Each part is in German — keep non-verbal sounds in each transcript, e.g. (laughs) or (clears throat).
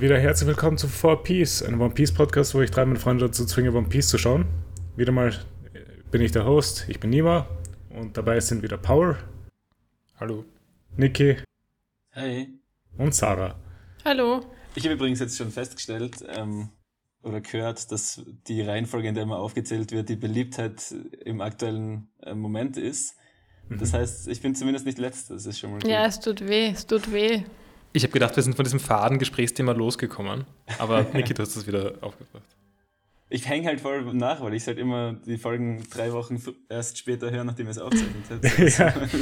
Wieder herzlich willkommen zu Four Piece, einem One Piece Podcast, wo ich drei meiner Freunde dazu zwinge, One Piece zu schauen. Wieder mal äh, bin ich der Host, ich bin Nima und dabei sind wieder Power, Hallo. Niki Hey. und Sarah. (laughs) Hallo. Ich habe übrigens jetzt schon festgestellt ähm, oder gehört, dass die Reihenfolge, in der immer aufgezählt wird, die Beliebtheit im aktuellen äh, Moment ist. Das heißt, ich bin zumindest nicht letzter. Das ist schon mal gut. Ja, es tut weh, es tut weh. Ich habe gedacht, wir sind von diesem faden Gesprächsthema losgekommen, (laughs) aber Niki, du hast es wieder aufgebracht. Ich hänge halt voll nach, weil ich halt immer die Folgen drei Wochen fr- erst später höre, nachdem ihr es aufzeichnet (laughs) habt.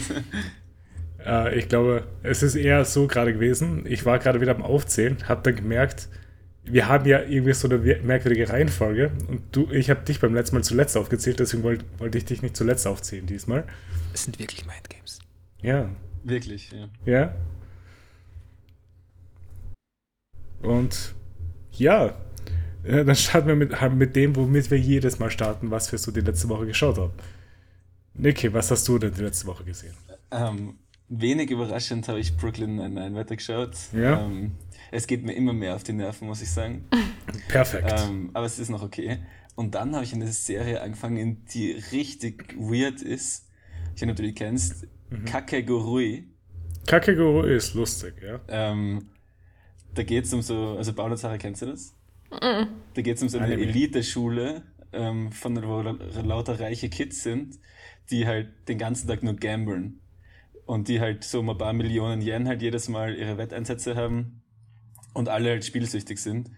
Äh, ich glaube, es ist eher so gerade gewesen. Ich war gerade wieder am Aufzählen, habe dann gemerkt, wir haben ja irgendwie so eine wir- merkwürdige Reihenfolge und du, ich habe dich beim letzten Mal zuletzt aufgezählt, deswegen wollte wollt ich dich nicht zuletzt aufzählen diesmal. Es sind wirklich Mindgames. Ja, Wirklich, ja. Ja. Und ja, äh, dann starten wir mit, haben mit dem, womit wir jedes Mal starten, was wir so die letzte Woche geschaut haben. Niki, was hast du denn die letzte Woche gesehen? Ähm, wenig überraschend habe ich Brooklyn Nine-Nine weitergeschaut. Ja. Ähm, es geht mir immer mehr auf die Nerven, muss ich sagen. Perfekt. Ähm, aber es ist noch okay. Und dann habe ich eine Serie angefangen, die richtig weird ist. Ich weiß nicht, ob du die kennst. Kakegurui. Kakeguru ist lustig, ja. Ähm, da geht es um so, also Paolo Zara, kennst du das? Da geht es um so eine Anime. Elite-Schule, ähm, von der, wo la- lauter reiche Kids sind, die halt den ganzen Tag nur gamblen. Und die halt so um ein paar Millionen Yen halt jedes Mal ihre Wetteinsätze haben und alle halt spielsüchtig sind.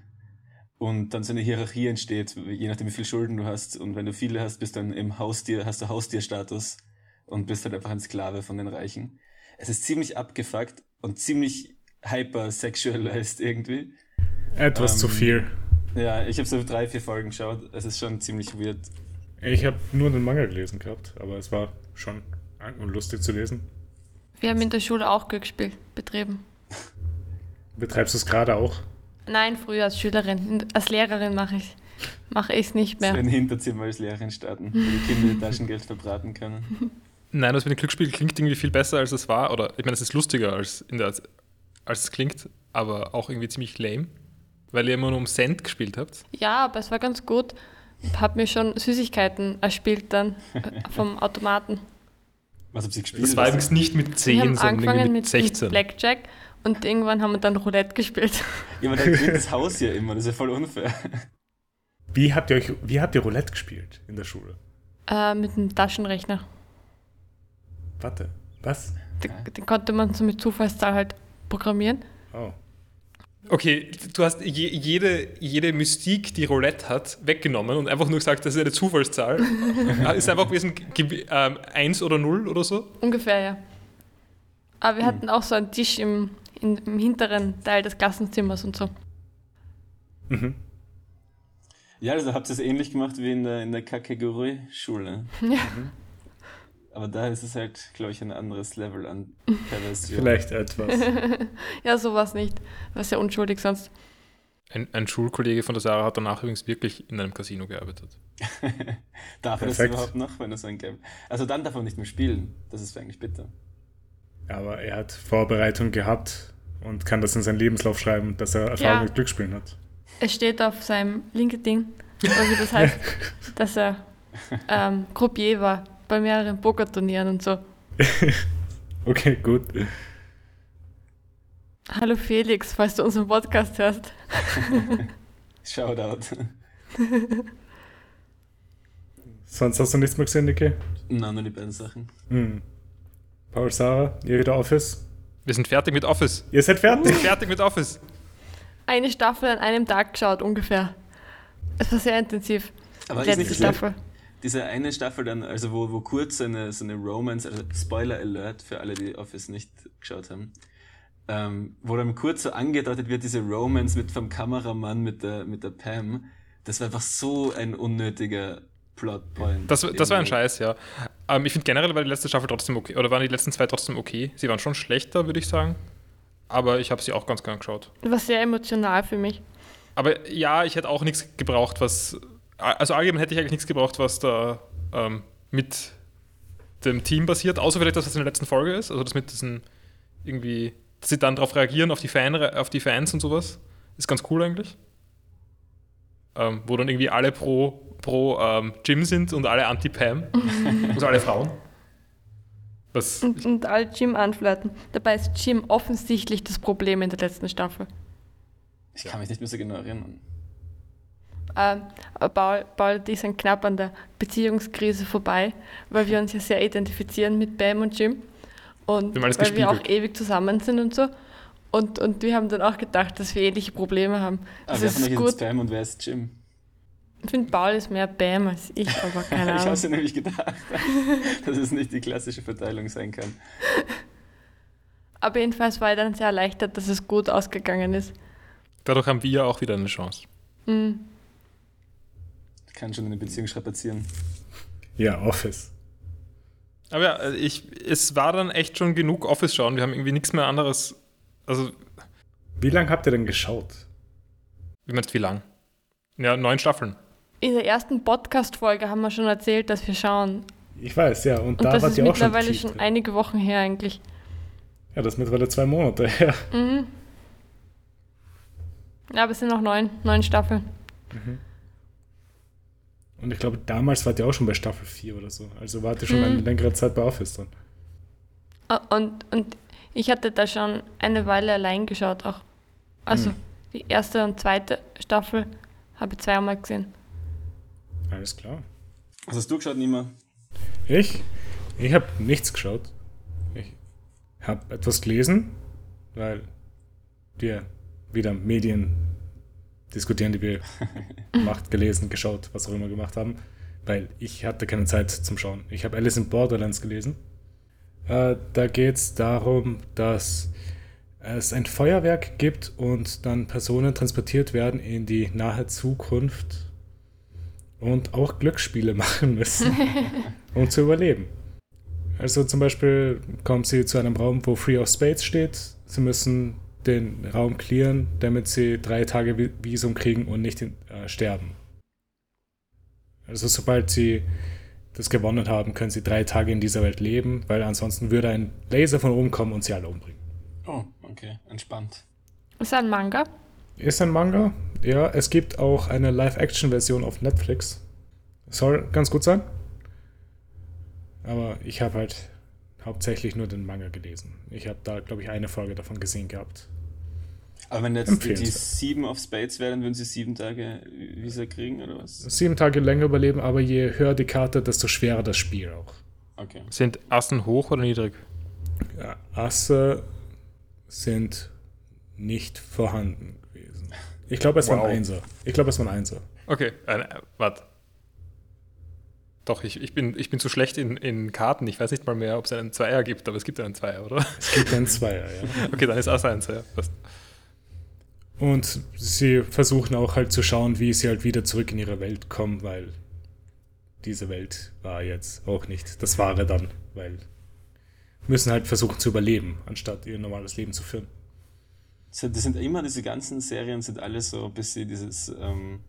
Und dann so eine Hierarchie entsteht, je nachdem wie viel Schulden du hast. Und wenn du viele hast, bist du dann im Haustier, hast du Haustierstatus und bist halt einfach ein Sklave von den Reichen. Es ist ziemlich abgefuckt und ziemlich hypersexualized irgendwie. Etwas ähm, zu viel. Ja, ich habe so drei, vier Folgen geschaut. Es ist schon ziemlich weird. Ich habe nur den Manga gelesen gehabt, aber es war schon an- und lustig zu lesen. Wir haben in der Schule auch Glücksspiel betrieben. Betreibst du es gerade auch? Nein, früher als Schülerin, als Lehrerin mache ich mache ich es nicht So mehr. ein Hinterzimmer als Lehrerin starten, wo die Kinder ihr Taschengeld verbraten können. Nein, das mit dem Glücksspiel klingt irgendwie viel besser, als es war. Oder ich meine, es ist lustiger, als, in der, als, als es klingt, aber auch irgendwie ziemlich lame, weil ihr immer nur um Cent gespielt habt. Ja, aber es war ganz gut. Hab mir schon Süßigkeiten erspielt dann äh, vom Automaten. Was habt ihr gespielt? Das war übrigens nicht mit Wir 10, haben sondern irgendwie angefangen mit, mit, 16. mit Blackjack und irgendwann haben wir dann Roulette gespielt. (laughs) Ja, aber dann gewinnt das Haus ja immer. Das ist ja voll unfair. Wie habt ihr euch, wie habt ihr Roulette gespielt in der Schule? Äh, mit einem Taschenrechner. Warte, was? Den, den konnte man so mit Zufallszahl halt programmieren. Oh. Okay, du hast je, jede, jede Mystik, die Roulette hat, weggenommen und einfach nur gesagt, das ist eine (laughs) Zufallszahl. Ah, ist einfach gewesen ge- ähm, 1 oder 0 oder so. Ungefähr, ja. Aber wir hatten auch so einen Tisch im, in, im hinteren Teil des Klassenzimmers und so. Mhm. Ja, also habt ihr es ähnlich gemacht wie in der, in der Kakegurui-Schule. Ja. Aber da ist es halt, glaube ich, ein anderes Level an Perversion. Vielleicht etwas. (laughs) Ja, sowas nicht. Was ja unschuldig sonst. Ein, ein Schulkollege von der Sarah hat danach übrigens wirklich in einem Casino gearbeitet. (laughs) Darf er das Perfekt. überhaupt noch, wenn er so ein Game. Also dann darf er nicht mehr spielen. Das ist eigentlich bitter. Aber er hat Vorbereitung gehabt und kann das in seinen Lebenslauf schreiben, dass er Erfahrung Ja. mit Glücksspielen hat. Es steht auf seinem LinkedIn, oder wie (laughs) das heißt, dass er ähm, Croupier war bei mehreren Pokerturnieren und so. (laughs) Okay, gut. Hallo Felix, falls du unseren Podcast hörst. Shoutout. (laughs) Sonst hast du nichts mehr gesehen, Niki? Na, nur die beiden Sachen. Hm. Paul, Sarah, ihr wieder Office? Wir sind fertig mit Office. Ihr seid fertig? (laughs) Fertig mit Office. Eine Staffel an einem Tag geschaut, ungefähr. Es war sehr intensiv. Aber ist Letzte nicht schlecht. Staffel. Diese eine Staffel dann, also wo, wo kurz so eine, so eine Romance, also Spoiler Alert für alle, die Office nicht geschaut haben, ähm, wo dann kurz so angedeutet wird, diese Romance mit vom Kameramann mit der, mit der Pam, das war einfach so ein unnötiger Plotpoint. Das, das war ein Irgendwie. Scheiß, ja. Ähm, ich finde generell war die letzte Staffel trotzdem okay. Oder waren die letzten zwei trotzdem okay? Sie waren schon schlechter, würde ich sagen. Aber ich habe sie auch ganz gern geschaut. War sehr emotional für mich. Aber ja, ich hätte auch nichts gebraucht, was. Also allgemein hätte ich eigentlich nichts gebraucht, was da ähm, mit dem Team passiert. Außer vielleicht das, was in der letzten Folge ist. Also das mit diesen irgendwie, dass sie dann darauf reagieren, auf die, Fan, auf die Fans und sowas. Ist ganz cool eigentlich. Ähm, wo dann irgendwie alle pro, pro ähm, Jim sind und alle (laughs) anti-Pam. also alle Frauen. Was? Und, und all Jim anflirten. Dabei ist Jim offensichtlich das Problem in der letzten Staffel. Ich kann mich nicht mehr so genau erinnern. Ähm, aber Paul, Paul und ich sind knapp an der Beziehungskrise vorbei, weil wir uns ja sehr identifizieren mit Bam und Jim. Und Wir haben weil alles wir auch gespiegelt. ewig zusammen sind und so. Und, und wir haben dann auch gedacht, dass wir ähnliche Probleme haben. Ah, Das wer von euch ist ist gut. jetzt Pam und wer ist Jim? (laughs) Ich finde, Paul ist mehr Bam als ich, aber keine ich Ahnung. habe es nämlich (laughs) gedacht, dass es nicht die klassische Verteilung sein kann. Aber jedenfalls war ich dann sehr erleichtert, dass es gut ausgegangen ist. Dadurch haben wir auch wieder eine Chance. Kann schon eine Beziehung strapazieren. Ja, Office. Aber ja, also ich, es war dann echt schon genug Office schauen. Wir haben irgendwie nichts mehr anderes. Also, Wie lange habt ihr denn geschaut? wie meinst du, wie lang? Ja, neun Staffeln. In der ersten Podcast-Folge haben wir schon erzählt, dass wir schauen. Ich weiß, ja. Und, Und da das wart ist ihr auch schon, mittlerweile tief schon drin. einige Wochen her eigentlich. Ja, das ist mittlerweile zwei Monate (laughs) her. Ja, aber es sind noch neun, neun Staffeln. Und ich glaube, damals wart ihr auch schon bei Staffel 4 oder so. Also wart ihr Hm. schon eine längere Zeit bei Office dann. Ah, Und, und ich hatte da schon eine Weile allein geschaut auch. Hm. Also die erste und zweite Staffel habe ich zweimal gesehen. Alles klar. Was hast du geschaut, Nima? Ich? Ich habe nichts geschaut. Ich habe etwas gelesen, weil wir wieder Medien diskutieren, die wir gemacht, gelesen, geschaut, was auch immer gemacht haben, weil ich hatte keine Zeit zum Schauen. Ich habe Alice in Borderlands gelesen. Äh, da geht es darum, dass es ein Feuerwerk gibt und dann Personen transportiert werden in die nahe Zukunft und auch Glücksspiele (laughs) machen müssen um zu überleben. Also zum Beispiel kommen sie zu einem Raum, wo Free of Spades steht. Sie müssen den Raum clearen, damit sie drei Tage Vi- Visum kriegen und nicht in, äh, sterben. Also sobald sie das gewonnen haben, können sie drei Tage in dieser Welt leben, weil ansonsten würde ein Laser von oben kommen und sie alle umbringen. Oh, okay, entspannt. Ist ein Manga. Ist ein Manga? Ja, es gibt auch eine Live-Action-Version auf Netflix. Soll ganz gut sein. Aber ich habe halt hauptsächlich nur den Manga gelesen. Ich habe da, glaube ich, eine Folge davon gesehen gehabt. Aber wenn jetzt die, die Empfehlenswert. sieben auf Spades wären, würden sie sieben Tage Visa kriegen oder was? Sieben Tage länger überleben, aber je höher die Karte, desto schwerer das Spiel auch. Okay. Sind Assen hoch oder niedrig? Ja, Asse sind nicht vorhanden gewesen. Ich glaube, es war Wow. ein Einser. Ich glaube, es war ein Einser. Okay, äh, äh, warte. Doch, ich, ich, bin, ich bin zu schlecht in, in Karten. Ich weiß nicht mal mehr, ob es einen Zweier gibt, aber es gibt einen Zweier, (laughs) oder? Es gibt ein Zweier, ja. Okay, dann ist Asse ein Zweier. Passt. Und sie versuchen auch halt zu schauen, wie sie halt wieder zurück in ihre Welt kommen, weil diese Welt war jetzt auch nicht das Wahre dann, weil müssen halt versuchen zu überleben, anstatt ihr normales Leben zu führen. So, Das sind immer diese ganzen Serien, sind alle so ein bisschen dieses, ähm,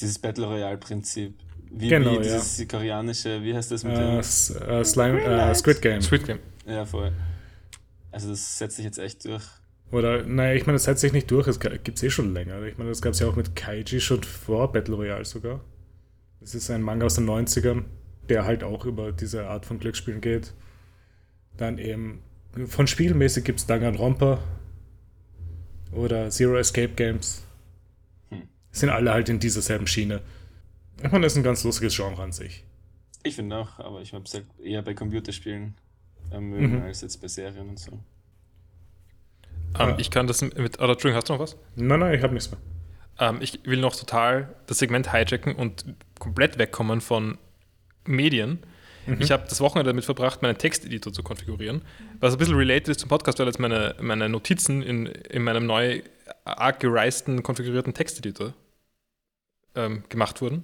dieses Battle Royale-Prinzip. Wie, Genau, wie ja. dieses koreanische, wie heißt das mit Äh, dem? S- äh, Slime, äh, Squid Game. Squid Game. Ja, voll. Also das setzt sich jetzt echt durch. Oder, naja, ich meine, das setzt sich nicht durch, es gibt es eh schon länger. Ich meine, das gab es ja auch mit Kaiji schon vor Battle Royale sogar. Das ist ein Manga aus den 90ern, der halt auch über diese Art von Glücksspielen geht. Dann eben, von spielmäßig gibt es Danganronpa oder Zero Escape Games. Sind alle halt in dieser selben Schiene. Ich meine, das ist ein ganz lustiges Genre an sich. Ich finde auch, aber ich habe es halt eher bei Computerspielen äh, mögen Mhm. als jetzt bei Serien und so. Ähm, Ja. Ich kann das mit. Oder Entschuldigung, hast du noch was? Nein, nein, ich habe nichts mehr. Ähm, ich will noch total das Segment hijacken und komplett wegkommen von Medien. Ich habe das Wochenende damit verbracht, meinen Texteditor zu konfigurieren, was ein bisschen related ist zum Podcast, weil jetzt meine, meine Notizen in, in meinem neu arg gereisten, konfigurierten Texteditor ähm, gemacht wurden.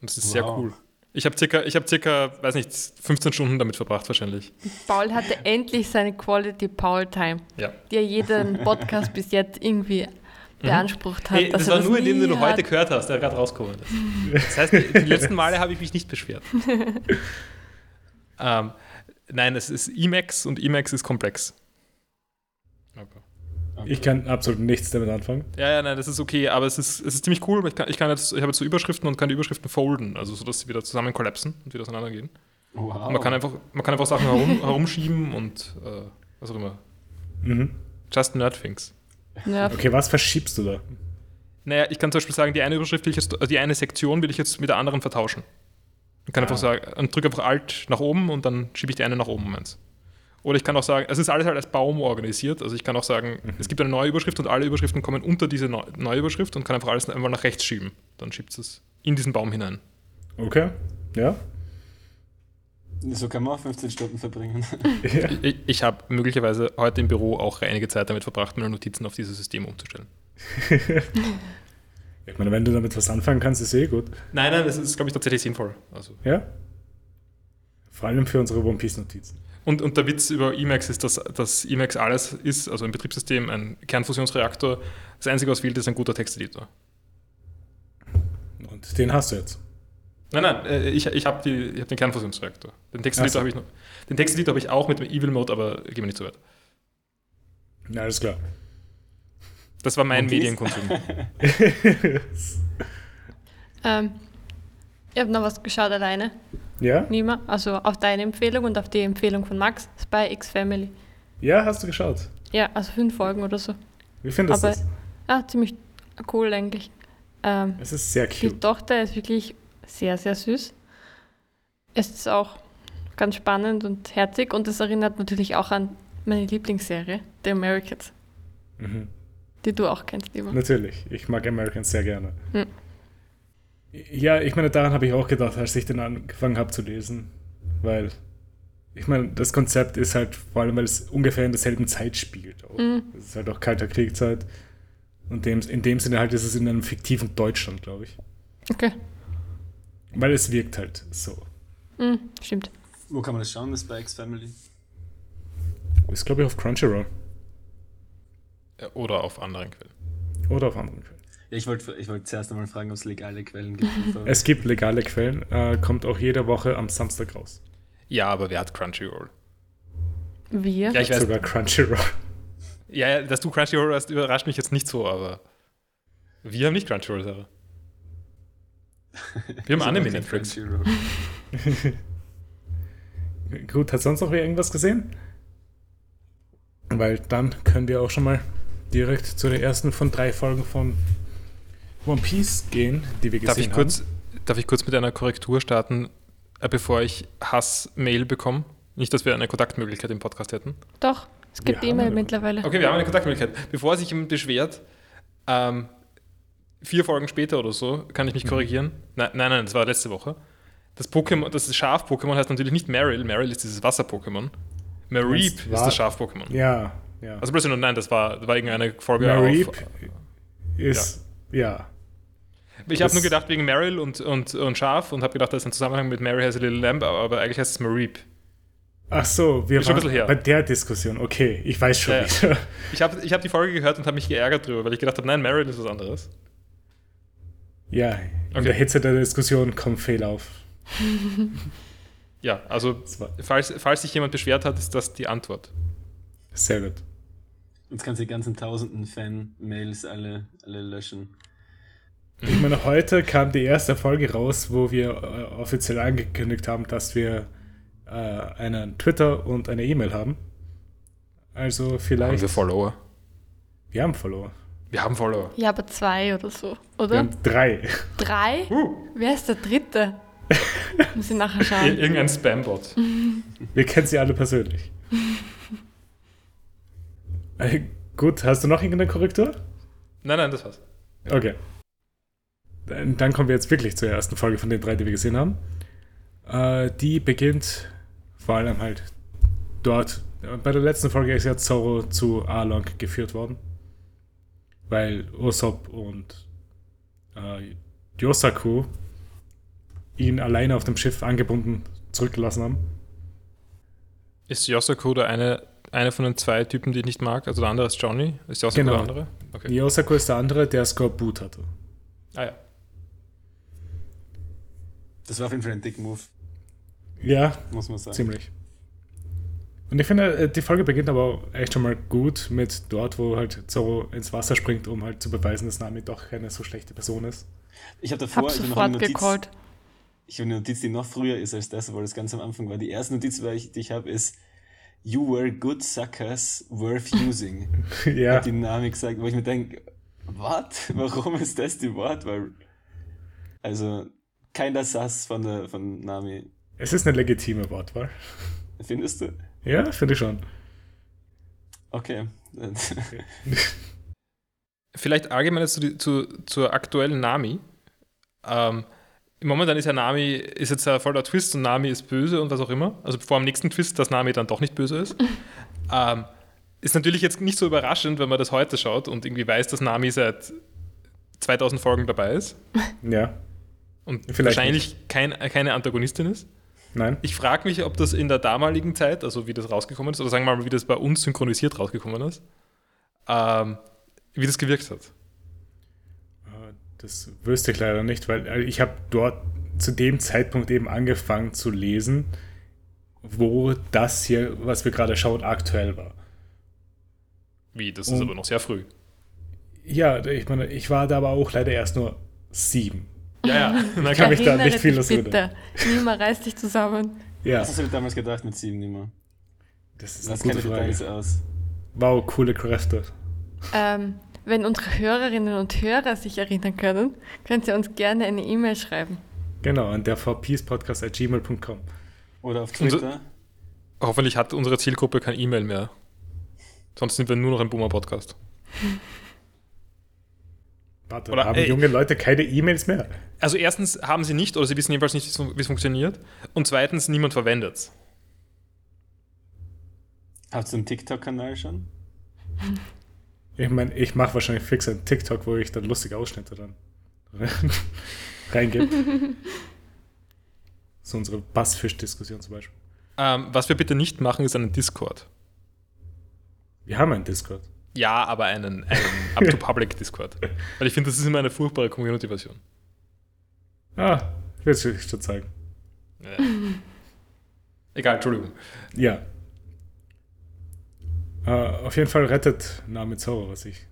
Und das ist sehr Wow. cool. Ich habe circa, ich habe circa, weiß nicht, 15 Stunden damit verbracht wahrscheinlich. Paul hatte (laughs) endlich seine Quality Paul Time, Ja. Mhm. die er jeden (laughs) Podcast bis jetzt irgendwie beansprucht hat. Hey, das dass er war nur in dem, den du nie heute hat. gehört hast, der gerade rausgekommen ist. Das heißt, die, die letzten Male habe ich mich nicht beschwert. ähm, nein, es ist Emacs und Emacs ist komplex. Okay. Ich kann absolut nichts damit anfangen. Ja, ja, nein, das ist okay, aber es ist, es ist ziemlich cool. weil Ich, kann, ich, kann jetzt, ich habe jetzt so Überschriften und kann die Überschriften folden, also so, dass sie wieder zusammen kollapsen und wieder auseinandergehen. Wow. Und man, kann einfach, man kann einfach Sachen herum, herumschieben und äh, was auch immer. Mhm. Just Nerd Things. Ja, Okay, was verschiebst du da? Naja, ich kann zum Beispiel sagen, die eine Überschrift will ich jetzt, also die eine Sektion will ich jetzt mit der anderen vertauschen. Ich kann einfach sagen, und drücke einfach Alt nach oben und dann schiebe ich die eine nach oben um eins. Oder ich kann auch sagen, es ist alles halt als Baum organisiert. Also ich kann auch sagen, es gibt eine neue Überschrift und alle Überschriften kommen unter diese neu- neue Überschrift und kann einfach alles einmal nach rechts schieben. Dann schiebt es in diesen Baum hinein. Okay, ja. So kann man auch 15 Stunden verbringen. (laughs) Ich, ich habe möglicherweise heute im Büro auch einige Zeit damit verbracht, meine Notizen auf dieses System umzustellen. Ich meine, wenn du damit was anfangen kannst, ist eh gut. Nein, nein, das ist, glaube ich, tatsächlich sinnvoll. Also Ja? Vor allem für unsere One Piece-Notizen. Und, und der Witz über Emacs ist, dass, dass Emacs alles ist, also ein Betriebssystem, ein Kernfusionsreaktor. Das Einzige, was fehlt, ist ein guter Texteditor. Und den hast du jetzt. Nein, nein, äh, ich, ich habe hab den Kernfusionsreaktor. Den Texteditor Ach so. habe ich noch. Den Texteditor habe ich auch mit dem Evil Mode, aber gehen wir nicht so weit. Na, alles klar. Das war mein Und dies? Medienkonsum. ähm, ich habe noch was geschaut alleine. (laughs) Ja? Nima, also auf deine Empfehlung und auf die Empfehlung von Max, Spy X Family. Ja, hast du geschaut. Ja, also fünf Folgen oder so. Wie findest du Aber das? ja, ziemlich cool eigentlich. Ähm, Es ist sehr die cute. Tochter ist wirklich sehr, sehr süß. Es ist auch ganz spannend und herzig und es erinnert natürlich auch an meine Lieblingsserie, The Americans, Mhm. die du auch kennst, lieber. Natürlich, ich mag Americans sehr gerne. Hm. Ja, ich meine, daran habe ich auch gedacht, als ich den angefangen habe zu lesen. Weil, ich meine, das Konzept ist halt, vor allem, weil es ungefähr in derselben Zeit spielt. Auch. Mhm. Es ist halt auch kalter Kriegszeit. Und dem, in dem Sinne halt ist es in einem fiktiven Deutschland, glaube ich. Okay, Weil es wirkt halt so. mhm, stimmt. Wo kann man das schauen? Das Spikes Family. Ist, glaube ich, auf Crunchyroll oder auf anderen Quellen. oder auf anderen Quellen. Ja, ich wollte ich wollt zuerst einmal fragen, ob es legale Quellen gibt. bevor- Es gibt legale Quellen, äh, kommt auch jede Woche am Samstag raus. Ja, aber wer hat Crunchyroll? Wir? Ja, ich weiß. Sogar Crunchyroll. Ja, ja, dass du Crunchyroll hast, überrascht mich jetzt nicht so, aber wir haben nicht Crunchyroll, Sarah. (laughs) Wir haben Also Anime kein Netflix. Crunchyroll. Gut, hat sonst noch wer irgendwas gesehen? Weil dann können wir auch schon mal direkt zu der ersten von drei Folgen von One Piece gehen, die wir gesehen Darf ich, kurz, haben. darf ich kurz mit einer Korrektur starten, äh, bevor ich Hass-Mail bekomme? Nicht, dass wir eine Kontaktmöglichkeit im Podcast hätten. Doch, es gibt Wir haben E-Mail eine- mittlerweile. Okay, wir haben eine Kontaktmöglichkeit. Bevor sich jemand beschwert, ähm, vier Folgen später oder so, kann Mhm. ich mich korrigieren. Nein, nein, nein, das war letzte Woche. Das Pokémon, das Schaf-Pokémon heißt natürlich nicht Meryl. Meryl ist dieses Wasser-Pokus-Pokémon. Mareep Das ist war- das Schaf-Pokémon. Ja, ja. Also plötzlich, nein, das war, das war irgendeine Folge Mareep auf. ist, ja. Ich habe das- nur gedacht wegen Meryl und, und, und Schaf und habe gedacht, das ist ein Zusammenhang mit Mary has a little lamb, aber eigentlich heißt es Mareep. Ach so, wir Ist schon ein waren bisschen her. bei der Diskussion. Okay, ich weiß schon Ja, ja. wieder. (laughs) Ich habe ich hab die Folge gehört und habe mich geärgert drüber, weil ich gedacht habe, nein, Meryl ist was anderes. Ja, in Okay. der Hitze der Diskussion kommen Fehler auf. Ja, also Das war falls, falls sich jemand beschwert hat, ist das die Antwort. sehr gut. Jetzt kannst du die ganzen tausenden Fan-Mails alle, alle löschen. Ich meine, heute kam die erste Folge raus, wo wir äh, offiziell angekündigt haben, dass wir äh, einen Twitter und eine E-Mail haben. Also vielleicht. Follower? wir haben Follower. Wir haben Follower. Ja, aber zwei oder so, Wir oder? haben drei. Drei? Uh, Wer ist (laughs) der Dritte? Muss ich nachher ir- schauen. irgendein Spambot. Wir kennen sie alle persönlich. äh, gut, hast du noch irgendeine Korrektur? Nein, nein, das war's. Okay. Dann, dann kommen wir jetzt wirklich zur ersten Folge von den drei, die wir gesehen haben. Äh, die beginnt vor allem halt dort. Bei der letzten Folge ist ja Zorro zu Arlong geführt worden. Weil Usopp und äh, Yosaku ihn alleine auf dem Schiff angebunden zurückgelassen haben. Ist Yosaku der eine, eine von den zwei Typen, die ich nicht mag? Also der andere ist Johnny. Ist Yosaku Genau. der andere? Okay. Yosaku ist der andere, der Skorbut hatte. Ah ja. Das war auf jeden Fall ein dick Move, Ja, muss man sagen. ziemlich. Und ich finde, äh, die Folge beginnt aber echt schon mal gut mit dort, wo halt Zorro ins Wasser springt, um halt zu beweisen, dass Nami doch keine so schlechte Person ist. (laughs) Ich habe davor Hab ich hab noch eine sofort Notiz, gecallt. ich habe eine Notiz, die noch früher ist als das, weil das ganz am Anfang war. Die erste Notiz, die ich, die ich habe, ist You were good suckers worth using. (laughs) ja, Hat die Nami gesagt, wo ich mir denke, what? (laughs) Warum ist das die Wortwahl? Also, keiner Sass von der von Nami. es ist eine legitime Wortwahl. Findest du? Ja, finde ich schon. Okay. Vielleicht allgemein jetzt zu, die- zu, zur aktuellen Nami. Ähm, momentan ist ja Nami, ist jetzt ja voll der Twist und Nami ist böse und was auch immer. Also vor dem nächsten Twist, dass Nami dann doch nicht böse ist. ähm, ist natürlich jetzt nicht so überraschend, wenn man das heute schaut und irgendwie weiß, dass Nami seit 2000 Folgen dabei ist Ja, und Vielleicht wahrscheinlich kein, keine Antagonistin ist. nein. Ich frage mich, ob das in der damaligen Zeit, also wie das rausgekommen ist, oder sagen wir mal, wie das bei uns synchronisiert rausgekommen ist, ähm, wie das gewirkt hat. Äh, Das wüsste ich leider nicht, weil äh, ich habe dort zu dem Zeitpunkt eben angefangen zu lesen, wo das hier, was wir gerade schauen, aktuell war. Wie, das Und- ist aber noch sehr früh. Ja, ich meine, ich war da aber auch leider erst nur sieben. Ja, ja. Na kann klar. mich da Erinnere nicht viel dich dazu erinnern. bitte. Niemand reißt dich zusammen. Ja, Was hast du dir damals gedacht mit sieben immer? das ist eine Lass keine gute Frage. Details aus. Wow, coole Kräfte. Ähm, wenn unsere Hörerinnen und Hörer sich erinnern können, könnt ihr uns gerne eine E-Mail schreiben. Genau, an der vpspodcast at gmail.com. Oder auf Und so- Twitter. Hoffentlich hat unsere Zielgruppe kein E-Mail mehr. Sonst sind wir nur noch ein Boomer-Podcast. Warte, Oder, haben ey. junge Leute keine E-Mails mehr? Also erstens haben sie nicht, oder sie wissen jedenfalls nicht, wie es funktioniert. Und zweitens, niemand verwendet es. Habt ihr einen TikTok-Kanal schon? Ich meine, ich mache wahrscheinlich fix einen TikTok, wo ich dann lustige Ausschnitte dann (laughs) reingebe. so unsere Bassfisch-Diskussion zum Beispiel. Ähm, was wir bitte nicht machen, ist einen Discord. Wir haben einen Discord. Ja, aber einen, (laughs) einen Up-to-Public-Discord. Weil ich finde, das ist immer eine furchtbare Community-Version. Ah, willst du schon zeigen? Egal, Entschuldigung. Ja. Äh, auf jeden Fall rettet Name Zorro, was ich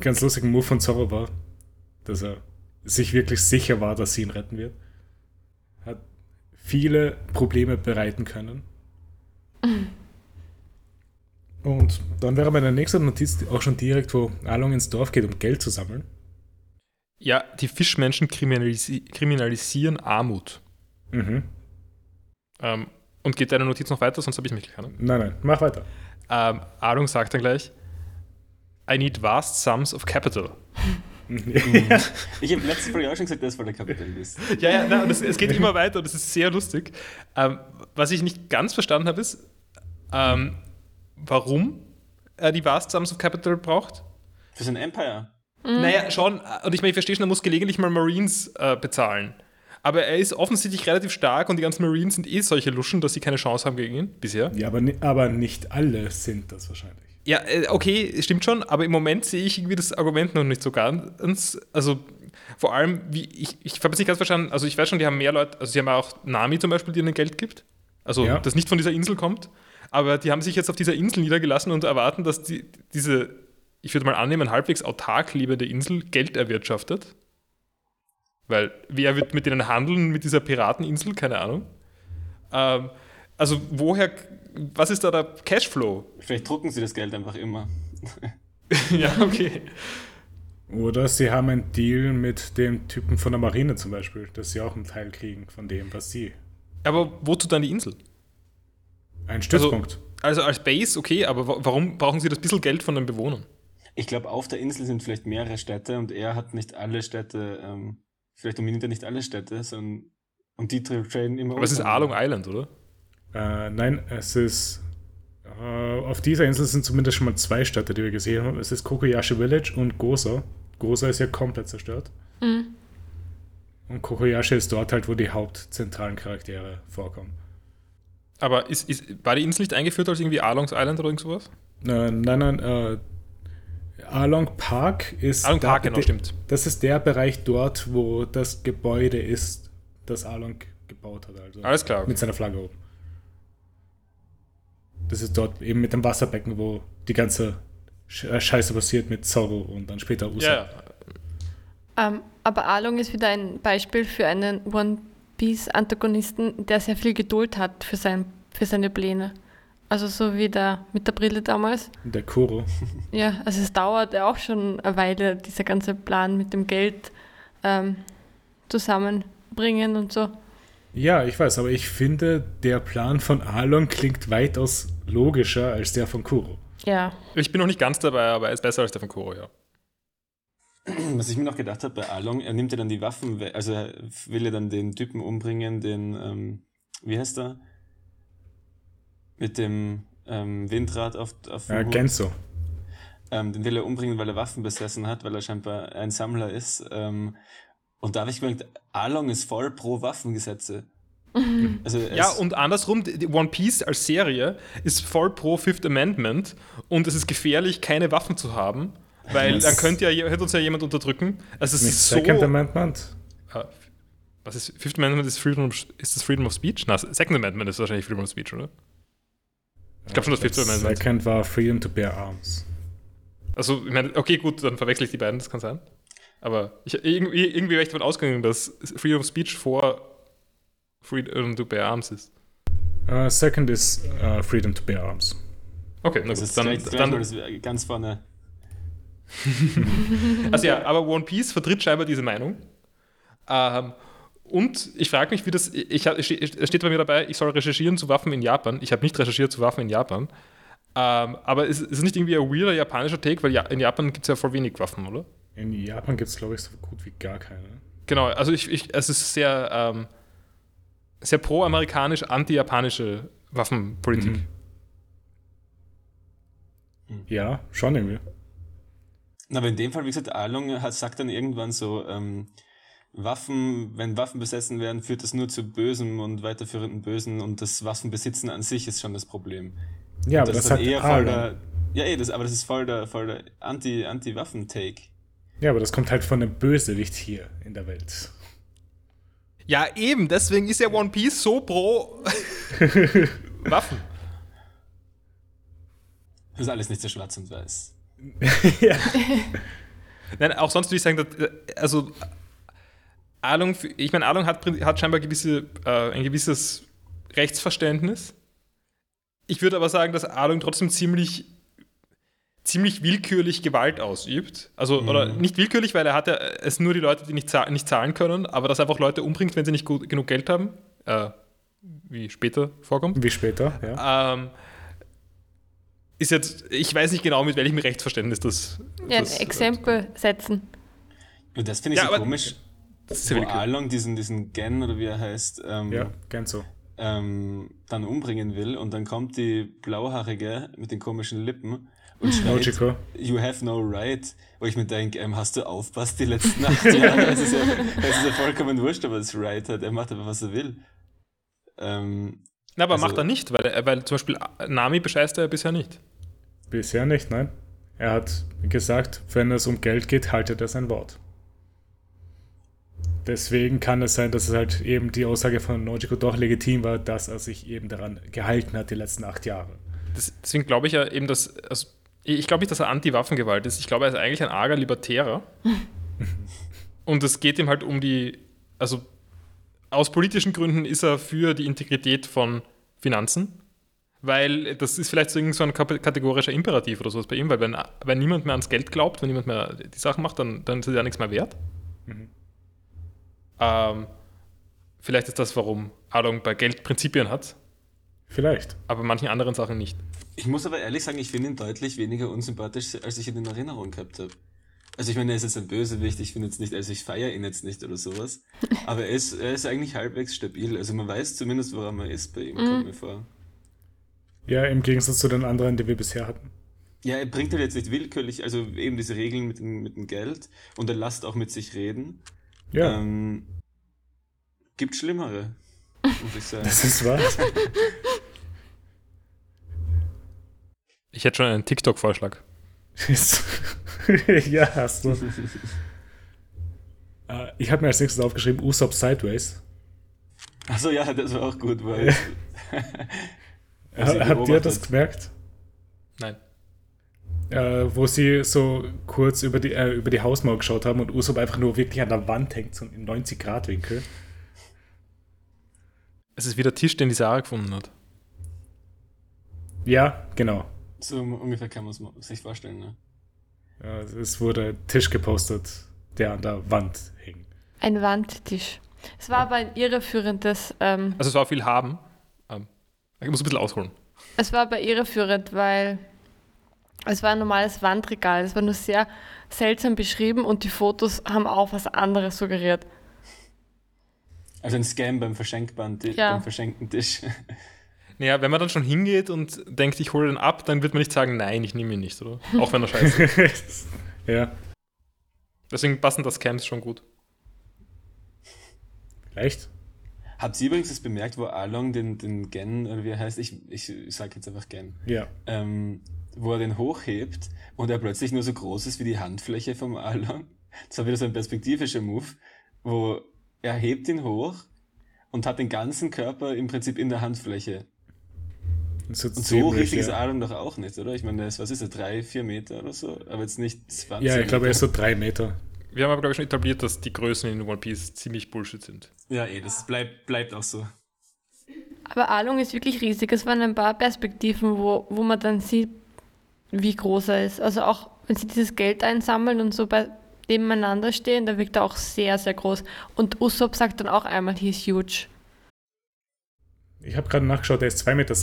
ganz lustigen Move von Zorro war, dass er sich wirklich sicher war, dass sie ihn retten wird. Hat viele Probleme bereiten können. Und dann wäre meine nächste Notiz auch schon direkt, wo Along ins Dorf geht, um Geld zu sammeln. Ja, die Fischmenschen kriminalisi kriminalisieren Armut. Mhm. Ähm, und geht deine Notiz noch weiter, sonst habe ich mich keine. Nein, nein, mach weiter. Ähm, Arung sagt dann gleich, I need vast sums of capital. Ich habe letzte Folge auch schon gesagt, das war der Kapitalist. (laughs) Ja, ja, na, und es, es geht immer weiter und es ist sehr lustig. Ähm, was ich nicht ganz verstanden habe, ist, ähm, warum er die vast sums of capital braucht. Für sein Empire. Naja, schon, äh, und ich meine, ich verstehe schon, er muss gelegentlich mal Marines äh, bezahlen. Aber er ist offensichtlich relativ stark und die ganzen Marines sind eh solche Luschen, dass sie keine Chance haben gegen ihn bisher. Ja, aber, ni- aber nicht alle sind das wahrscheinlich. Ja, äh, okay, stimmt schon, aber im Moment sehe ich irgendwie das Argument noch nicht so ganz. Also vor allem, wie ich, ich habe es nicht ganz verstanden, also ich weiß schon, die haben mehr Leute, also sie haben auch Nami zum Beispiel, die ihnen Geld gibt. Also Ja. das nicht von dieser Insel kommt, aber die haben sich jetzt auf dieser Insel niedergelassen und erwarten, dass die, diese, ich würde mal annehmen, halbwegs autark lebende Insel Geld erwirtschaftet. Weil wer wird mit denen handeln, mit dieser Pirateninsel? Keine Ahnung. Ähm, also woher, was ist da der Cashflow? (laughs) Vielleicht drucken sie das Geld einfach immer. (laughs) ja, okay. Oder sie haben einen Deal mit dem Typen von der Marine zum Beispiel, dass sie auch einen Teil kriegen von dem, was sie. Aber wozu dann die Insel? Ein Stützpunkt. Also als Base, okay, aber wa- warum brauchen sie das bisschen Geld von den Bewohnern? Ich glaube, auf der Insel sind vielleicht mehrere Städte und er hat nicht alle Städte, ähm, vielleicht dominiert er nicht alle Städte, sondern und die tra- traden immer. Aber es ist Arlong untereinander. Island, oder? äh, nein, es ist. Äh, auf dieser Insel sind zumindest schon mal zwei Städte, die wir gesehen haben. Es ist Kokoyashi Village und Gosa. Gosa ist ja komplett zerstört. Und Kokoyashi ist dort halt, wo die hauptzentralen Charaktere vorkommen. Aber ist, ist, war die Insel nicht eingeführt als irgendwie Arlongs Island oder irgend sowas? Äh, nein, nein, äh, Arlong Park ist. Arlong da- Park, genau, de- stimmt. Das ist der Bereich dort, wo das Gebäude ist, Ah. das Arlong gebaut hat. Also Alles klar. Mit seiner Flagge oben. Das ist dort eben mit dem Wasserbecken, wo die ganze Sch- äh, Scheiße passiert mit Zorro und dann später Usa. Ja, ja. Ähm, aber Alung ist wieder ein Beispiel für einen One Piece-Antagonisten, der sehr viel Geduld hat für, sein, für seine Pläne. Also so wie der mit der Brille damals. Und Der Kuro. Ja, also es dauert ja auch schon eine Weile, dieser ganze Plan mit dem Geld ähm, zusammenbringen und so. Ja, ich weiß, aber ich finde, der Plan von Alon klingt weitaus logischer als der von Kuro. Ja, Ich bin noch nicht ganz dabei, aber er ist besser als der von Koro, ja. Was ich mir noch gedacht habe bei Along, er nimmt ja dann die Waffen, we- also er will ja dann den Typen umbringen, den, ähm, wie heißt er? Mit dem ähm, Windrad auf, auf dem Äh, Mhm. Hut. Genso. Ähm, den will er umbringen, weil er Waffen besessen hat, weil er scheinbar ein Sammler ist. Ähm, und da habe ich gemerkt, Along ist voll pro Waffengesetze. Also er Ja, ist- und andersrum, die- die One Piece als Serie ist voll pro Fifth Amendment und es ist gefährlich, keine Waffen zu haben, weil Das- dann könnte ja, je- hätte uns ja jemand unterdrücken. Also es Mit ist so. Second Amendment. Ah, was ist Fifth Amendment? Ist, Freedom, of- ist das Freedom of Speech? Na, Second Amendment ist wahrscheinlich Freedom of Speech, oder? Ich glaube schon, das Fifth Amendment. Second war Freedom to Bear Arms. Also, ich meine, okay, gut, dann verwechsel ich die beiden, das kann sein. Aber ich, irgendwie, irgendwie wäre ich davon ausgegangen, dass Freedom of Speech vor Freedom to Bear Arms ist. Äh, second ist äh, Freedom to Bear Arms. Okay, na das gut, ist dann, gleich, gleich mal dann, das, ganz vorne. Also ja, aber One Piece vertritt scheinbar diese Meinung. Ähm, und ich frage mich, wie das. Ich, hab- es ste- es steht bei mir dabei, ich soll recherchieren zu Waffen in Japan. Ich habe nicht recherchiert zu Waffen in Japan. Ähm, aber es ist nicht irgendwie ein weirder japanischer Take, weil ja, in Japan gibt es ja voll wenig Waffen, oder? In Japan gibt es, glaube ich, so gut wie gar keine. Genau, also ich, ich, es ist sehr, ähm, sehr pro-amerikanisch, anti-japanische Waffenpolitik. Mhm. Ja, schon irgendwie. Na, Aber in dem Fall, wie gesagt, Alung hat, sagt dann irgendwann so, ähm, Waffen, wenn Waffen besessen werden, führt das nur zu Bösem und weiterführenden Bösen und das Waffenbesitzen an sich ist schon das Problem. Ja, aber das das, ist hat dann eher voll Alon. der, ja, eh, das, aber das ist voll der, voll der Anti- Anti-Waffen-Take. Ja, aber das kommt halt von dem Bösewicht hier in der Welt. Ja, eben, deswegen ist ja One Piece so pro (laughs) Waffen. das ist alles nicht so schwarz und weiß. ja. Nein, auch sonst würde ich sagen, dass, äh, also Ahnung, für- ich meine, Ahnung hat, prin- hat scheinbar gewisse, äh, ein gewisses Rechtsverständnis. Ich würde aber sagen, dass Ahnung trotzdem ziemlich, ziemlich willkürlich Gewalt ausübt. Also, oder nicht willkürlich, weil er hat ja äh, es nur die Leute, die nicht, zahl nicht zahlen können, aber dass er einfach Leute umbringt, wenn sie nicht gut, genug Geld haben, äh, wie später vorkommt. Wie später, ja. Ah. Ähm, ist jetzt, ich weiß nicht genau, mit welchem Rechtsverständnis das. ja ein das, Exempel setzen. Und das finde ich Ja, so aber- komisch, das ist wo sehr willkürlich. Along diesen, diesen Gen oder wie er heißt, ähm, Ja, ganz so. ähm, dann umbringen will und dann kommt die Blauhaarige mit den komischen Lippen und schreit, Nojiko. You have no right. Wo ich mir denke, ähm, hast du aufpasst die letzten acht Jahre? Es ist, ja, es ist ja vollkommen wurscht, ob er das Right hat. Er macht aber, was er will. Ähm, Na, aber Also- macht er nicht, weil, er- weil zum Beispiel äh, Nami bescheißt er ja bisher nicht. Bisher nicht, nein. Er hat gesagt, wenn es um Geld geht, haltet er sein Wort. Deswegen kann es sein, dass es halt eben die Aussage von Nojiko doch legitim war, dass er sich eben daran gehalten hat die letzten acht Jahre. Das, deswegen glaube ich ja eben, dass. Also, ich glaube nicht, dass er Anti-Waffengewalt ist. Ich glaube, er ist eigentlich ein arger Libertärer. Und es geht ihm halt um die. Also, aus politischen Gründen ist er für die Integrität von Finanzen. Weil das ist vielleicht so irgend so ein kap- kategorischer Imperativ oder sowas bei ihm, weil wenn, wenn niemand mehr ans Geld glaubt, wenn niemand mehr die Sachen macht, dann, dann ist es ja nichts mehr wert. Ähm, vielleicht ist das, warum Adong bei Geld Prinzipien hat. Vielleicht. aber manchen anderen Sachen nicht. ich muss aber ehrlich sagen, ich finde ihn deutlich weniger unsympathisch, als ich ihn in Erinnerung gehabt habe. Also ich meine, er ist jetzt ein Bösewicht, ich finde jetzt nicht, also ich feiere ihn jetzt nicht oder sowas. Aber er ist, er ist eigentlich halbwegs stabil. Also man weiß zumindest, woran man ist bei ihm, kommt mir vor. Ja, im Gegensatz zu den anderen, die wir bisher hatten. Ja, er bringt halt jetzt nicht willkürlich, also eben diese Regeln mit dem, mit dem Geld und er lasst auch mit sich reden. Ja, Ähm, gibt Schlimmere, muss ich sagen. (laughs) das ist wahr. Ich hätte schon einen TikTok-Vorschlag. Ist- ja, hast du. Äh, ich habe mir als nächstes aufgeschrieben, Usopp Sideways. Also Achso, ja, das war auch gut, weil. Also Ha- Habt ihr das beobachtet. gemerkt? Nein. Äh, wo sie so kurz über die, äh, über die Hausmauer geschaut haben und Usopp einfach nur wirklich an der Wand hängt, so im 90-Grad-Winkel. Es ist wie der Tisch, den die Sarah gefunden hat. Ja, genau. So um, ungefähr kann man es sich vorstellen, ne? Äh, es wurde ein Tisch gepostet, der an der Wand hing. (laughs) Ein Wandtisch. Es war aber ein irreführendes, ähm, Also es war viel haben. Ähm, ich muss ein bisschen ausholen. es war aber irreführend, weil es war ein normales Wandregal. Es war nur sehr seltsam beschrieben und die Fotos haben auch was anderes suggeriert. Also ein Scam beim verschenkbaren Tisch, Ja. beim verschenkten Tisch. (laughs) Naja, wenn man dann schon hingeht und denkt, ich hole den ab, dann wird man nicht sagen, nein, ich nehme ihn nicht, oder? Auch wenn er scheiße (laughs) ist. ja, Deswegen passen das Camps schon gut. leicht. Habt ihr übrigens das bemerkt, wo Along den, den Gen, oder wie er heißt, ich, ich sag jetzt einfach Gen, Ja. ähm, wo er den hochhebt und er plötzlich nur so groß ist wie die Handfläche vom Along. (laughs) Das war wieder so ein perspektivischer Move, wo er hebt ihn hoch und hat den ganzen Körper im Prinzip in der Handfläche. So Und so ziemlich, richtig ist ja. Along doch auch nicht, oder? Ich meine, der ist, was ist er, drei, vier Meter oder so? Aber jetzt nicht 20 ja, ich glaube, er ist Meter. so drei Meter. Wir haben aber, glaube ich, schon etabliert, dass die Größen in One Piece ziemlich Bullshit sind. Ja, eh, das bleibt, bleibt auch so. Aber Alung ist wirklich riesig. Es waren ein paar Perspektiven, wo, wo man dann sieht, wie groß er ist. Also auch wenn sie dieses Geld einsammeln und so bei nebeneinander stehen, da wirkt er auch sehr, sehr groß. Und Usopp sagt dann auch einmal, he is huge. Ich habe gerade nachgeschaut, er ist 2,60 Meter.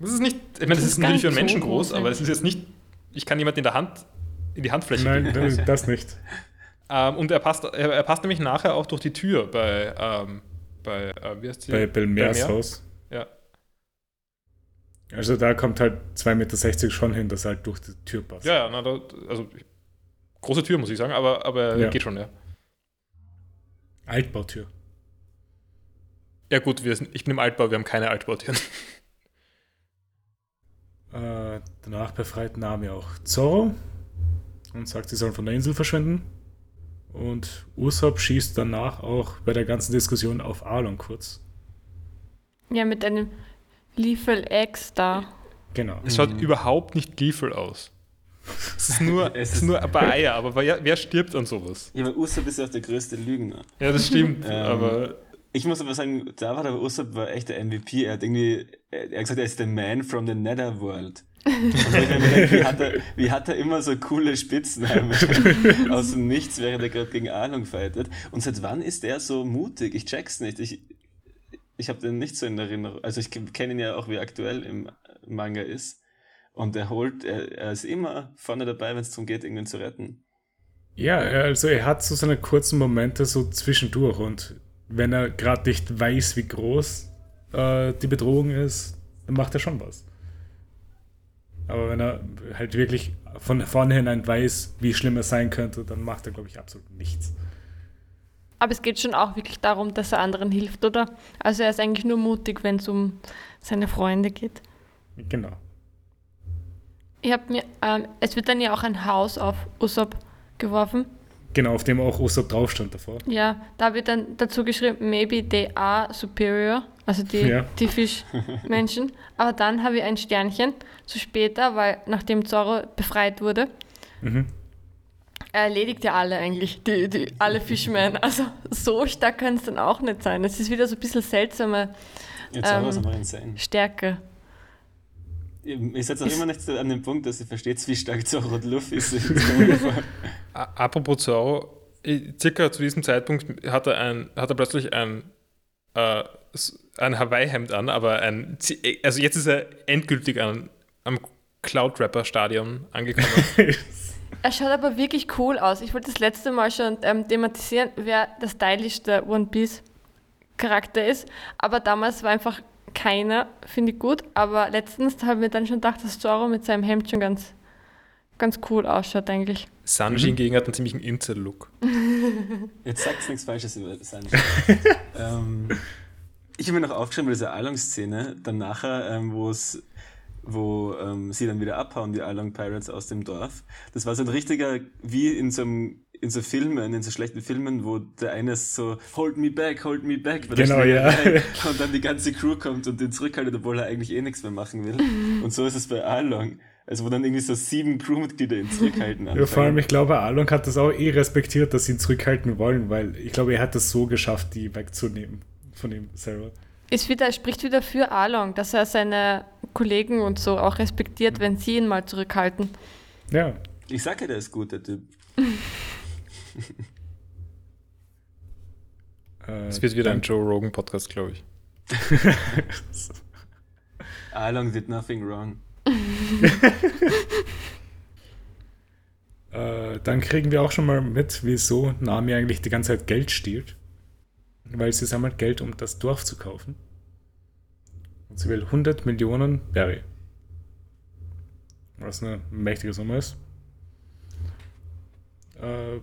Das ist nicht, ich meine, das, Das ist ist natürlich für gar einen nicht so Menschen groß, groß, aber es ist jetzt nicht, ich kann jemanden in der Hand, in die Handfläche geben. Nein, das- das (laughs) nicht. Ähm, und er passt, er, er passt nämlich nachher auch durch die Tür bei, ähm, bei äh, wie heißt die? Bei Belmers Belmer? Haus. Ja. Also da kommt halt 2,60 Meter schon hin, dass er halt durch die Tür passt. Ja, ja, na, da, also große Tür, muss ich sagen, aber, aber Ja. geht schon, ja. Altbautür. Ja gut, wir sind, ich bin im Altbau, wir haben keine Altbautüren. Äh, danach befreit Nami auch Zorro und sagt, sie sollen von der Insel verschwinden. Und Usopp schießt danach auch bei der ganzen Diskussion auf Arlong kurz. Ja, mit einem Lethal X da. Genau. Es schaut überhaupt nicht liefel aus. Es ist nur, (laughs) es Es ist ist- nur ein paar Eier, aber wer, wer stirbt an sowas? Ja, aber Usopp ist ja auch der größte Lügner. Ja, das stimmt, Ähm, aber Ich muss aber sagen, da war der Usopp war echt der MVP. Er hat irgendwie, er hat gesagt, er ist der Man from the Netherworld. Und ich hab mir gedacht, wie, hat er, wie hat er immer so coole Spitznamen aus dem Nichts, während er gerade gegen Ahnung fightet? Und seit wann ist er so mutig? Ich check's nicht. Ich, ich habe den nicht so in Erinnerung. Also ich kenne ihn ja auch, wie er aktuell im Manga ist. Und er holt, er, er ist immer vorne dabei, wenn es darum geht, irgendwen zu retten. Ja, also er hat so seine kurzen Momente so zwischendurch und wenn er gerade nicht weiß, wie groß äh, die Bedrohung ist, dann macht er schon was. Aber wenn er halt wirklich von vornherein weiß, wie schlimm es sein könnte, dann macht er, glaube ich, absolut nichts. Aber es geht schon auch wirklich darum, dass er anderen hilft, oder? Also er ist eigentlich nur mutig, wenn es um seine Freunde geht. Genau. Ich habe mir, ähm, es wird dann ja auch ein Haus auf Usopp geworfen. Genau, auf dem auch Usopp drauf stand davor. Ja, da wird dann dazu geschrieben, maybe they are superior, also die, Ja. die Fischmenschen. Aber dann habe ich ein Sternchen zu später, weil nachdem Zorro befreit wurde, er erledigt ja alle eigentlich, die, die, alle Fischmen. Also so stark kann es dann auch nicht sein. Es ist wieder so ein bisschen seltsame Jetzt ähm, Ähm, ist aber insane. Stärke. Eben, Ihr seid auch Ist- immer nicht an dem Punkt, dass ihr versteht, wie stark Zorro und Luffy sind. a- apropos Zorro, eh, circa zu diesem Zeitpunkt hat er, ein, hat er plötzlich ein, äh, s- ein Hawaii-Hemd an, aber ein, zi- eh, also jetzt ist er endgültig an, am Cloud-Rapper-Stadion angekommen. (laughs) Er schaut aber wirklich cool aus. Ich wollte das letzte Mal schon ähm, thematisieren, wer der stylischste One Piece Charakter ist. Aber damals war einfach keiner, finde ich gut. Aber letztens habe ich mir dann schon gedacht, dass Zoro mit seinem Hemd schon ganz, ganz cool ausschaut eigentlich. Sanji hingegen hat einen ziemlichen Insel-Look. Jetzt sagt's nichts Falsches über (laughs) Sanji. ähm, ich habe mir noch aufgeschrieben bei dieser Along-Szene, dann nachher, ähm, wo es wo ähm, sie dann wieder abhauen, die Along Pirates aus dem Dorf. Das war so ein richtiger, wie in so einem in so Filmen, in so schlechten Filmen, wo der eine ist so, hold me back, hold me back, weil Genau, er schneller ja. rein (laughs) und dann die ganze Crew kommt und den zurückhaltet, obwohl er eigentlich eh nichts mehr machen will. (laughs) Und so ist es bei Along. Also wo dann irgendwie so sieben Crewmitglieder ihn zurückhalten Ja, vor allem, anfangen. ich glaube, Along hat das auch eh respektiert, dass sie ihn zurückhalten wollen, weil ich glaube, er hat es so geschafft, die wegzunehmen von ihm selber. Ist wieder, er spricht wieder für Along, dass er seine Kollegen und so auch respektiert, wenn sie ihn mal zurückhalten. Ja, Ich sag ja, der ist gut, der Typ. äh, Es wird wieder ein dann- Joe Rogan Podcast, glaube ich. (laughs) Along did nothing wrong. Äh, dann kriegen wir auch schon mal mit, wieso Nami eigentlich die ganze Zeit Geld stiehlt. Weil sie sammelt Geld, um das Dorf zu kaufen. Und sie will 100 Millionen Berry. Was eine mächtige Summe ist. Äh,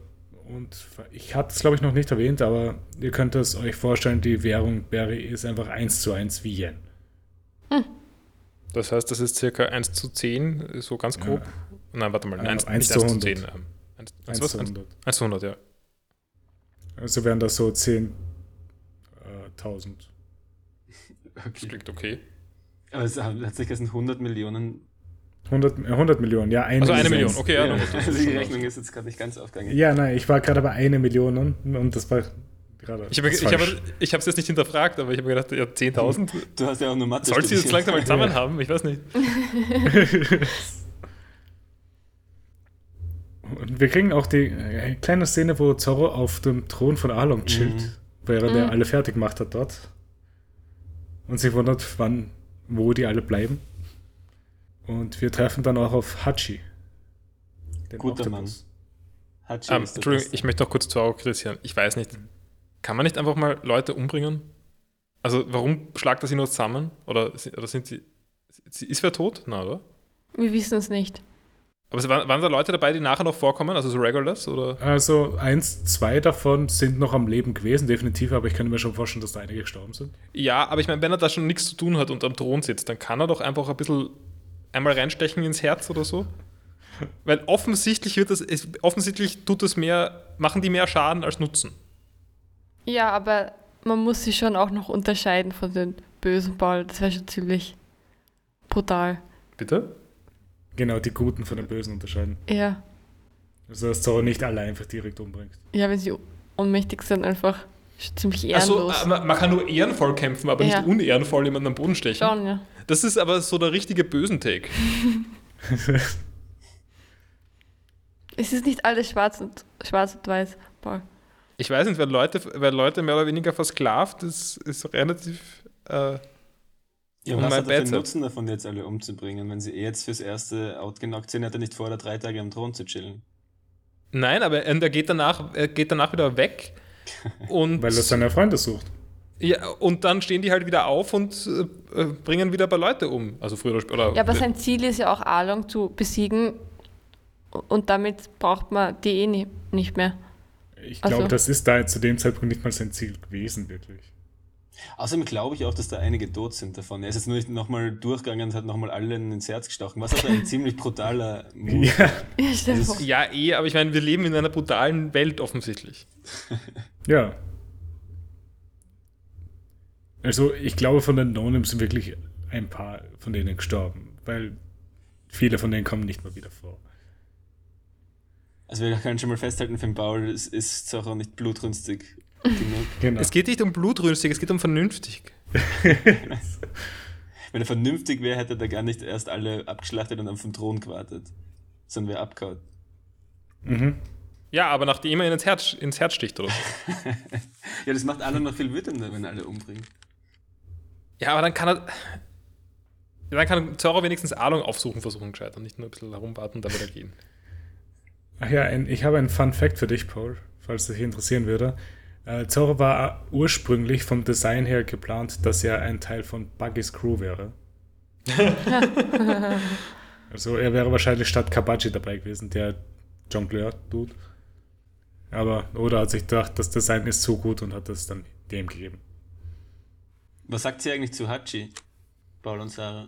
und ich hatte es, glaube ich, noch nicht erwähnt, aber ihr könnt es euch vorstellen, die Währung Berry ist einfach 1 zu 1 wie Yen. Das heißt, das ist circa 1 zu 10, so ganz grob. Nein, warte mal, Äh, nein, 1, 1 1 zu zu 100. 10. ähm, 1, 1, 1, 1, 100. 1 zu 100, ja. Also wären das so 10.000. Äh, 1000. Das Okay. klingt okay. Aber es hat hat sich gestern 100 Millionen. 100, äh, 100 Millionen, ja. Also eine Million. Million, okay, ja. Ja, (laughs) na gut, das also ist die schon Rechnung was. ist jetzt gerade nicht ganz aufgegangen. Ja, nein, ich war gerade bei einer Million und, und das war gerade. Ich habe das es war ich sch- habe, ich hab's jetzt nicht hinterfragt, aber ich habe gedacht, ja, 10.000. Du hast ja auch nur Mathe Soll sie das studiert. langsam mal (laughs) zusammen haben? Ich weiß nicht. und wir kriegen auch die äh, eine kleine Szene, wo Zorro auf dem Thron von Arlong chillt, Mhm. während er alle fertig gemacht hat dort. Und sich wundert, wann, wo die alle bleiben. Und wir treffen dann auch auf Hachi. Den Guter Hachi Ähm, ist der Entschuldigung, Beste. ich möchte noch kurz Zorro kritisieren. Ich weiß nicht, kann man nicht einfach mal Leute umbringen? Also, warum schlagt er sie nur zusammen? Oder, si- oder sind sie. sie- Ist wer tot? Na, oder? Wir wissen es nicht. Aber es waren, waren da Leute dabei, die nachher noch vorkommen? Also, so Regulars? Oder? Also, eins, zwei davon sind noch am Leben gewesen, definitiv, aber ich könnte mir schon vorstellen, dass da einige gestorben sind. Ja, aber ich meine, wenn er da schon nichts zu tun hat und am Thron sitzt, dann kann er doch einfach ein bisschen einmal reinstechen ins Herz oder so. Weil offensichtlich wird das, es, offensichtlich tut es mehr, machen die mehr Schaden als Nutzen. Ja, aber man muss sie schon auch noch unterscheiden von den bösen Ball. Das wäre schon ziemlich brutal. Bitte? Genau, die Guten von den Bösen unterscheiden. Ja. Also, dass Zorro nicht alle einfach direkt umbringt. (laughs) Ja, wenn sie ohnmächtig sind, einfach schon ziemlich Achso, ehrenlos. äh, ähm, man man kann nur ehrenvoll kämpfen, aber Ja. nicht unehrenvoll jemanden am Boden stechen. schon, ja. Das ist aber so der richtige Bösen-Take. Es ist nicht alles schwarz und, schwarz und weiß. Ball. Ich weiß nicht, wer Leute, wer Leute mehr oder weniger versklavt, das ist relativ. Äh, Ja, Und was mein hat er Bett. den Nutzen davon, jetzt alle umzubringen? Wenn sie eh jetzt fürs erste outgenockt sind, hat er nicht vor, da drei Tage am Thron zu chillen. nein, aber ähm, er geht danach, er geht danach wieder weg. Und Weil er seine Freunde sucht. Ja, und dann stehen die halt wieder auf und äh, äh, bringen wieder ein paar Leute um. Also früher oder später. Ja, aber sein Ziel ist ja auch Along zu besiegen und damit braucht man die eh ni- nicht mehr. Ich Ach glaube, so. das ist da zu dem Zeitpunkt nicht mal sein Ziel gewesen, wirklich. Außerdem glaube ich auch, dass da einige tot sind davon. Er ist jetzt nur nicht nochmal durchgegangen und hat nochmal allen ins Herz gestochen. Was (laughs) aber ein ziemlich brutaler Move. Ja, (laughs) Ja, stell dir vor. ja, eh, aber ich meine, wir leben in einer brutalen Welt offensichtlich. ja. Also, ich glaube, von den No-Names sind wirklich ein paar von denen gestorben, weil viele von denen kommen nicht mal wieder vor. Also wir können schon mal festhalten, für den Paul ist, ist Zorro nicht blutrünstig genug. Genau. Es geht nicht um blutrünstig, es geht um vernünftig. Wenn er vernünftig wäre, hätte er da gar nicht erst alle abgeschlachtet und auf den Thron gewartet. Sondern wäre abgehauen. mhm. Ja, aber nachdem er ihn ins Herz, ins Herz sticht oder so. Ja, das macht alle noch viel wütender, wenn er alle umbringt. Ja, aber dann kann er. Ja, Dann kann Zorro wenigstens Ahnung aufsuchen versuchen, gescheit und nicht nur ein bisschen herumwarten und dann wieder gehen. Ach ja, ein, ich habe einen Fun Fact für dich, Paul, falls dich interessieren würde. Äh, Zorro war ursprünglich vom Design her geplant, dass er ein Teil von Buggy's Crew (laughs) wäre. also er wäre wahrscheinlich statt Kabaji dabei gewesen, der Jongleur-Dude. Aber Oda hat sich gedacht, das Design ist so gut und hat es dann dem gegeben. Was sagt sie eigentlich zu Hachi? Paul und Sarah.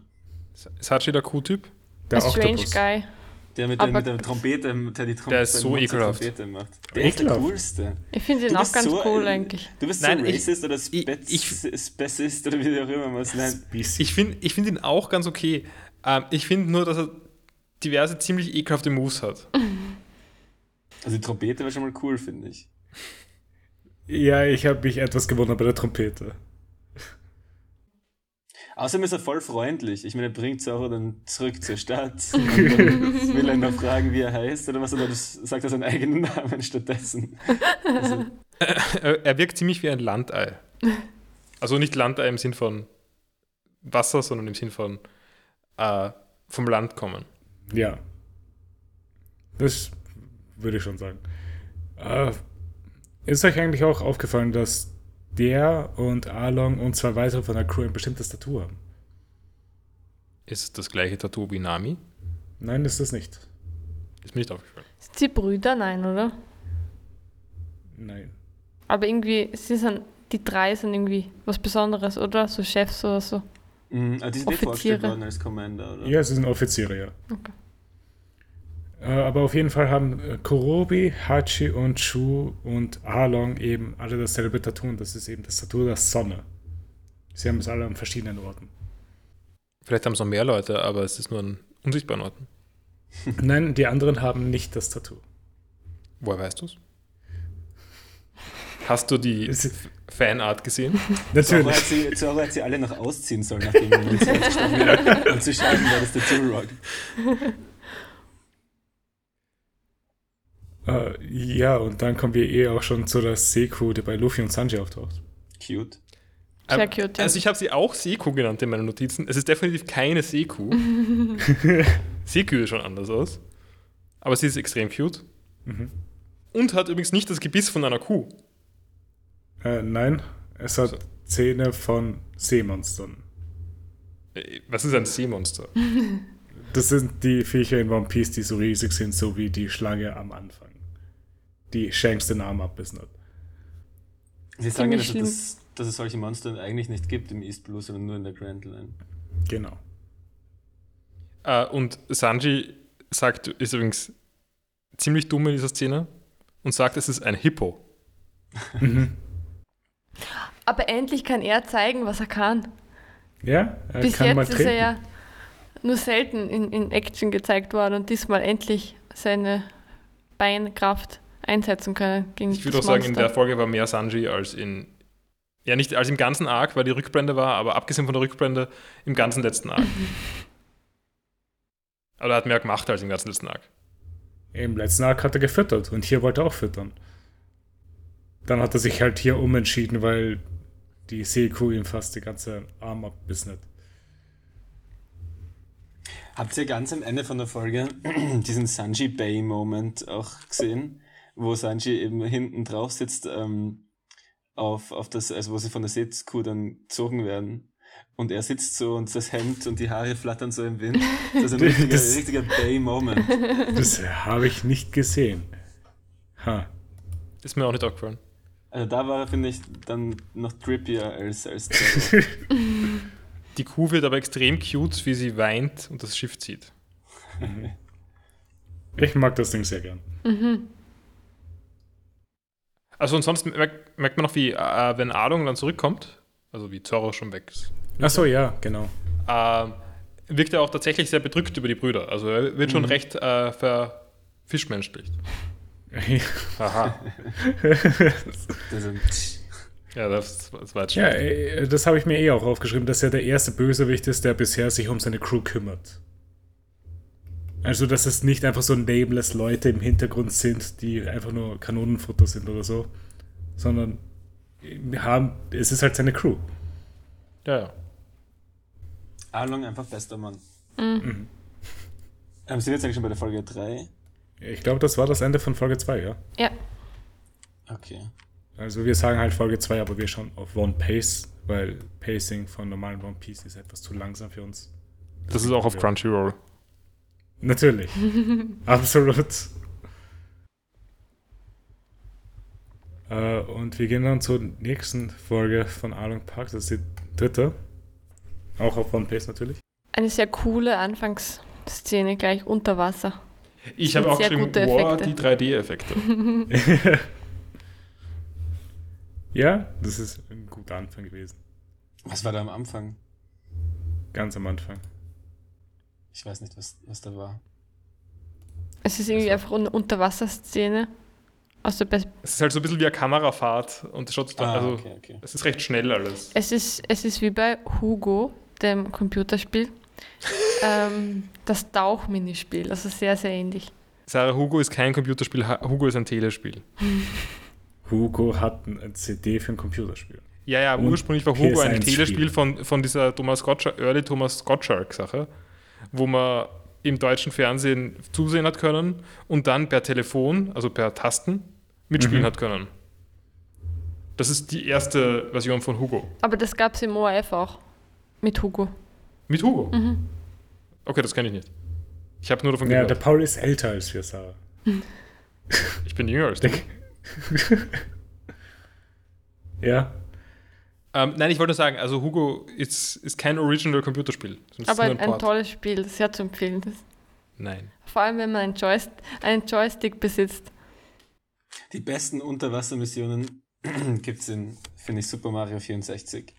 Ist Hachi der Q-Typ? Der A strange Octopus. guy. Der mit, der, Aber- mit der Trompete, der die Trompete, Der ist so Mund zur ekelhaft. Trompete macht. Der ist der Ekelhaft. coolste. Ich finde ihn Du auch bist ganz so cool ein- eigentlich. Du bist Nein, so ich- racist oder spez, ich- spezist oder wie auch immer man es nennt. Spießig. Ich finde ich find ihn auch ganz okay. Ähm, ich finde nur, dass er diverse ziemlich ekelhafte Moves hat. Also die Trompete war schon mal cool, finde ich. Ja, ich habe mich etwas gewundert bei der Trompete. Außerdem ist er voll freundlich. Ich meine, er bringt Zorro dann zurück (laughs) zur Stadt. Und dann will er ihn noch fragen, wie er heißt oder was, aber das sagt er seinen eigenen Namen stattdessen. Also, Er, er wirkt ziemlich wie ein Landei. Also nicht Landei im Sinn von Wasser, sondern im Sinn von äh, vom Land kommen. Ja. Das würde ich schon sagen. Äh, ist euch eigentlich auch aufgefallen, dass der und Along und zwei weitere von der Crew ein bestimmtes Tattoo haben? Ist es das gleiche Tattoo wie Nami? Nein, ist das nicht. Ist mir nicht aufgefallen. Sind sie Brüder? Nein, oder? Nein. Aber irgendwie, sie sind, die drei sind irgendwie was Besonderes, oder? So Chefs oder so. mh, aber die sind eh vorgestellt Offiziere. worden als Commander, oder? Ja, sie sind Offiziere, ja. Okay. Äh, aber auf jeden Fall haben äh, Kurobi, Hachi und Shu und Along eben alle dasselbe Tattoo und das ist eben das Tattoo der Sonne. Sie haben es alle an verschiedenen Orten. Vielleicht haben es noch mehr Leute, aber es ist nur ein unsichtbarer Ort. Nein, die anderen haben nicht das Tattoo. Woher weißt du es? Hast du die Es- F- Fanart gesehen? Zorro Natürlich. hat, sie, Zorro hat sie alle noch ausziehen sollen, nachdem er in die zweite Staffel hat, um zu schauen, wer das Tattoo rockt. Äh, ja, und dann kommen wir eh auch schon zu der Seku, die bei Luffy und Sanji auftaucht. Cute. Sehr Ähm, cute, ja. Also ich habe sie auch Seku genannt in meinen Notizen. Es ist definitiv keine Seku. Seku sieht schon anders aus. Aber sie ist extrem cute. Mhm. Und hat übrigens nicht das Gebiss von einer Kuh. Äh, nein, es hat So. Zähne von Seemonstern. Äh, Was ist ein Seemonster? Das sind die Viecher in One Piece, die so riesig sind, so wie die Schlange am Anfang. Die Shanks den Arm abbissen hat. Sie sagen ja, dass, Ziemlich dass, dass es solche Monster eigentlich nicht gibt im East Blue, sondern nur in der Grand Line. Genau. Äh, und Sanji sagt, ist übrigens ziemlich dumm in dieser Szene und sagt, es ist ein Hippo. Aber endlich kann er zeigen, was er kann. Ja, er Bis kann mal jetzt ist treten. er ja nur selten in, in Action gezeigt worden und diesmal endlich seine Beinkraft einsetzen können gegen Ich würde auch das sagen, in Monster. der Folge war mehr Sanji als in. Ja, nicht als im ganzen Arc, weil die Rückblende war, aber abgesehen von der Rückblende im ganzen letzten (laughs) Arc. aber er hat mehr gemacht als im ganzen letzten Arc. Im letzten Arc hat er gefüttert und hier wollte er auch füttern. Dann hat er sich halt hier umentschieden, weil die Seekuh ihm fast den ganzen Arm abbissen hat. Habt ihr ganz am Ende von der Folge (clears throat) diesen Sanji Bay Moment auch gesehen, wo Sanji eben hinten drauf sitzt, ähm, auf, auf das, also wo sie von der Seekuh dann gezogen werden. Und er sitzt so und das Hemd und die Haare flattern so im Wind. Das ist ein richtiger, Das- richtiger Bay-Moment. Das (laughs) habe ich nicht gesehen. Ha. Ist mir auch nicht aufgefallen. Also da war er, finde ich, dann noch trippier als, als Die Kuh wird aber extrem cute, wie sie weint und das Schiff zieht. Ich mag das Ding sehr gern. Also und sonst merkt, merkt man noch, wie äh, wenn Adung dann zurückkommt, also wie Zorro schon weg ist, Achso, ja, genau. äh, wirkt er auch tatsächlich sehr bedrückt über die Brüder. Also er wird Mhm. schon recht äh, verfischmenschlicht. Aha. das ein (laughs) ja, das, das war (laughs) jetzt ja, äh, das habe ich mir eh auch aufgeschrieben, dass er der erste Bösewicht ist, der bisher sich um seine Crew kümmert. Also, dass es nicht einfach so nameless Leute im Hintergrund sind, die einfach nur Kanonenfutter sind oder so, sondern wir haben, es ist halt seine Crew. Ja, ja. Arlong einfach bester Mann. Ähm, sind wir jetzt eigentlich schon bei der Folge 3? Ich glaube, das war das Ende von Folge 2, ja? Ja, Okay. Also wir sagen halt Folge 2, aber wir schauen auf One Pace, weil Pacing von normalen One Piece ist etwas zu langsam für uns. Das ist auch auf Crunchyroll. Natürlich. Absolut. Äh, und wir gehen dann zur nächsten Folge von Arlong Park. Das ist die dritte. Auch auf One Piece natürlich. (laughs) eine sehr coole Anfangsszene gleich unter Wasser. Ich sind habe auch sehr geschrieben, gute wow, Effekte. die 3D-Effekte. ja, das ist ein guter Anfang gewesen. Was war da am Anfang? Ganz am Anfang. Ich weiß nicht, was, was da war. Es ist irgendwie Also- einfach eine Unterwasserszene. Also Aus der Pers es ist halt so ein bisschen wie eine Kamerafahrt und es schaut, Ah, also, okay, okay. es ist recht schnell alles. es, ist, es ist wie bei Hugo, (laughs) dem Computerspiel. ähm, das Tauchminispiel, also sehr, sehr ähnlich. Sarah Hugo ist kein Computerspiel, Ha- Hugo ist ein Telespiel. Hugo hat ein CD für ein Computerspiel. Ja, ja, Und ursprünglich war Hugo ein PS1-Spiel. Telespiel von, von dieser Thomas Gottschalk, Early Thomas Gottschalk-Sache, wo man im deutschen Fernsehen zusehen hat können und dann per Telefon, also per Tasten, mitspielen Mhm. hat können. Das ist die erste Version von Hugo. Aber das gab es im ORF auch. Mit Hugo. Mit Hugo? Okay, das kenne ich nicht. Ich habe nur davon Ja, der gehört. Paul ist älter als wir, Sarah. Ich bin jünger als du. Denk- ja, Ähm, nein, ich wollte nur sagen, also Hugo ist, ist kein Original Computerspiel. sondern es ist Aber nur ein, ein Port. tolles Spiel, sehr zu empfehlen. Das, Nein. vor allem, wenn man einen, Joyst einen Joystick besitzt. Die besten Unterwassermissionen (clears throat) gibt's in, finde ich, Super Mario 64.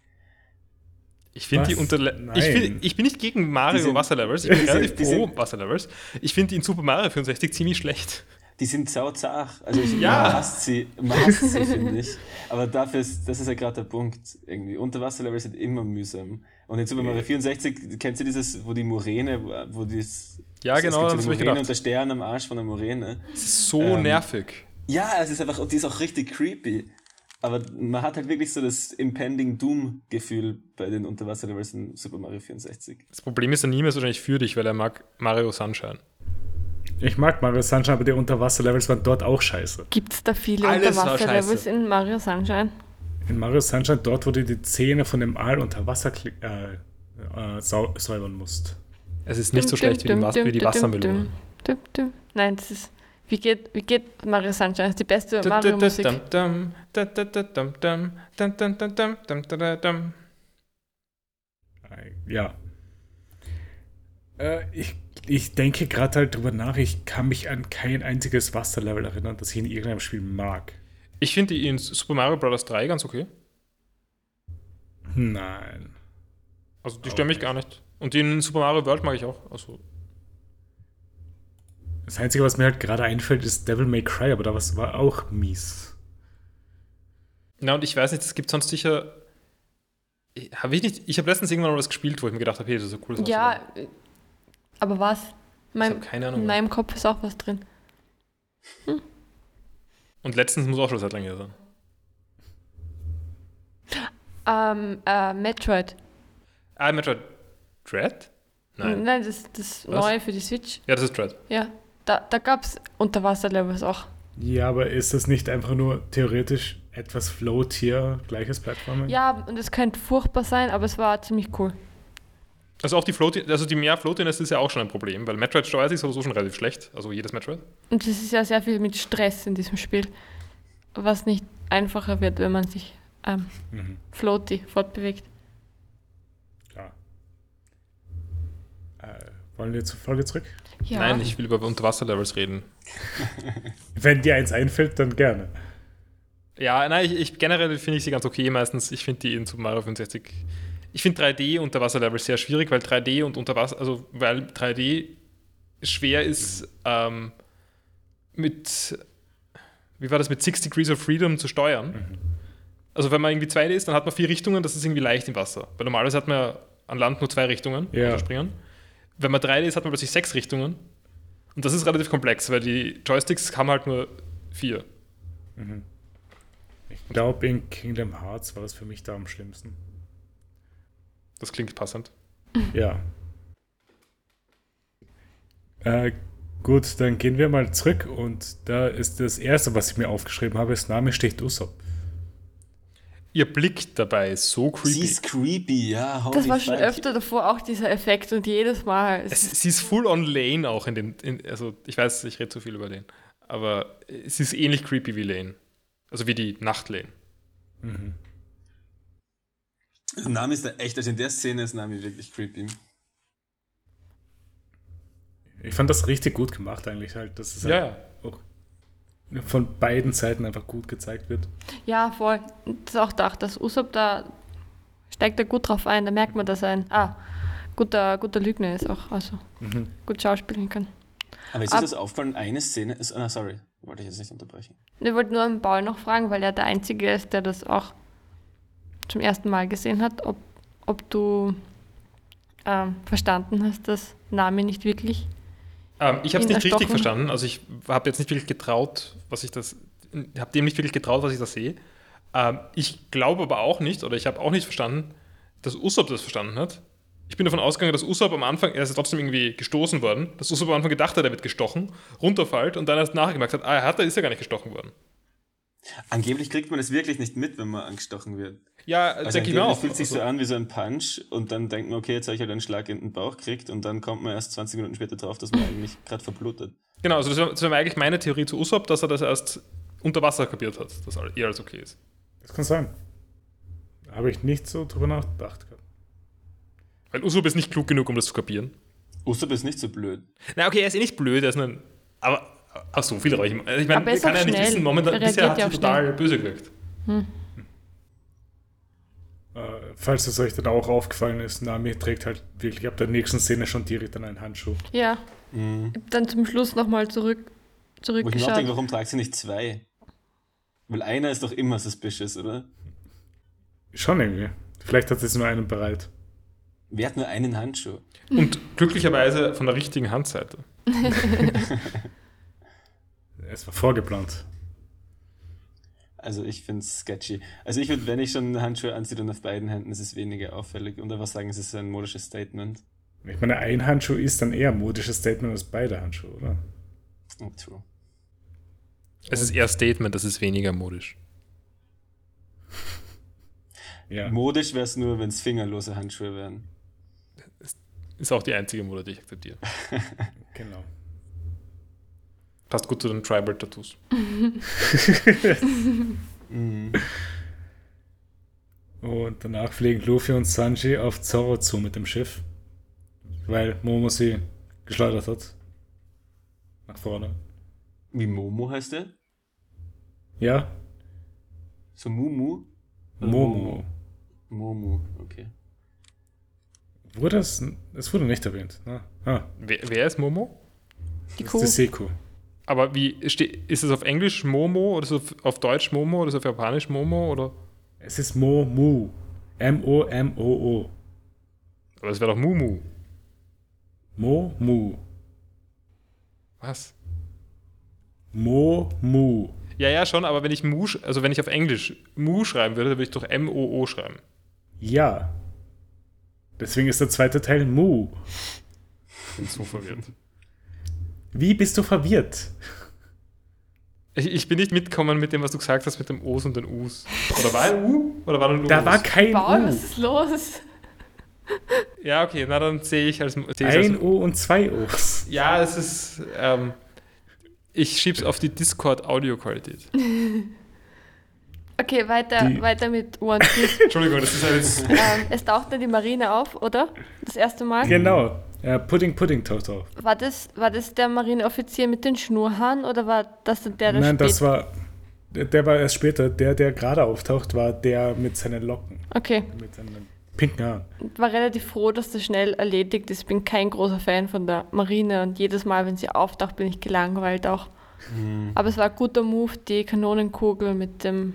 Ich finde die Was? unter ich, Nein. find, ich bin nicht gegen Mario Die sind- Wasserlevels, ich bin die relativ sind- die pro sind- Wasserlevels. Ich finde die in Super Mario 64 ziemlich schlecht. Die sind sauzach. Also ich Ja. man hasst sie, man hasst sie finde ich. Aber dafür ist, das ist ja gerade der Punkt. Irgendwie. Unterwasserlevel sind immer mühsam. Und in Super Mario 64, kennst du dieses, wo die Moräne, wo dieses. Ja, genau, das es gibt so hab ich eine Moräne gedacht. und der Stern am Arsch von der Moräne. Das ist so Ähm, nervig. Ja, es ist einfach, und die ist auch richtig creepy. Aber man hat halt wirklich so das Impending Doom-Gefühl bei den Unterwasserlevels in Super Mario 64. Das Problem ist, der Nima ist wahrscheinlich für dich, weil er mag Mario Sunshine. ich mag Mario Sunshine, aber die Unterwasserlevels waren dort auch scheiße. Gibt es da viele Alles war Unterwasserlevels scheiße. in Mario Sunshine? In Mario Sunshine, dort, wo du die Zähne von dem Aal unter Wasser kli- äh, äh, sau säubern musst. Es ist nicht so schlecht wie die, Was- wie die Wassermelone. Dum, dum. Nein, das ist. Wie geht, wie geht Mario Sunshine? Das ist die beste Da, da, da, dam, Mario-Musik. dam, da, da, da, dam, dam, dam, dam, dam, dam, dam, da, da, dam. Ei, Ja. Äh, ich, ich denke gerade halt drüber nach, ich kann mich an kein einziges Wasserlevel erinnern, das ich in irgendeinem Spiel mag. Ich finde die in Super Mario Bros. 3 ganz okay. Nein. Also die Auch stören mich nicht. gar nicht. Und die in Super Mario World mag ich auch. Also Das Einzige, was mir halt gerade einfällt, ist Devil May Cry, aber da was war auch mies. Na, und ich weiß nicht, es gibt sonst sicher. Habe ich nicht. Ich habe letztens irgendwann mal was gespielt, wo ich mir gedacht habe, hey, das ist ein cooles Ja, Wasserlevel. äh, aber was? Ich Mein, habe keine Ahnung. in meinem Kopf ist auch was drin. Und letztens muss auch schon seit langem her sein. Ähm, äh, Metroid. Ah, Metroid Dread? Nein. Nein, das, das Was? neue für die Switch. Ja, das ist Dread. Ja, da, da gab es Unterwasserlevels auch. Ja, aber ist das nicht einfach nur theoretisch etwas Flow-Tier, gleiches Plattformen? Ja, und es könnte furchtbar sein, aber es war ziemlich cool. Also auch die Floating, also die mehr Floating ist ja auch schon ein Problem, weil Metroid steuert sich sowieso schon relativ schlecht. Also jedes Metroid. Und es ist ja sehr viel mit Stress in diesem Spiel, was nicht einfacher wird, wenn man sich ähm, Mhm, floaty fortbewegt. klar. Äh, wollen wir zur Folge zurück? Ja. Nein, ich will über Unterwasserlevels reden. Wenn dir eins einfällt, dann gerne. Ja, nein, ich, ich generell finde ich sie ganz okay meistens. Ich finde die in Super Mario 65. Ich finde 3D Unterwasserlevel sehr schwierig, weil 3D und Unterwasser, also weil 3D schwer ist ähm, mit wie war das mit Six Degrees of Freedom zu steuern. Also wenn man irgendwie 2D ist, dann hat man vier Richtungen, das ist irgendwie leicht im Wasser. Weil normalerweise hat man ja an Land nur zwei Richtungen Ja. beim Springen. Wenn man 3D ist, hat man plötzlich sechs Richtungen. Und das ist relativ komplex, weil die Joysticks haben halt nur vier. Ich glaube, in Kingdom Hearts war das für mich da am schlimmsten. Das klingt passend. Ja. Äh, gut, dann gehen wir mal zurück und da ist das erste, was ich mir aufgeschrieben habe, ist Name sticht Usopp. Ihr Blick dabei ist so creepy. Sie ist creepy, ja. Holy das war schon fuck. öfter davor auch dieser Effekt und jedes Mal. es, Ist, sie ist full on Lane auch in dem. In, also, ich weiß, ich rede zu viel über den. Aber es ist ähnlich creepy wie Lane. Also wie die Nacht-Lane. Nami ist da echt, also in der Szene ist Nami wirklich creepy. Ich fand das richtig gut gemacht eigentlich halt, dass es Ja, halt auch von beiden Seiten einfach gut gezeigt wird. Ja, voll. Das ist auch gedacht, dass Usop da steigt da gut drauf ein, da merkt man, dass er ein ah, guter, guter Lügner ist auch, also Mhm. gut schauspielen kann. Aber ist Ab- dir das aufgefallen, eine Szene ist. Ah, sorry, wollte ich jetzt nicht unterbrechen. Und Ich wollte nur an Paul noch fragen, weil er der Einzige ist, der das auch zum ersten Mal gesehen hat, ob, ob du ähm, verstanden hast, dass Nami nicht wirklich. Ähm, ich habe es Ihn nicht richtig erstochen. verstanden. Also ich habe jetzt nicht wirklich getraut, was ich das, habe dem nicht wirklich getraut, was ich da sehe. Ähm, ich glaube aber auch nicht, oder ich habe auch nicht verstanden, dass Usopp das verstanden hat. Ich bin davon ausgegangen, dass Usopp am Anfang, er ist ja trotzdem irgendwie gestoßen worden, dass Usopp am Anfang gedacht hat, er wird gestochen, runterfällt und dann erst nachgemerkt hat, ah, er hat, er ist ja gar nicht gestochen worden. Angeblich kriegt man es wirklich nicht mit, wenn man angestochen wird. Ja, denke Äh, Also ich angeblich mir auch. fühlt sich Also, so an wie so ein Punch und dann denkt man, okay, jetzt habe ich halt einen Schlag in den Bauch gekriegt und dann kommt man erst 20 Minuten später drauf, dass man eigentlich gerade verblutet. genau, also das wäre das wär eigentlich meine Theorie zu Usopp, dass er das erst unter Wasser kapiert hat, dass all- eher alles okay ist. Das kann sein. Habe ich nicht so drüber nachgedacht. Weil Usopp ist nicht klug genug, um das zu kapieren. Usopp ist nicht so blöd. Na, okay, er ist eh nicht blöd, er ist ein. Aber auf so viel reicht ihm. Also Ich meine, Aber er er ist kann auch ja nicht schnell. wissen, momentan Er bisher hat reagiert ja er auch total böse gewirkt. Äh, falls es euch dann auch aufgefallen ist, Nami trägt halt wirklich ab der nächsten Szene schon direkt dann einen Handschuh. Ja, Mhm. ich hab dann zum Schluss nochmal zurück, Wo ich mir auch denke, zurückgeschaut. warum tragt sie nicht zwei? Weil einer ist doch immer suspicious, oder? Schon irgendwie. Vielleicht hat sie es nur einen bereit. Wer hat nur einen Handschuh? Und glücklicherweise von der richtigen Handseite. Es war vorgeplant. Also ich finde es sketchy. Also ich würde, wenn ich schon Handschuhe anziehe, dann auf beiden Händen, es ist weniger auffällig und einfach sagen, es ist ein modisches Statement. Ich meine, ein Handschuh ist dann eher ein modisches Statement als beide Handschuhe, oder? Oh, true. Es ist eher Statement, das ist weniger modisch. Ja. Modisch wäre es nur, wenn es fingerlose Handschuhe wären. Ist auch die einzige Mode, die ich akzeptiere. genau. Passt gut zu den Tribal-Tattoos. Mhm. Und danach fliegen Luffy und Sanji auf Zorro zu mit dem Schiff, weil Momo sie geschleudert hat. Nach vorne. Wie Momo heißt der? Ja? So Mumu? Momo. Momo, okay. Wurde es? Es wurde nicht erwähnt. Ne? Ah, Wer, wer ist Momo? Die das ist Kuh. die Seku. Aber wie ste- ist es auf Englisch Momo oder ist es auf, auf Deutsch Momo oder ist es auf Japanisch Momo? Oder? Es ist Momu. M-O-M-O-O. Aber es wäre doch Mumu. Momu. Was? Momu. Ja, ja, schon, aber wenn ich Mu, sch- also wenn ich auf Englisch Mu schreiben würde, dann würde ich doch M-O-O schreiben. Ja. Deswegen ist der zweite Teil Mu. Bin so verwirrt. Wie bist du verwirrt? Ich, ich bin nicht mitgekommen mit dem, was du gesagt hast, mit dem O's und den U's. Oder war ein U? Oder war ein U? Da war kein Paul, was U. ist los? Ja, okay, na dann sehe ich als. Sehe ich als Ein O und zwei O's. ja, es ist. Ähm, ich schieb's auf die Discord-Audio-Qualität. Okay, weiter, Die- weiter mit One Piece. (laughs) Entschuldigung, das ist halt alles. ähm, es tauchte die Marine auf, oder? Das erste Mal. Genau. Äh, Pudding Pudding Toto. War das, war das der Marineoffizier mit den Schnurrhaaren oder war das der, der Nein, spät- das war. Der der war erst später. Der, der gerade auftaucht, war der mit seinen Locken. Okay, Mit seinen pinken Haaren. war relativ froh, dass das schnell erledigt ist. Bin kein großer Fan von der Marine und jedes Mal, wenn sie auftaucht, bin ich gelangweilt auch. Aber es war ein guter Move, die Kanonenkugel mit dem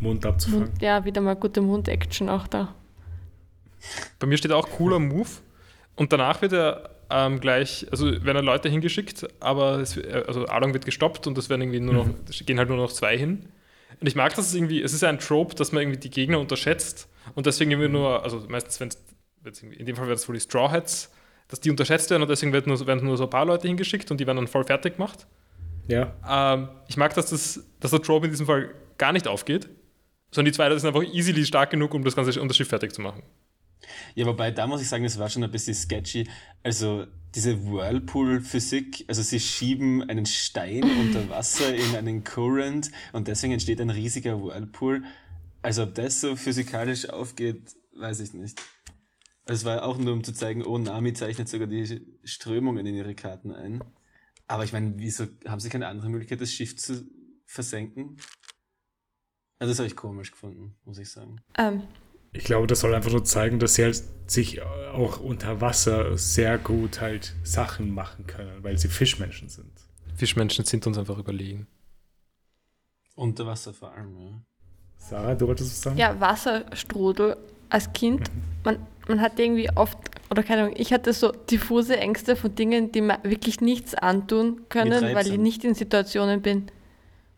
Mund abzufangen. Mund, ja, wieder mal gute Mund-Action auch da. Bei mir steht auch cooler Move. Und danach wird er ähm, gleich, also werden da Leute hingeschickt, aber es, äh, also Along wird gestoppt und es werden irgendwie nur noch, es gehen halt nur noch zwei hin. Und ich mag, dass es irgendwie, es ist ja ein Trope, dass man irgendwie die Gegner unterschätzt und deswegen irgendwie nur, also meistens, wenn in dem Fall wäre das wohl die Straw Hats, dass die unterschätzt werden und deswegen werden nur, werden nur so ein paar Leute hingeschickt und die werden dann voll fertig gemacht. Ja. Ähm, ich mag, dass, das, dass der Trope in diesem Fall gar nicht aufgeht, sondern die zwei Leute sind einfach easily stark genug, um das ganze um das Schiff fertig zu machen. Ja, wobei, da muss ich sagen, das war schon ein bisschen sketchy. Also, diese Whirlpool-Physik, also sie schieben einen Stein unter Wasser in einen Current und deswegen entsteht ein riesiger Whirlpool. Also, ob das so physikalisch aufgeht, weiß ich nicht. Es war ja auch nur, um zu zeigen, oh, Nami zeichnet sogar die Strömungen in ihre Karten ein. Aber ich meine, wieso haben sie keine andere Möglichkeit, das Schiff zu versenken? Also das habe ich komisch gefunden, muss ich sagen. Ähm, Ich glaube, das soll einfach nur zeigen, dass sie halt sich auch unter Wasser sehr gut halt Sachen machen können, weil sie Fischmenschen sind. Fischmenschen sind uns einfach überlegen. Unter Wasser vor allem, ja. Sarah, du wolltest was sagen? ja, Wasserstrudel als Kind. Mhm. Man, man hat irgendwie oft, oder keine Ahnung, ich hatte so diffuse Ängste von Dingen, die mir wirklich nichts antun können, weil ich Reibsand. nicht in Situationen bin,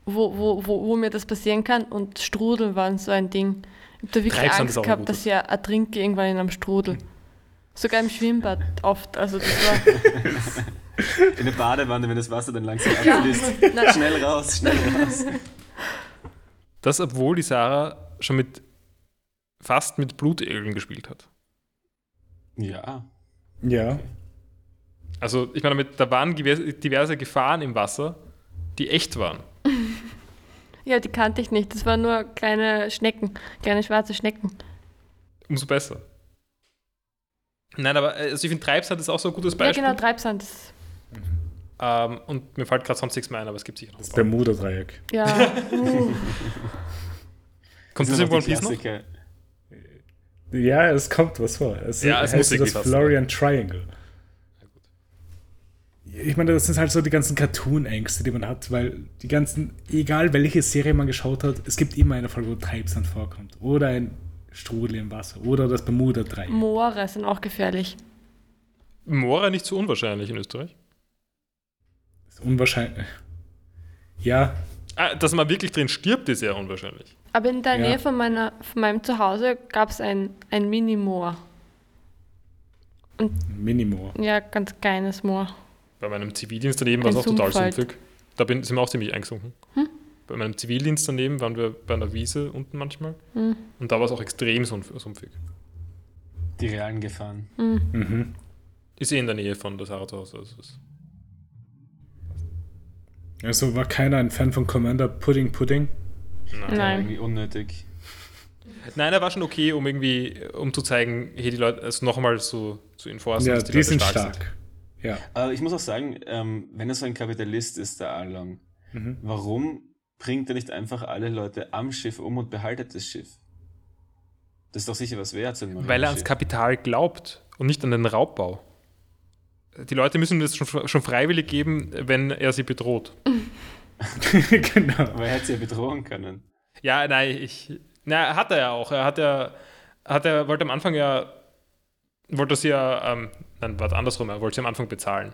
wo, wo, wo, wo mir das passieren kann. Und Strudel waren so ein Ding. Ich habe da wirklich Reibsand ist auch Angst ein gehabt, gutes. Mhm. dass ich ertrinke irgendwann in einem Strudel. Sogar im Schwimmbad oft. Also das (laughs) war. In der Badewanne, wenn das Wasser dann langsam Ja. (laughs) abfließt. Nein. Schnell raus, schnell raus. Das, obwohl die Sarah schon mit fast mit Blutegeln gespielt hat. Ja. Ja. Also, ich meine, damit, da waren gewisse- diverse Gefahren im Wasser, die echt waren. Ja, die kannte ich nicht. Das waren nur kleine Schnecken, kleine schwarze Schnecken. Umso besser. Nein, aber äh, also ich finde, Treibsand ist auch so ein gutes Beispiel. Ja, genau, Treibsand. Das- ähm, und mir fällt gerade sonst nichts mehr ein, aber es gibt sicher noch. Das Bermuda-Dreieck. (laughs) Ja, uh, Kommt das sind in One auch die Piece noch? Klassiker. Ja, es kommt was vor. Es Ja, es muss heißt irgendwie das was Florian Triangle. Ich meine, das sind halt so die ganzen Cartoon-Ängste, die man hat, weil die ganzen, egal welche Serie man geschaut hat, es gibt immer eine Folge, wo Treibsand vorkommt. Oder ein Strudel im Wasser. Oder das Bermuda-Dreieck. Moore sind auch gefährlich. Mora nicht so unwahrscheinlich in Österreich. Das ist unwahrscheinlich. Ja, Ah, dass man wirklich drin stirbt, ist ja unwahrscheinlich. Aber in der Ja. Nähe von, meiner, von meinem Zuhause gab es ein, ein Mini-Moor. Minimo. Ja, ganz kleines Moor. Bei meinem Zivildienst daneben war Ein es auch total Sumpf halt. sumpfig. Da bin, sind wir auch ziemlich eingesunken. Bei meinem Zivildienst daneben waren wir bei einer Wiese unten manchmal. Und da war es auch extrem sumpf- sumpfig. Die realen Gefahren. Mhm. Ist eh in der Nähe von der Sarah zu Hause. Also es ist Also war keiner ein Fan von Commander Pudding Pudding? Ja, Nein. Irgendwie unnötig. Nein, er war schon okay, um irgendwie, um zu zeigen, hey, die Leute, also nochmal so zu enforcen, ja, dass die sind sind. stark. Ja. Aber ich muss auch sagen, ähm, wenn er so ein Kapitalist ist, der Arlong, Mhm. warum bringt er nicht einfach alle Leute am Schiff um und behaltet das Schiff? Das ist doch sicher was wert. So ein Weil er ans Marineschiff. Kapital glaubt und nicht an den Raubbau. Die Leute müssen ihm das schon, schon freiwillig geben, wenn er sie bedroht. (laughs) genau. Aber er hätte sie ja bedrohen können. Ja, nein, ich. Na, hat er ja auch. Er hat ja. Hat er, wollte am Anfang ja. Wollte sie ja. Ähm, nein, warte, andersrum. Er wollte sie am Anfang bezahlen.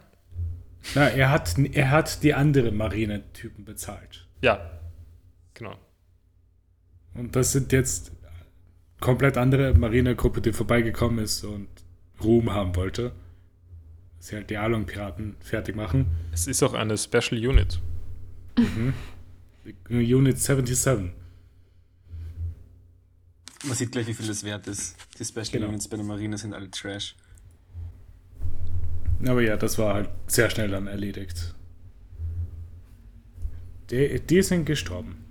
Na, er hat, er hat die anderen Marinetypen bezahlt. Ja. Genau. Und das sind jetzt komplett andere Marinegruppe, die vorbeigekommen ist und Ruhm haben wollte. Dass sie halt die Along-Piraten fertig machen. Es ist auch eine Special Unit. Unit 77. Man sieht gleich, wie viel das wert ist. Die Special Genau. Units bei der Marine sind alle Trash. Aber ja, das war halt sehr schnell dann erledigt. Die, die sind gestorben.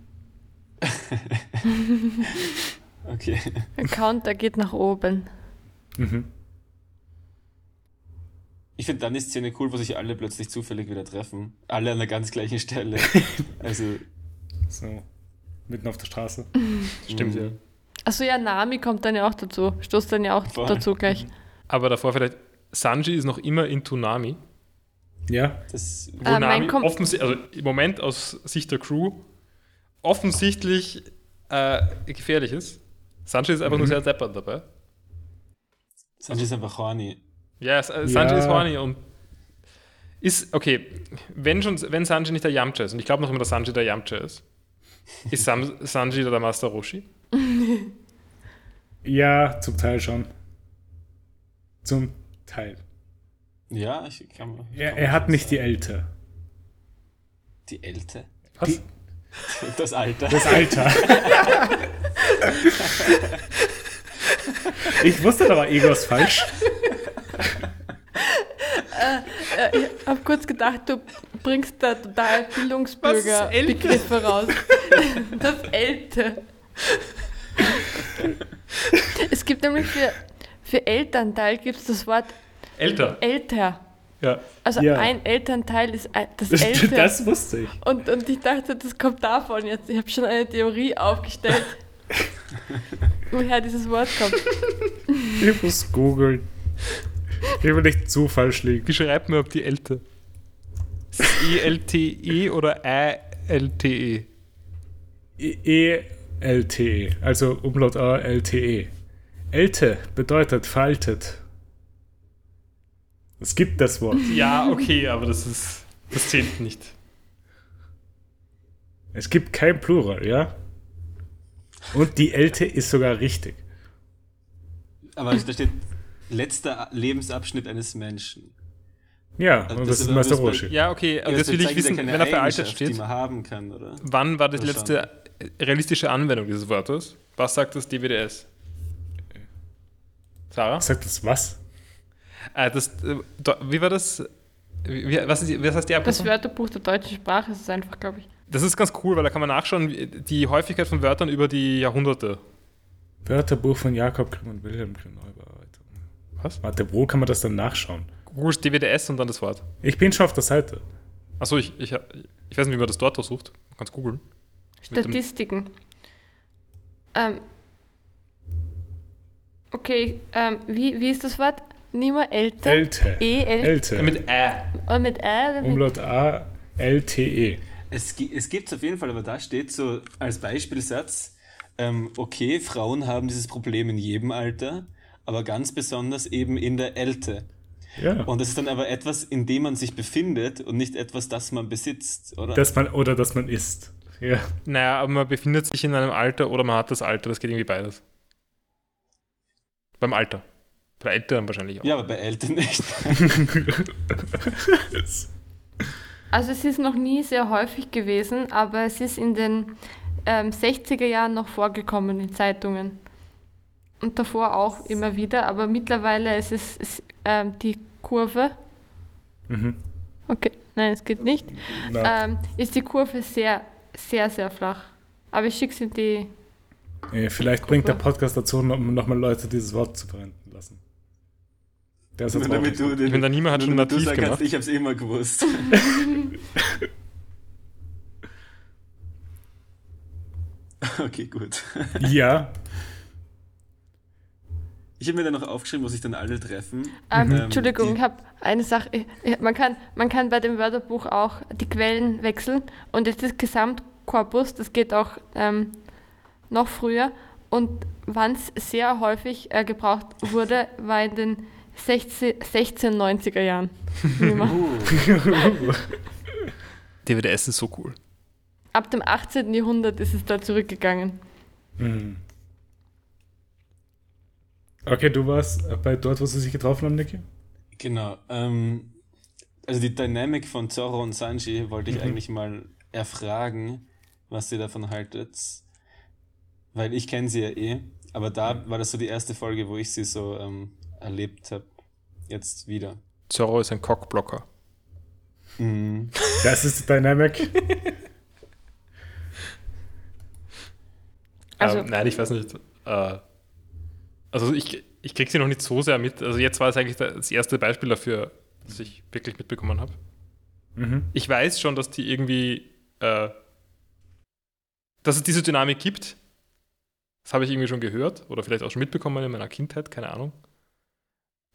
Okay. Der Counter geht nach oben. Mhm. Ich finde dann die Szene cool, wo sich alle plötzlich zufällig wieder treffen. Alle an der ganz (laughs) gleichen Stelle. Also, So. Mitten auf der Straße. (laughs) Stimmt Mhm. ja. Achso, ja, Nami kommt dann ja auch dazu. Stoßt dann ja auch Voll. dazu gleich. Aber davor vielleicht. Sanji ist noch immer in Tsunami. Ja, das Wo Ah, mein Nami Kom- offensi- also im Moment aus Sicht der Crew offensichtlich äh, gefährlich ist. Sanji ist einfach nur sehr deppert dabei. Sanji ist einfach horny. Ja, S- äh, Ja. Sanji ist horny und ist, okay, wenn, schon, wenn Sanji nicht der Yamcha ist, und ich glaube noch immer, dass Sanji der Yamcha ist, ist Sam, Sanji der Master Roshi? Ja, zum Teil schon. Zum Teil. Ja, ich kann mal. Er, er hat nicht die Älte. Die Älte. Was? Die- (laughs) Das Alter. Das Alter. ich wusste, da war irgendwas falsch. Äh, ich habe kurz gedacht, du bringst da Was total ist Elte? Bildungsbürger-Begriffe raus. (laughs) Das Älte. es gibt nämlich für, für Für Elternteil gibt es das Wort Älter. älter. Ja. Also Ja. ein Elternteil ist ein- das Das, älter. das wusste ich. Und, und ich dachte, das kommt davon jetzt. Ich habe schon eine Theorie aufgestellt, woher dieses Wort kommt. Ich muss googeln. Ich will nicht zu falsch liegen. Wie schreibt man ob die Älter? Ist es E-L-T-E oder A-L-T-E? E, E-L-T-E, also Umlaut A, L-T-E. Elte bedeutet veraltet. Es gibt das Wort. Ja, okay, aber das ist. Das zählt nicht. Es gibt kein Plural, ja? Und die Elte ist sogar richtig. Aber da steht letzter Lebensabschnitt eines Menschen. Ja, Also und das das ist ist ein Meister aber das Roshi. Ja, okay, aber Ja, das will ich zeigt ja wissen, wenn keine er veraltet Eigenschaft, Die steht. man haben kann, oder? Wann war das Oder letzte äh, realistische Anwendung dieses Wortes? Was sagt das DWDS? Sarah? Sagt das was? Ah, das, äh, do- wie war das? Wie, wie- was, ist, die- was heißt die Das Abkürzung? Wörterbuch der deutschen Sprache ist es einfach, glaube ich. Das ist ganz cool, weil da kann man nachschauen, wie- die Häufigkeit von Wörtern über die Jahrhunderte. Wörterbuch von Jakob Grimm und Wilhelm Grimm Neubearbeitung. Was? Warte, wo kann man das dann nachschauen? Google DWDS und dann das Wort. Ich bin schon auf der Seite. Achso, ich, ich, ich weiß nicht, wie man das dort durchsucht. Man kann es googeln. Mit dem- Statistiken. Ähm, okay, ähm, wie, wie ist das Wort? Nimmer älter. Elte. E, L. Ja, Elte. Mit Ä. Und mit Ä oder mit Umlaut A, E. L-T-E. Es, gi- es gibt es auf jeden Fall, aber da steht so als Beispielsatz, ähm, okay, Frauen haben dieses Problem in jedem Alter, aber ganz besonders eben in der Älte. Ja. Und das ist dann aber etwas, in dem man sich befindet und nicht etwas, das man besitzt, oder? Dass man, oder dass man isst. Ja. Naja, aber man befindet sich in einem Alter oder man hat das Alter. Das geht irgendwie beides. Beim Alter. Bei Eltern wahrscheinlich auch. ja, aber bei Älte (laughs) nicht. Also es ist noch nie sehr häufig gewesen, aber es ist in den ähm, 60er Jahren noch vorgekommen in Zeitungen. Und davor auch immer wieder, aber mittlerweile ist es ist, ähm, die Kurve. Mhm. Okay, nein, es geht nicht. Na, Ähm, ist die Kurve sehr, sehr, sehr flach. Aber ich schicke sie in die. äh, vielleicht bringt der Podcast dazu, nochmal Leute dieses Wort zu verwenden lassen. Der ist Nur jetzt auch damit nicht. du den, Wenn da niemand hat nur schon damit du nativ sagen kannst, gemacht. ich hab's (laughs) immer gewusst. okay, gut. Ja, Ich habe mir dann noch aufgeschrieben, wo sich dann alle treffen. Ähm, Ähm, Entschuldigung, die- ich habe eine Sache. Ich- ich- Man kann, man kann bei dem Wörterbuch auch die Quellen wechseln und jetzt ist Gesamtkorpus, das geht auch ähm, noch früher. Und wann es sehr häufig äh, gebraucht wurde, war in den 16, 1690er Jahren. Wie immer. Uh, DWDS ist so cool. Ab dem 18. Jahrhundert ist es da zurückgegangen. Mhm. Okay, du warst bei dort, wo sie sich getroffen haben, Niki? genau. Ähm, also die Dynamik von Zorro und Sanji wollte ich eigentlich mal erfragen, was ihr davon haltet. Weil ich kenne sie ja eh. Aber da war das so die erste Folge, wo ich sie so ähm, erlebt habe. Jetzt wieder. Zorro ist ein Cockblocker. Mhm. Das ist die Dynamic. Also- ähm, nein, ich weiß nicht. Äh, also ich, ich krieg sie noch nicht so sehr mit. Also jetzt war es eigentlich das erste Beispiel dafür, das ich wirklich mitbekommen habe. Mhm. Ich weiß schon, dass die irgendwie, äh, dass es diese Dynamik gibt. Das habe ich irgendwie schon gehört oder vielleicht auch schon mitbekommen in meiner Kindheit, keine Ahnung.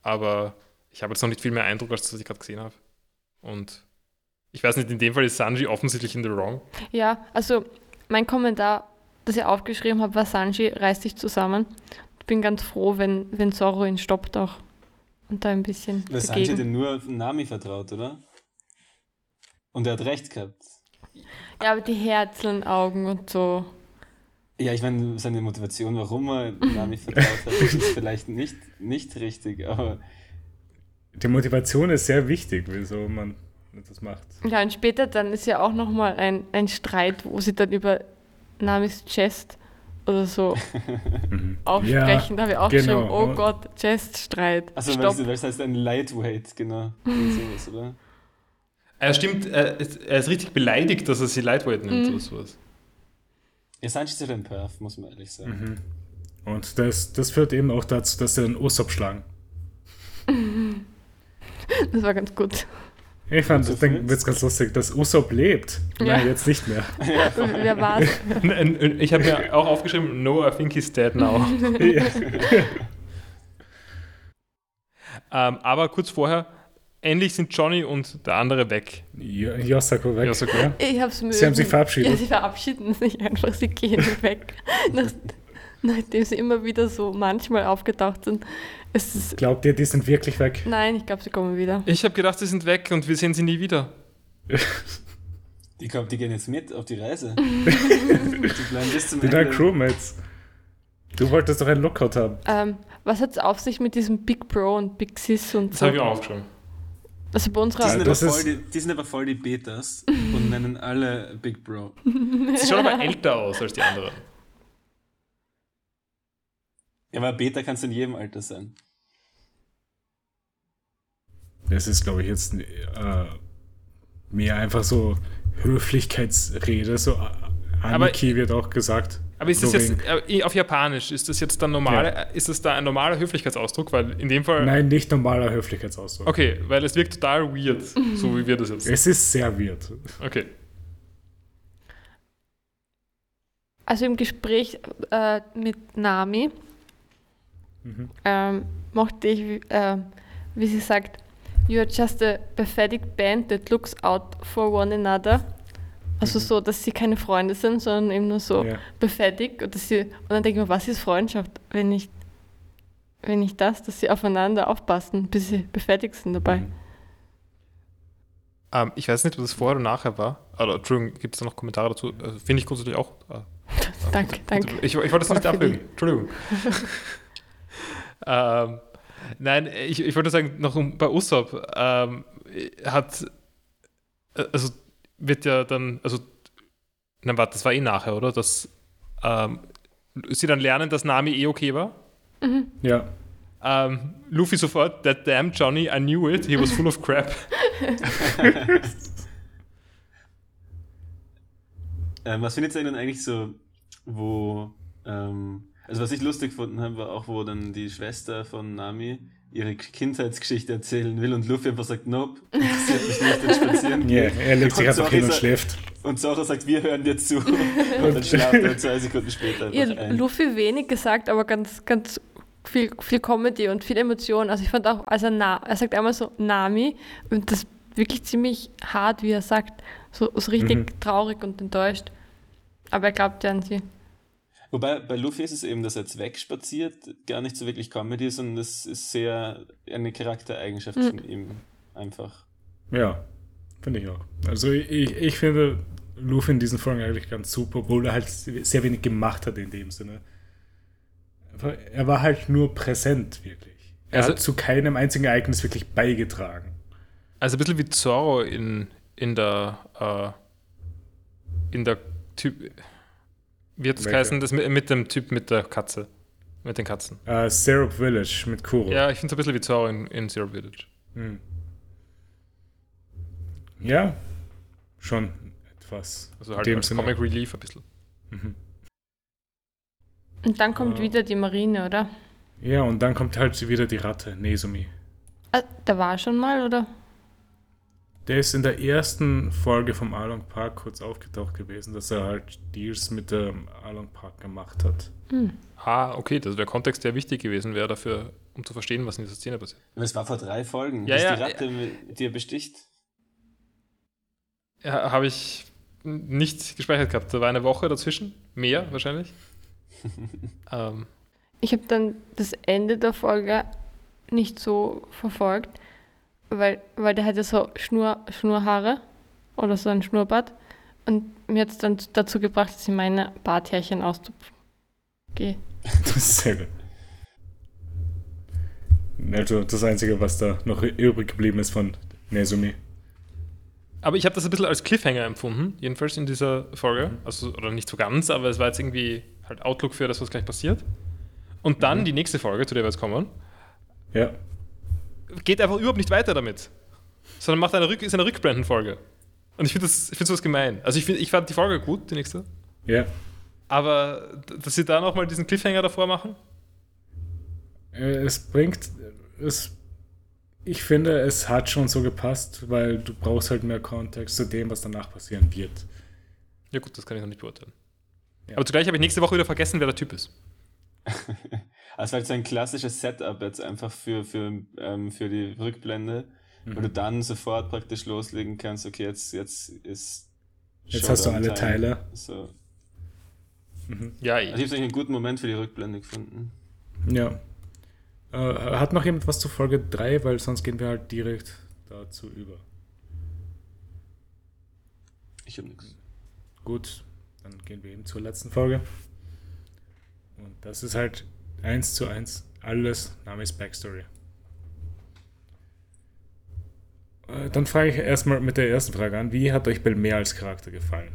Aber ich habe jetzt noch nicht viel mehr Eindruck, als das, was ich gerade gesehen habe. Und ich weiß nicht, in dem Fall ist Sanji offensichtlich in the wrong. Ja, also mein Kommentar, das ich aufgeschrieben habe, war Sanji reißt dich zusammen. Ich bin ganz froh, wenn, wenn Zorro ihn stoppt auch und da ein bisschen Weil Sanji hat ja dagegen. nur auf Nami vertraut, oder? Und er hat recht gehabt. Ja, aber die Herzeln, Augen und so. Ja, ich meine, seine Motivation, warum (laughs) er Nami vertraut hat, ist vielleicht nicht, nicht richtig, aber Die Motivation ist sehr wichtig, wieso man das macht. Ja, und später dann ist ja auch nochmal ein, ein Streit, wo sie dann über Namis Chest oder so aufsprechen. da habe ich genau. auch geschrieben, oh Gott, Chest-Streit. Also weil Stopp. es- weil es heißt ein Lightweight, (laughs) genau. Irgend sowas, oder? Er stimmt, er ist, er ist richtig beleidigt, dass er sie Lightweight nennt oder sowas. Ja, Sanji ist halt ein Perf, muss man ehrlich sagen. Mhm. Und das, das führt eben auch dazu, dass sie den Usopp schlagen. Das war ganz gut. Ich fand so das Ding fühlt's? wird's ganz lustig, dass Usopp lebt. Ja. Nein, jetzt nicht (laughs) mehr. Wer war's? N- n- Ich habe mir auch aufgeschrieben, no, I think he's dead (laughs) now. Ja. ähm, aber kurz vorher, endlich sind Johnny und der andere weg. Jo- Yosako weg. Yosako. Ja. Ich hab's mögen. Sie haben sich verabschiedet. Ja, sie verabschieden sich einfach, sie gehen (laughs) weg. Nach, nachdem sie immer wieder so manchmal aufgetaucht sind. Es ist, Glaubt ihr, die sind wirklich weg? nein, ich glaube, sie kommen wieder. Ich habe gedacht, sie sind weg und wir sehen sie nie wieder. Ich glaube, die gehen jetzt mit auf die Reise. die bleiben bis zum Die drei Ende. Crewmates. Du wolltest doch einen Lookout haben. Ähm, was hat's auf sich mit diesem Big Bro und Big Sis und Das so? habe ich auch aufgeschrieben. Also bei Die unserer sind, Ja, aber das voll ist- die, die sind aber voll die Betas und nennen alle Big Bro. Sie schauen aber älter aus als die anderen. Ja, aber Beta kannst du in jedem Alter sein. Das ist, glaube ich, jetzt äh, mehr einfach so Höflichkeitsrede. So äh, Aber- Aniki wird auch gesagt. Aber ist das So jetzt wegen- äh, auf Japanisch? Ist das jetzt dann normale, äh, ist das da ein normaler Höflichkeitsausdruck? Weil in dem Fall. Nein, nicht normaler Höflichkeitsausdruck. Äh. Okay, weil es wirkt total weird, so wie wir das jetzt. Es ist sehr weird. Okay. Also im Gespräch äh, mit Nami Mhm. ähm, mochte ich, ähm, wie sie sagt, You are just a pathetic band that looks out for one another. Also so, dass sie keine Freunde sind, sondern eben nur so Ja. pathetic. Und, dass sie, und dann denke ich mir, was ist Freundschaft, wenn nicht, wenn nicht das, dass sie aufeinander aufpassen, bis sie pathetic sind dabei. Ähm, ich weiß nicht, ob das vorher oder nachher war. Oder, Entschuldigung, gibt es da noch Kommentare dazu? Also, Finde ich grundsätzlich auch. Äh, Danke, danke. Ich, ich wollte das nicht Voll für die. abwürgen. (laughs) Entschuldigung. ähm, nein, ich, ich wollte sagen, noch um- bei Usopp ähm, hat, äh, also wird ja dann, also, nein, warte, das war eh nachher, oder? Dass ähm, sie dann lernen, dass Nami eh okay war. Ja. Ähm, Luffy sofort, that damn Johnny, I knew it, he was full of crap. Ähm, was findet ihr denn eigentlich so, wo, ähm, also was ich lustig gefunden habe, war auch, wo dann die Schwester von Nami ihre Kindheitsgeschichte erzählen will und Luffy einfach sagt, nope, interessiert mich nicht, dann spazieren Ja, geht. er legt sich Und einfach Zoro hin und sa- schläft. Und Zoro sagt, wir hören dir zu. Und dann schlaft er zwei Sekunden später einfach Ihr ein. Luffy wenig gesagt, aber ganz, ganz viel, viel Comedy und viel Emotion. Also ich fand auch, als er, na, er sagt einmal so Nami und das ist wirklich ziemlich hart, wie er sagt. So, so richtig traurig und enttäuscht. Aber er glaubt ja an sie. Wobei bei Luffy ist es eben, dass er jetzt wegspaziert, gar nicht so wirklich Comedy, sondern das ist sehr eine Charaktereigenschaft von ihm einfach. Ja, finde ich auch. Also ich, ich, ich finde Luffy in diesen Folgen eigentlich ganz super, obwohl er halt sehr wenig gemacht hat in dem Sinne. Aber Er war halt nur präsent, wirklich. Er Also- hat zu keinem einzigen Ereignis wirklich beigetragen. Also ein bisschen wie Zorro in, in der äh, in der Typ wie hat das Welcher? geheißen, das mit, mit dem Typ mit der Katze. Mit den Katzen. Äh, Syrup Village mit Kuro. Ja, ich finde es ein bisschen wie Zorro in, in Zero Village. Ja, schon etwas. Also In halt dem als Sinne. Comic Relief ein bisschen. Und dann kommt Ja. wieder die Marine, oder? Ja, und dann kommt halt wieder die Ratte, Nezumi. Ah, da war er schon mal, oder? Der ist in der ersten Folge vom Along Park kurz aufgetaucht gewesen, dass er halt Deals mit dem Along Park gemacht hat. Hm. Ah, okay, das wäre Kontext, der wichtig gewesen wäre dafür, um zu verstehen, was in dieser Szene passiert. Aber es war vor drei Folgen, Ja, dass ja, die Ratte mit- die er besticht. Ja, Habe ich nicht gespeichert gehabt. Da war eine Woche dazwischen. Mehr (laughs) wahrscheinlich. ähm, Ich habe dann das Ende der Folge nicht so verfolgt, weil, weil der hatte so Schnur, Schnurhaare oder so ein Schnurrbart. Und mir hat es dann dazu gebracht, dass ich meine Barthärchen auszupfen gehe. Das ist sehr gut. Also das Einzige, was da noch übrig geblieben ist von Nezumi. Aber ich habe das ein bisschen als Cliffhanger empfunden, jedenfalls in dieser Folge. Also, oder nicht so ganz, aber es war jetzt irgendwie halt Outlook für das, was gleich passiert. Und dann die nächste Folge, zu der wir jetzt kommen, Ja. geht einfach überhaupt nicht weiter damit. Sondern macht eine, Rück ist eine Rückblendenfolge. Und ich finde das- ich finde sowas gemein. Also ich, find, ich fand die Folge gut, die nächste. Ja. Aber d- dass sie da nochmal diesen Cliffhanger davor machen? Äh, Es bringt, es, ich finde, es hat schon so gepasst, weil du brauchst halt mehr Kontext zu dem, was danach passieren wird. Ja, gut, das kann ich noch nicht beurteilen. Ja. Aber zugleich habe ich nächste Woche wieder vergessen, wer der Typ ist. Also halt so ein klassisches Setup jetzt einfach für, für, ähm, für die Rückblende, wo du Mhm. dann sofort praktisch loslegen kannst, okay, jetzt, jetzt ist Jetzt hast du alle Showdown-Time. Teile. So. Ja, Also ich habe eigentlich einen guten Moment für die Rückblende gefunden. Ja. Äh, hat noch jemand was zu Folge 3, weil sonst gehen wir halt direkt dazu über. Ich habe nichts. Gut, dann gehen wir eben zur letzten Folge. Und das ist halt eins zu eins alles Namis Backstory. Äh, Dann frage ich erstmal mit der ersten Frage an, wie hat euch Bell mehr als Charakter gefallen?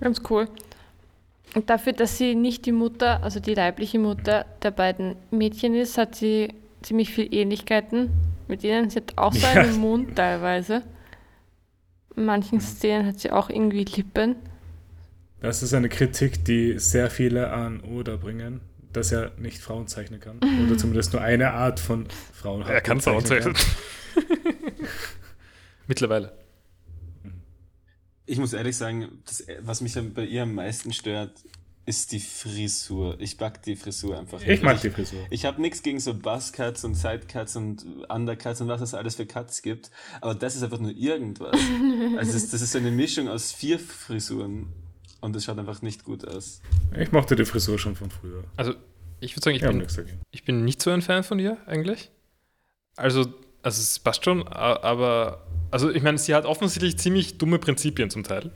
Ganz cool. Und dafür, dass sie nicht die Mutter, also die leibliche Mutter der beiden Mädchen ist, hat sie ziemlich viel Ähnlichkeiten mit ihnen. Sie hat auch so Ja. einen Mund teilweise. In manchen Szenen hat sie auch irgendwie Lippen. Das ist eine Kritik, die sehr viele an Oda bringen, dass er nicht Frauen zeichnen (laughs) kann. Oder zumindest nur eine Art von Frauen hat. er kann es auch zeichnen zeichnen. (laughs) Mittlerweile. Ich muss ehrlich sagen, das, was mich am- bei ihr am meisten stört, ist die Frisur. Ich mag die Frisur einfach Ich mag Also die Frisur. Ich habe nichts gegen so Buzzcuts und Sidecuts und Undercuts und was es alles für Cuts gibt, aber das ist einfach nur (laughs) irgendwas. also das, das ist so eine Mischung aus vier Frisuren und es schaut einfach nicht gut aus. Ich mochte die Frisur schon von früher. Also, ich würde sagen, ich Ich habe bin nichts dagegen. Ich bin nicht so ein Fan von ihr eigentlich. Also, also es passt schon, a- aber also ich meine, sie hat offensichtlich ziemlich dumme Prinzipien zum Teil.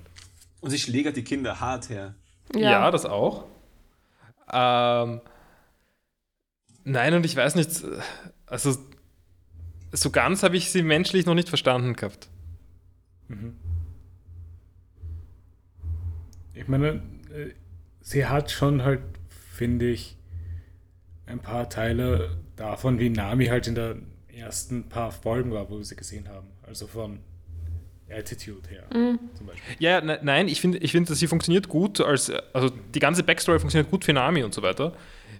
Und sie schlägert die Kinder hart her. (laughs) Ja, das auch. Ähm, nein, und ich weiß nicht, also so ganz habe ich sie menschlich noch nicht verstanden gehabt. Ich meine, äh, sie hat schon halt, finde ich, ein paar Teile davon, wie Nami halt in der ersten paar Folgen war, wo wir sie gesehen haben. Also von Attitude her zum Beispiel. Ja, ja, ne- nein, ich finde, ich find, dass sie funktioniert gut, als, also die ganze Backstory funktioniert gut für Nami und so weiter.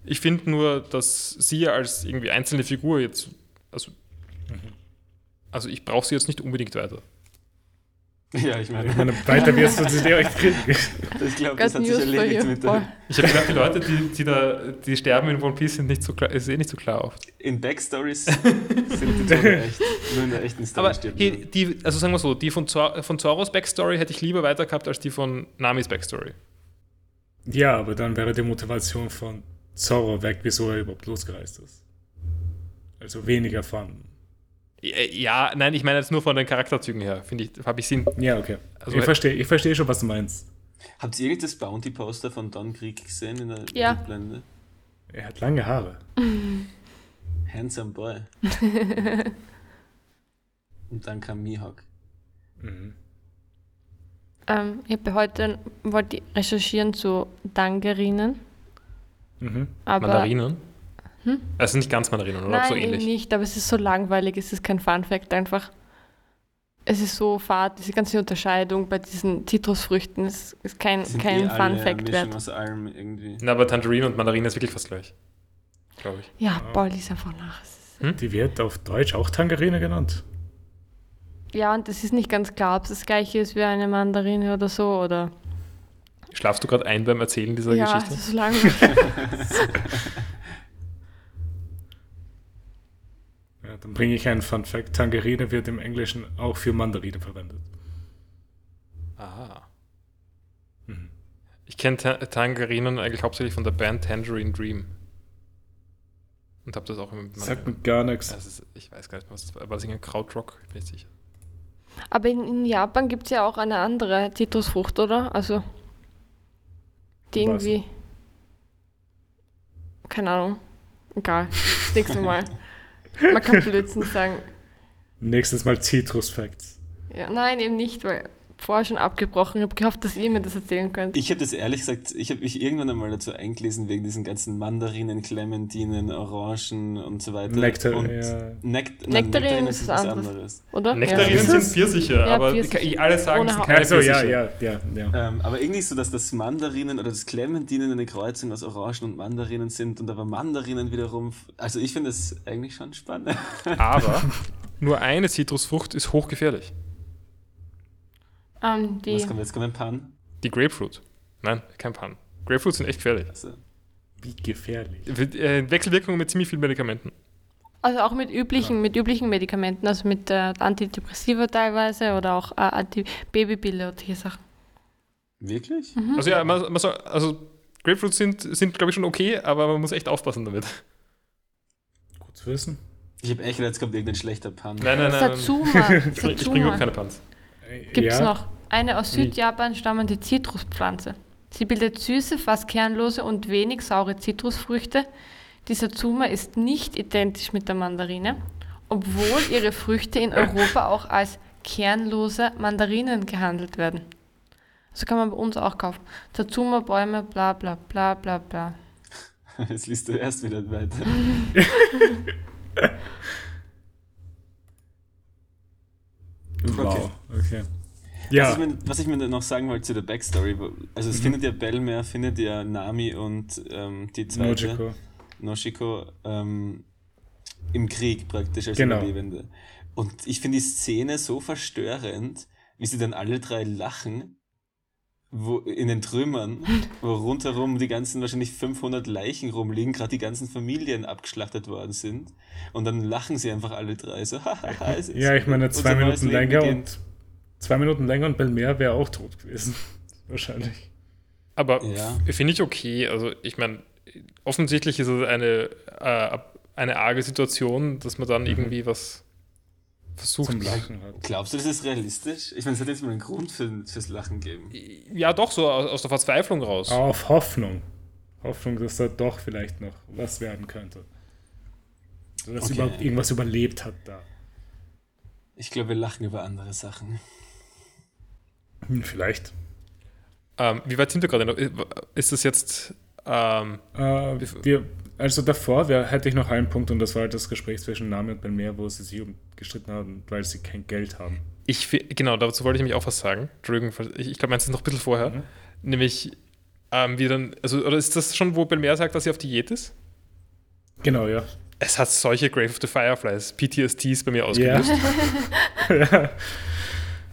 Ich finde nur, dass sie als irgendwie einzelne Figur jetzt, also, also ich brauche sie jetzt nicht unbedingt weiter. Ja, ich Also Ich meine, meine, weiter wirst du sie eh euch kriegen. ich glaube, Got das hat sich news for erledigt you. mit Boah. der, Ich habe gedacht, die Leute, die, die da, die sterben in One Piece, sind nicht so klar, ist eh nicht so klar oft. In Backstories sind die (laughs) Tode echt. Nur in der echten Story Aber stirbt die, man. die, also sagen wir so, die von, Zor von Zoros Backstory hätte ich lieber weiter gehabt als die von Namis Backstory. Ja, aber dann wäre die Motivation von Zorro weg, wieso er überhaupt losgereist ist. Also weniger von. Ja, nein, ich meine jetzt nur von den Charakterzügen her, finde ich, habe ich sie Ja, okay. Also- Also ich verstehe ich verstehe schon, was du meinst. Habt ihr irgendein Bounty-Poster von Don Krieg gesehen in der Ja. Blende? Er hat lange Haare. Handsome (laughs) Boy. Und dann kam Mihawk. Mhm. Ähm, ich habe heute wollte ich recherchieren zu Dangerinen. Mhm. Aber Mandarinen? Also nicht ganz Mandarinen, oder Nein, so eben ähnlich. nicht, aber es ist so langweilig, es ist kein Funfact einfach. Es ist so fad, diese ganze Unterscheidung bei diesen Zitrusfrüchten ist, ist kein, Das sind kein eh alle eine Funfact Mischung wert. aus allem irgendwie. Na, aber Tangerine und Mandarine ist wirklich fast gleich. Glaube ich. Ja, Paul lies einfach nach. Es ist- Die wird auf Deutsch auch Tangerine genannt. Ja, und es ist nicht ganz klar, ob es das gleiche ist wie eine Mandarine oder so, oder? Schlafst du gerade ein beim Erzählen dieser ja, Geschichte? es ist so langweilig. Ja, dann bringe ich einen Fun Fact. Tangerine wird im Englischen auch für Mandarine verwendet. Aha. Mhm. Ich kenne Ta Tangerinen eigentlich hauptsächlich von der Band Tangerine Dream. Und habe das auch im Sagt mir gar nichts. Das ist, ich weiß gar nicht, mehr, was das war. War das irgendein Krautrock? Ich bin nicht sicher. aber in, in Japan gibt es ja auch eine andere Zitrusfrucht, oder? Also, die Was? irgendwie. Keine Ahnung. Egal. Das nächste Mal. Man kann Blödsinn sagen. Nächstes Mal Citrus Facts. Ja, nein, eben nicht, weil vorher schon abgebrochen. Ich habe gehofft, dass ihr mir das erzählen könnt. Ich habe das ehrlich gesagt, ich habe mich irgendwann einmal dazu eingelesen wegen diesen ganzen Mandarinen, Clementinen, Orangen und so weiter. Nektarinen, Und ja. Nekt Nektarinen ist was anderes. Oder? Nektarinen Ja. sind Pfirsiche, Ja, aber Pfirsiche. ich- alle sagen, Ohne es sind Haut. keine Also, ja, Pfirsiche. ja, ja, ja. Ähm, aber irgendwie so, dass das Mandarinen oder das Clementinen eine Kreuzung aus Orangen und Mandarinen sind und aber Mandarinen wiederum. f- Also ich finde das eigentlich schon spannend. (laughs) Aber nur eine Zitrusfrucht ist hochgefährlich. Ähm, Was die, kommt jetzt? Kommt ein Pan? Die Grapefruit. Nein, kein Pan. Grapefruits sind echt gefährlich. Also, Wie gefährlich. Wird, äh, Wechselwirkungen mit ziemlich vielen Medikamenten. also auch mit üblichen, mit üblichen Medikamenten, also mit äh, Antidepressiva teilweise oder auch äh, Antibabypille und solche Sachen. wirklich? Also ja, man, man soll, also Grapefruits sind, sind glaube ich, schon okay, aber man muss echt aufpassen damit. Gut zu wissen. Ich habe echt gedacht, jetzt kommt irgendein schlechter Pan. Nein, nein, nein. (laughs) Satsuma, Ich bring- ich bringe auch Satsuma keine Pans. gibt es ja. Hm. noch. Eine aus Südjapan stammende Zitruspflanze. Sie bildet süße, fast kernlose und wenig saure Zitrusfrüchte. Die Satsuma ist nicht identisch mit der Mandarine, obwohl ihre Früchte in Europa auch als kernlose Mandarinen gehandelt werden. So kann man bei uns auch kaufen. Satsuma, Bäume, bla bla bla bla bla. (laughs) Jetzt liest du erst wieder weiter. Wow, okay. Was, ich Ja, mir, was ich mir dann noch sagen wollte zu der Backstory, wo- also es findet ja Belmer, findet ja Nami und ähm, die zweite, Nojiko. Noshiko, ähm, im Krieg praktisch als Genau. Überlebende. Und ich finde die Szene so verstörend, wie sie dann alle drei lachen, wo, in den Trümmern, wo rundherum die ganzen wahrscheinlich 500 Leichen rumliegen, gerade die ganzen Familien abgeschlachtet worden sind. Und dann lachen sie einfach alle drei so. (laughs) hahaha, es ist Ja, ich meine, unser zwei neues Minuten Leben länger beginnt. und zwei Minuten länger und Belmer wäre auch tot gewesen. (laughs) Wahrscheinlich. Aber Ja. f- finde ich okay. Also ich meine, offensichtlich ist es eine, äh, eine arge Situation, dass man dann irgendwie was versucht. Zum Lachen halt. Glaubst du, das ist realistisch? Ich meine, es hat jetzt mal einen Grund für, fürs Lachen geben. Ja, doch, so aus, aus der Verzweiflung raus. Auf Hoffnung. Hoffnung, dass da doch vielleicht noch was werden könnte. Dass Okay. über, irgendwas überlebt hat da. Ich glaube, wir lachen über andere Sachen. Hm, vielleicht. Ähm, wie weit sind wir gerade? noch? Ist das jetzt. Ähm, Äh, wir, also davor wär, hätte ich noch einen Punkt und das war halt das Gespräch zwischen Nami und Belmer, wo sie sich um gestritten haben, weil sie kein Geld haben. Ich, fi- genau, dazu wollte ich nämlich auch was sagen. Entschuldigung, falls- ich, ich glaube, meins ist noch ein bisschen vorher. Nämlich, ähm, wie dann, also, oder ist das schon, wo Belmer sagt, dass sie auf Diät ist? Genau, ja. Es hat solche Grave of the Fireflies, PTSDs bei mir Ja. ausgelöst.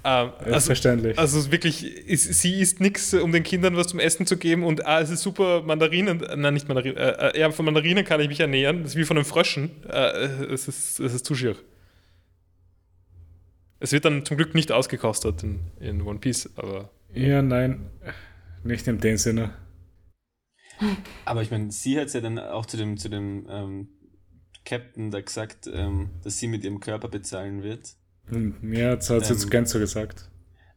Ähm, also, Selbstverständlich. also es ist wirklich, ist, sie isst nichts, um den Kindern was zum Essen zu geben und ah, es ist super, Mandarinen, äh, nein, nicht Mandarinen, äh, äh, ja, von Mandarinen kann ich mich ernähren, das ist wie von den Fröschen. Äh, es, ist, es ist zu schier. Es wird dann zum Glück nicht ausgekostet in, in One Piece, aber. ja, nein. Nicht in dem Sinne. Aber ich meine, sie hat ja dann auch zu dem, zu dem ähm, Captain da gesagt, ähm, dass sie mit ihrem Körper bezahlen wird. Hm, Ja, das hat sie Ähm. zu ganz so gesagt.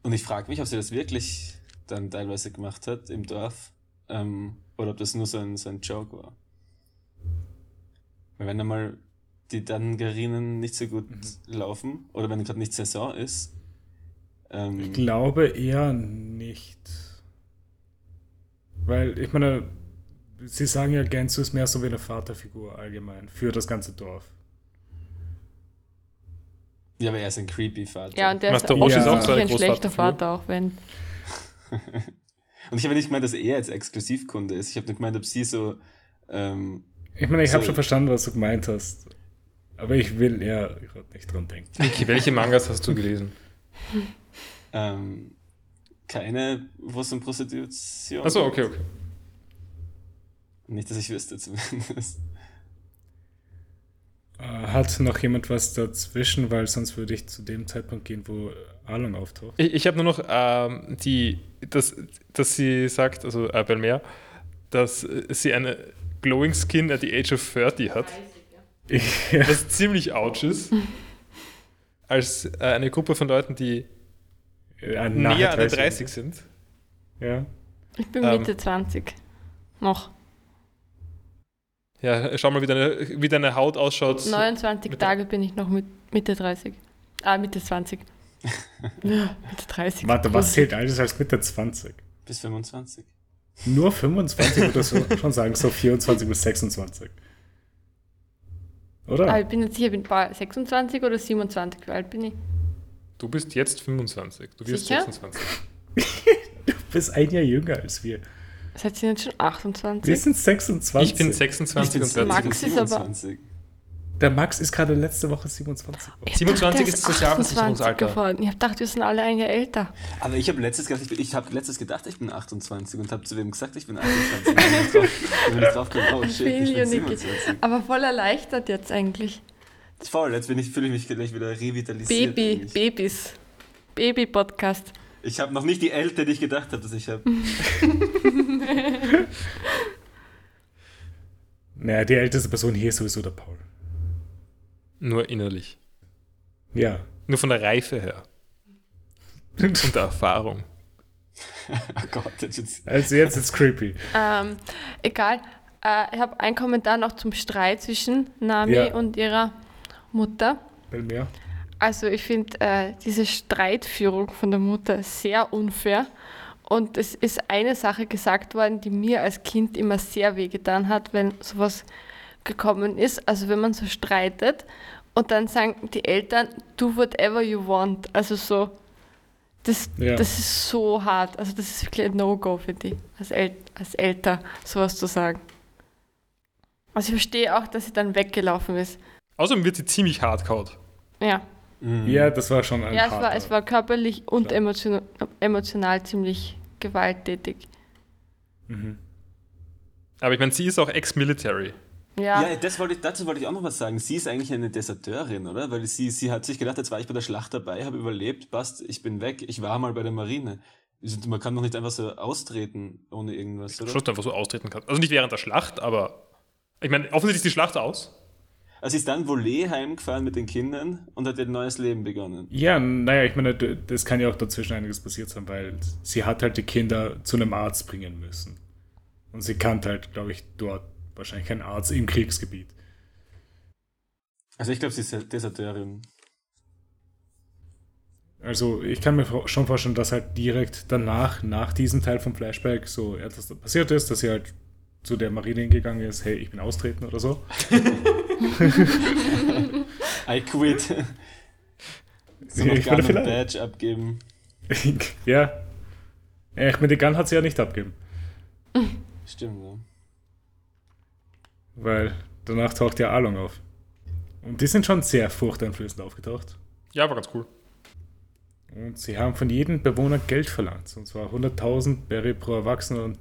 Und ich frage mich, ob sie das wirklich dann teilweise gemacht hat im Dorf. Ähm, oder ob das nur so ein, so ein Joke war. Weil wenn einmal die Dangarinen nicht so gut laufen, oder wenn gerade nicht Saison ist, Ich ähm, glaube eher nicht. Weil, ich meine, sie sagen ja, Gensu ist mehr so wie eine Vaterfigur allgemein für das ganze Dorf. ja, aber er ist ein creepy Vater. Ja, und der ist Master Roshi ist auch wirklich so eine ein schlechter Großvaterfigur. Vater, auch wenn. Und ich habe nicht gemeint, dass er jetzt Exklusivkunde ist. Ich habe nur gemeint, ob sie so. Ähm, Ich meine, ich habe So. schon verstanden, was du gemeint hast. Aber ich will eher gerade nicht dran denken. Niki, welche Mangas hast du gelesen? ähm, keine, wo es um Prostitution Achso, okay, okay. Nicht, dass ich wüsste, zumindest. Äh, Hat noch jemand was dazwischen, weil sonst würde ich zu dem Zeitpunkt gehen, wo Alon auftaucht. Ich, ich habe nur noch ähm, die, dass, dass sie sagt, also äh, Belmer, dass äh, sie eine Glowing Skin at the age of 30 hat, (laughs) ja. was ziemlich ouch ist. Als äh, eine Gruppe von Leuten, die Äh, nachher näher an der 30 sind. Ja. Ich bin Ähm. Mitte 20. Noch. Ja, schau mal, wie deine, wie deine Haut ausschaut. 29 Mitte- Tage bin ich noch mit Mitte 30. Ah, Mitte 20. Ja, mit 30. Warte, was zählt alles als Mitte 20? Bis 25. Nur 25 würde ich so- (laughs) schon sagen, so 24 bis 26. Oder? Ah, ich bin jetzt sicher, ich bin bei 26 oder 27, wie alt bin ich? Du bist jetzt 25. Du wirst Sicher? 26. Du bist ein Jahr jünger als wir. Seid ihr jetzt schon Wir 28? sind 26. Ich bin Ich 26 bin und 40 werde Max und ist aber- 27. Der Max ist gerade letzte Woche 27. geworden. Ich 27 dachte, er ist das Jahresversicherungsalter. 28 geworden. Ich habe gedacht, wir sind alle ein Jahr älter. Aber ich habe letztes, gedacht, ich bin- ich hab letztes gedacht, ich bin 28 und habe zu wem gesagt, ich bin 28. und bin ich drauf, (laughs) bin ich drauf gekommen, oh shit, ich bin Billion, Niki. 27. Aber voll erleichtert jetzt eigentlich. Voll, jetzt bin ich- fühle ich mich gleich wieder revitalisiert. Baby, eigentlich. Babys. Baby-Podcast. Ich habe noch nicht die Eltern, die ich gedacht habe, dass ich habe. Hm. Naja, die älteste Person hier ist sowieso der Paul. Nur innerlich. Ja. Nur von der Reife her und der Erfahrung. Oh Gott, das ist jetzt Also jetzt ist creepy. Ähm, egal. Äh, ich habe einen Kommentar noch zum Streit zwischen Nami Ja. und ihrer Mutter. Bei mir. Also ich finde äh, diese Streitführung von der Mutter sehr unfair. Und es ist eine Sache gesagt worden, die mir als Kind immer sehr wehgetan hat, wenn sowas gekommen ist. Also wenn man so streitet und dann sagen die Eltern, do whatever you want. Also so, das, Ja. das ist so hart. Also das ist wirklich ein No-Go für die, als, El als Eltern sowas zu sagen. Also ich verstehe auch, dass sie dann weggelaufen ist. Außerdem wird sie ziemlich hart kaut. Ja. Hm. Ja, das war schon ein Ja, es harter. war, es war körperlich und Klar. emotional, emotional ziemlich gewalttätig. Mhm. Aber ich meine, sie ist auch Ex-Military. Ja, Ja, das wollte ich, dazu wollte ich auch noch was sagen. Sie ist eigentlich eine Deserteurin, oder? Weil sie, sie hat sich gedacht, jetzt war ich bei der Schlacht dabei, habe überlebt, passt, ich bin weg, ich war mal bei der Marine. Also, Man kann doch nicht einfach so austreten ohne irgendwas, oder? Schluss einfach so austreten kann. Also nicht während der Schlacht, aber ich meine, offensichtlich ist die Schlacht aus. Also sie ist dann Volé heimgefahren mit den Kindern und hat ihr neues Leben begonnen. Ja, naja, ich meine, d- das kann ja auch dazwischen einiges passiert sein, weil sie hat halt die Kinder zu einem Arzt bringen müssen. Und sie kannte halt, glaube ich, dort wahrscheinlich keinen Arzt im Kriegsgebiet. Also ich glaube, sie ist Deserteurin. Also ich kann mir vor- schon vorstellen, dass halt direkt danach, nach diesem Teil vom Flashback, so etwas da passiert ist, dass sie halt zu der Marine hingegangen ist, hey, ich bin austreten oder so. I quit. (laughs) so noch ich gar würde einen vielleicht. Badge abgeben. (laughs) ja. Ja, Ich meine, die Gun hat sie ja nicht abgeben, Stimmt, ja. weil danach taucht ja Along auf. Und die sind schon sehr furchteinflößend aufgetaucht. Ja, war ganz cool. Und sie haben von jedem Bewohner Geld verlangt. Und zwar 100.000 Berry pro Erwachsene und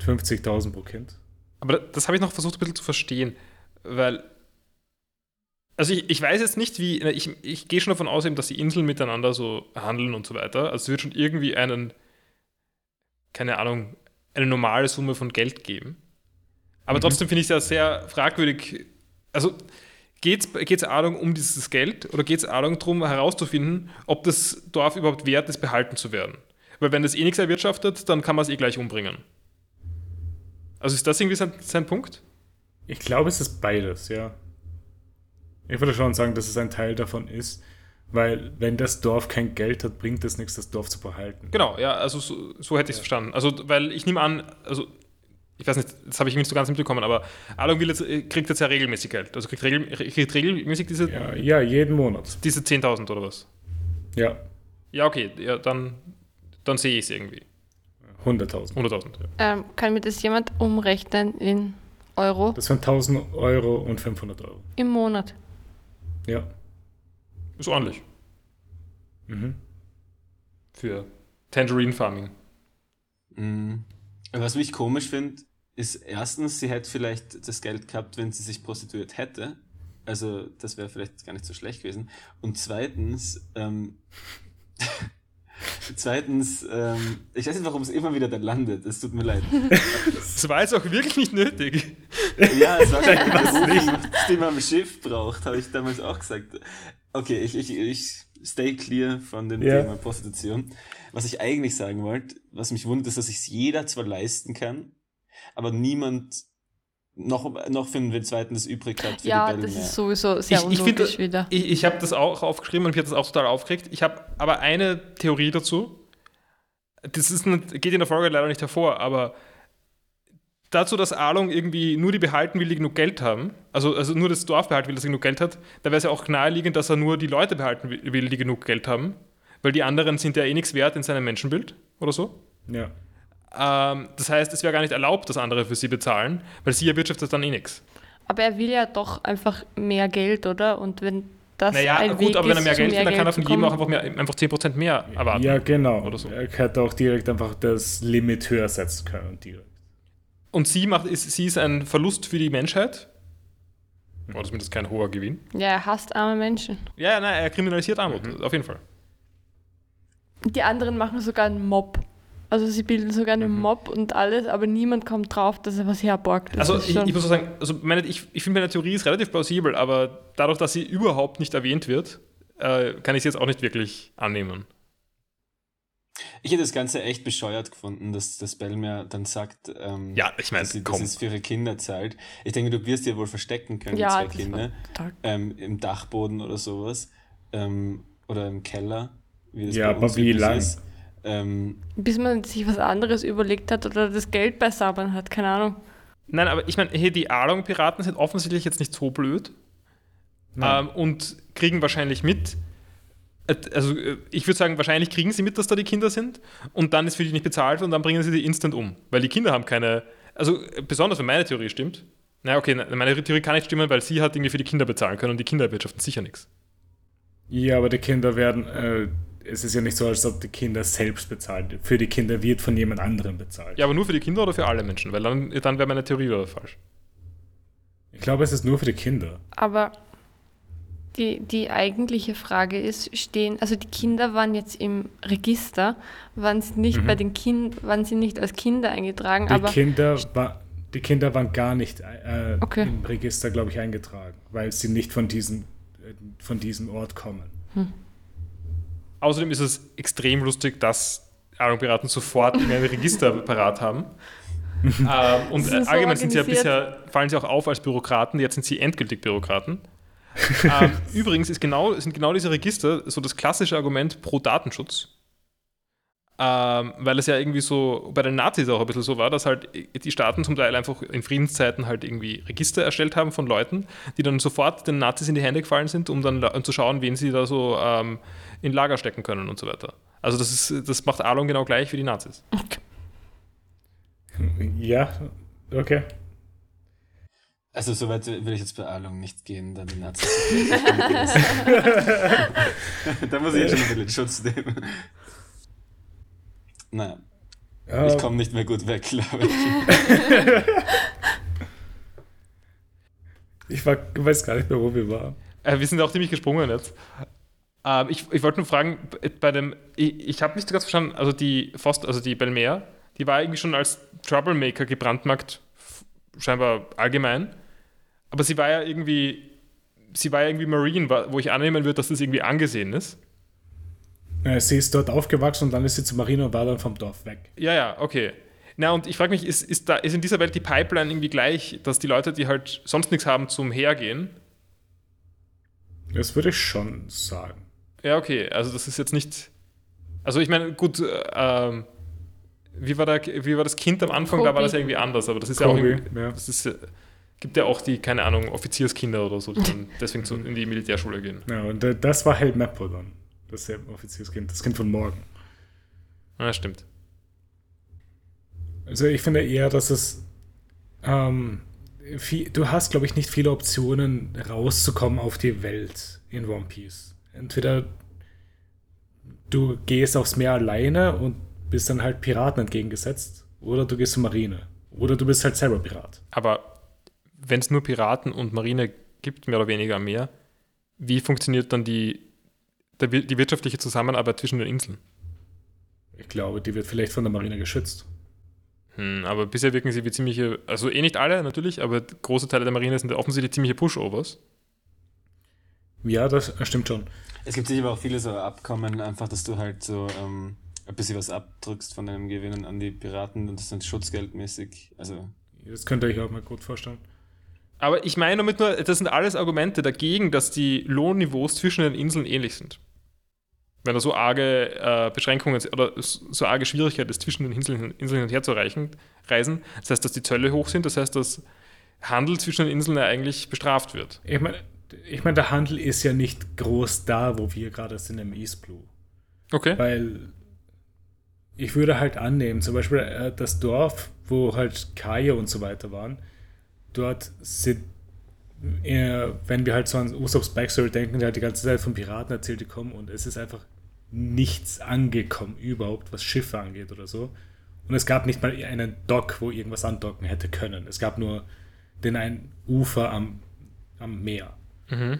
50.000 pro Kind. Aber da- das habe ich noch versucht ein bisschen zu verstehen, weil. Also ich, ich weiß jetzt nicht, wie. na, Ich, ich gehe schon davon aus, eben, dass die Inseln miteinander so handeln und so weiter. Also es wird schon irgendwie einen, keine Ahnung, eine normale Summe von Geld geben. Aber trotzdem finde ich es ja sehr fragwürdig. Also geht es Ahnung um dieses Geld oder geht es Ahnung darum, herauszufinden, ob das Dorf überhaupt wert ist, behalten zu werden? Weil wenn das eh nichts erwirtschaftet, dann kann man es eh gleich umbringen. Also ist das irgendwie sein, sein Punkt? Ich glaube, es ist beides, ja. Ich würde schon sagen, dass es ein Teil davon ist, weil wenn das Dorf kein Geld hat, bringt es nichts, das Dorf zu behalten. Genau, ja, also so, so hätte ich es verstanden. Also, weil ich nehme an, also ich weiß nicht, das habe ich nicht so ganz mitbekommen, aber Alon will jetzt, äh, kriegt jetzt ja regelmäßig Geld. Also kriegt, regel, re- kriegt regelmäßig diese, Ja, ja, jeden Monat. diese 10.000 oder was? Ja, Ja, okay, ja, dann, dann sehe ich es irgendwie. 100.000. 100.000. Ja. Ähm, kann mir das jemand umrechnen in Euro Das wären 1.000 Euro und 500 Euro. im Monat? Ja. Ist ordentlich Mhm. für Tangerine Farming. Mhm. Aber Was mich komisch finde, ist erstens, sie hätte vielleicht das Geld gehabt, wenn sie sich prostituiert hätte. Also das wäre vielleicht gar nicht so schlecht gewesen. Und zweitens, ähm, (laughs) zweitens, ähm, ich weiß nicht, warum es immer wieder da landet. Es tut mir leid. Das war jetzt auch wirklich nicht nötig. Ja, (laughs) es war schon eine Berufung, die man am Schiff braucht, habe ich damals auch gesagt. Okay, ich, ich, ich stay clear von dem Ja. Thema Prostitution. Was ich eigentlich sagen wollte, was mich wundert, ist, dass sich jeder zwar leisten kann, aber niemand noch, noch für den zweiten das übrig hat. Für Ja, die das Battle ist sowieso sehr ich, ich unlogisch finde, wieder. Ich, ich habe das auch aufgeschrieben und mich hat das auch total aufgeregt. Ich habe aber eine Theorie dazu. Das ist nicht, geht in der Folge leider nicht hervor, aber dazu, dass Along irgendwie nur die behalten will, die genug Geld haben, also, also nur das Dorf behalten will, das genug Geld hat, da wäre es ja auch naheliegend, dass er nur die Leute behalten will, die genug Geld haben, weil die anderen sind ja eh nichts wert in seinem Menschenbild oder so. Ja. Ähm, das heißt, es wäre gar nicht erlaubt, dass andere für sie bezahlen, weil sie erwirtschaftet dann eh nichts. Aber er will ja doch einfach mehr Geld, oder? Und wenn das Naja, ein gut, Weg aber wenn er ist, mehr zu Geld hat, dann kann er Geld von zu jedem auch kommen- einfach, mehr, einfach 10% mehr erwarten. ja, genau. Oder so. Er hätte auch direkt einfach das Limit höher setzen können. Direkt. Und sie, macht, ist, sie ist ein Verlust für die Menschheit. War das zumindest kein hoher Gewinn? Ja, er hasst arme Menschen. Ja, ja, nein, er kriminalisiert Armut, auf jeden Fall. Die anderen machen sogar einen Mob. Also sie bilden sogar einen Mhm. Mob und alles, aber niemand kommt drauf, dass er was herborgt. Das Also ist ich, schon- ich muss so sagen, also meine, ich, ich finde meine Theorie ist relativ plausibel, aber dadurch, dass sie überhaupt nicht erwähnt wird, äh, kann ich sie jetzt auch nicht wirklich annehmen. Ich hätte das Ganze echt bescheuert gefunden, dass, dass Bellmer dann sagt, ähm, Ja, ich meine, dass, sie, dass komm. es für ihre Kinder zahlt. Ich denke, du wirst ja wohl verstecken können, ja, zwei das ne? Kinder, war total. ähm, im Dachboden oder sowas. Ähm, oder im Keller, wie Ja, aber wie üblich lang? Ähm, Bis man sich was anderes überlegt hat oder das Geld beisammen hat, keine Ahnung. Nein, aber ich meine, hey, die Along-Piraten sind offensichtlich jetzt nicht so blöd Nein. ähm, und kriegen wahrscheinlich mit, äh, also äh, ich würde sagen, wahrscheinlich kriegen sie mit, dass da die Kinder sind und dann ist für die nicht bezahlt und dann bringen sie die instant um, weil die Kinder haben keine, also äh, besonders wenn meine Theorie stimmt, na okay, na, meine Theorie kann nicht stimmen, weil sie hat irgendwie für die Kinder bezahlen können und die Kinder wirtschaften sicher nichts. Ja, aber die Kinder werden. Äh, es ist ja nicht so, als ob die Kinder selbst bezahlen. Für die Kinder wird von jemand anderem bezahlt. Ja, aber nur für die Kinder oder für alle Menschen, weil dann, dann wäre meine Theorie wieder falsch. Ich glaube, es ist nur für die Kinder. Aber die, die eigentliche Frage ist, stehen, also die Kinder waren jetzt im Register, waren sie nicht bei den Kind, waren sie nicht als Kinder eingetragen, Die, aber Kinder, wa die Kinder waren gar nicht äh, Okay. im Register, glaube ich, eingetragen, weil sie nicht von diesem, äh, von diesem Ort kommen. Außerdem ist es extrem lustig, dass Ahnung-Piraten sofort in ein Register parat haben. ähm, und Sie äh, sind so allgemein sind sie ja bisher, organisiert. fallen sie auch auf als Bürokraten, jetzt sind sie endgültig Bürokraten. ähm, übrigens ist genau, sind genau diese Register so das klassische Argument pro Datenschutz. Ähm, weil es ja irgendwie so bei den Nazis auch ein bisschen so war, dass halt die Staaten zum Teil einfach in Friedenszeiten halt irgendwie Register erstellt haben von Leuten, die dann sofort den Nazis in die Hände gefallen sind, um dann la- um zu schauen, wen sie da so ähm, in Lager stecken können und so weiter. Also das, ist, das macht Alon genau gleich wie die Nazis. Ja, okay. also soweit will ich jetzt bei Ahlung nicht gehen, dann die Nazis. (laughs) da muss ich ja schon ein bisschen Schutz nehmen. Naja, ich Ähm, komme nicht mehr gut weg, glaube ich. ich war, weiß gar nicht mehr, wo wir waren. Äh, wir sind auch ziemlich gesprungen jetzt. Ähm, ich ich wollte nur fragen, b- bei dem, ich, ich habe nicht ganz verstanden, also die Fost, also die Belmer, die war irgendwie schon als Troublemaker gebrandmarkt, f- scheinbar allgemein. Aber sie war ja irgendwie, sie war ja irgendwie Marine, wa- wo ich annehmen würde, dass das irgendwie angesehen ist. Äh, sie ist dort aufgewachsen und dann ist sie zu Marino und war dann vom Dorf weg. Ja, ja, okay. Na, und ich frage mich, ist, ist, da, ist in dieser Welt die Pipeline irgendwie gleich, dass die Leute, die halt sonst nichts haben, zum Hergehen? Das würde ich schon sagen. Ja, okay, also das ist jetzt nicht. Also ich meine, gut, äh, ähm, wie war, da, wie war das Kind am Anfang? Da war Kobe. das irgendwie anders, aber das ist ja auch Kobe, irgendwie. ja. Das ist, äh, gibt ja auch die, keine Ahnung, Offizierskinder oder so, die dann (laughs) deswegen zu, in die Militärschule gehen. Ja, und äh, das war Held Meppo dann. Das ist Offizierskind, das Kind von morgen. Ja, stimmt. Also ich finde eher, dass es ähm, viel, du hast, glaube ich, nicht viele Optionen rauszukommen auf die Welt in One Piece. Entweder du gehst aufs Meer alleine und bist dann halt Piraten entgegengesetzt, oder du gehst zur Marine, oder du bist halt Cyberpirat. Aber wenn es nur Piraten und Marine gibt, mehr oder weniger am Meer, wie funktioniert dann die, der, wir- die wirtschaftliche Zusammenarbeit zwischen den Inseln? Ich glaube, die wird vielleicht von der Marine geschützt. Hm, aber bisher wirken sie wie ziemliche, also eh nicht alle natürlich, aber große Teile der Marine sind ja offensichtlich ziemliche Pushovers. Ja, das stimmt schon. Es gibt sicher aber auch viele so Abkommen, einfach, dass du halt so ähm, ein bisschen was abdrückst von deinem Gewinn an die Piraten und das dann schutzgeldmäßig, also Das könnt ihr euch auch mal gut vorstellen. Aber ich meine damit nur, das sind alles Argumente dagegen, dass die Lohnniveaus zwischen den Inseln ähnlich sind. Wenn da so arge äh, Beschränkungen oder so arge Schwierigkeit ist, zwischen den Inseln, Inseln hin und her zu reichen, reisen, das heißt, dass die Zölle hoch sind, das heißt, dass Handel zwischen den Inseln ja eigentlich bestraft wird. Ich meine, ich mein, der Handel ist ja nicht groß da, wo wir gerade sind im East Blue. Okay. Weil ich würde halt annehmen, zum Beispiel äh, das Dorf, wo halt Kaja und so weiter waren, dort sind, äh, wenn wir halt so an Usops Backstory denken, der halt die ganze Zeit von Piraten erzählt, die kommen und es ist einfach nichts angekommen überhaupt, was Schiffe angeht oder so. Und es gab nicht mal einen Dock, wo irgendwas andocken hätte können. Es gab nur den einen Ufer am, am Meer. Mhm.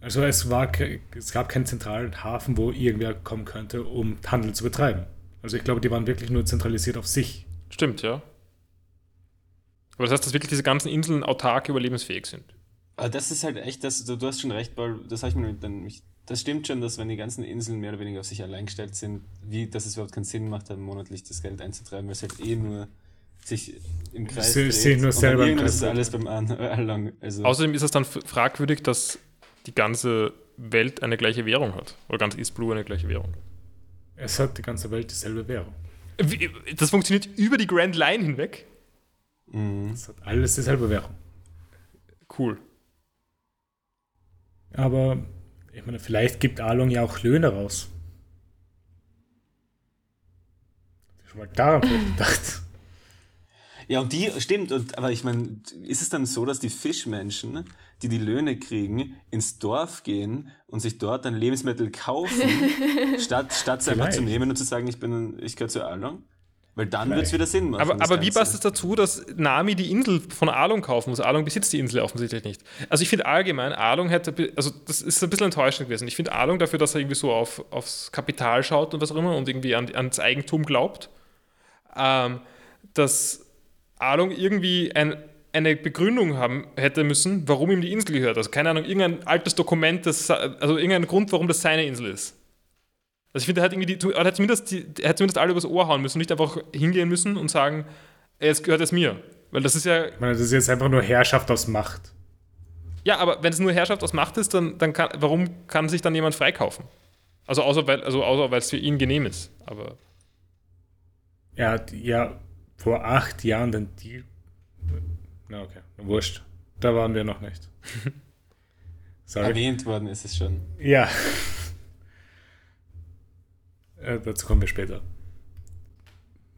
Also es, war, ke- es gab keinen zentralen Hafen, wo irgendwer kommen könnte, um Handel zu betreiben. Also ich glaube, die waren wirklich nur zentralisiert auf sich. Stimmt, ja. Aber das heißt, dass wirklich diese ganzen Inseln autark überlebensfähig sind. Aber das ist halt echt, das, du, du hast schon recht, weil das habe ich mir dann mich. Das stimmt schon, dass wenn die ganzen Inseln mehr oder weniger auf sich allein gestellt sind, wie, dass es überhaupt keinen Sinn macht, dann monatlich das Geld einzutreiben, weil es halt eh nur sich im Kreis Sie- dreht. sich nur und dann selber im irgendwann Kreis ist dreht. alles beim An Erlang. Also, Außerdem ist es dann f- fragwürdig, dass die ganze Welt eine gleiche Währung hat. Oder ganz East Blue eine gleiche Währung. Es hat die ganze Welt dieselbe Währung. Wie, das funktioniert über die Grand Line hinweg. mh, Es hat alles dieselbe Währung. Cool. Aber ich meine, vielleicht gibt Along ja auch Löhne raus. Hab ich Schon mal daran vielleicht gedacht. ja, und die, stimmt, und, aber ich meine, ist es dann so, dass die Fischmenschen, die die Löhne kriegen, ins Dorf gehen und sich dort dann Lebensmittel kaufen, statt, statt sie einfach zu Vielleicht. nehmen und zu sagen, ich, bin, ich gehöre zu Erlang? Weil dann wird es Vielleicht. wieder Sinn machen. Aber, Also das aber wie Ganze. passt es dazu, dass Nami die Insel von Alung kaufen muss? Alung besitzt die Insel offensichtlich nicht. Also ich finde allgemein, Alung hätte, be- also das ist ein bisschen enttäuschend gewesen. Ich finde Alung dafür, dass er irgendwie so auf, aufs Kapital schaut und was auch immer und irgendwie an, ans Eigentum glaubt, ähm, dass Alung irgendwie ein, eine Begründung haben hätte müssen, warum ihm die Insel gehört. Also keine Ahnung, irgendein altes Dokument, das, also irgendein Grund, warum das seine Insel ist. Also ich finde, er hat irgendwie die, er hat zumindest, die, er hat zumindest alle übers Ohr hauen müssen, nicht einfach hingehen müssen und sagen, es gehört es mir. Weil das ist ja, Ich meine, das ist jetzt einfach nur Herrschaft aus Macht. ja, aber wenn es nur Herrschaft aus Macht ist, dann, dann kann, warum kann sich dann jemand freikaufen? Also außer, weil also außer, weil es für ihn genehm ist. Aber Er hat ja vor acht Jahren den Deal. Na, okay. Wurscht. Da waren wir noch nicht. Sorry. Erwähnt worden ist es schon. Ja. (laughs) Äh, dazu kommen wir später.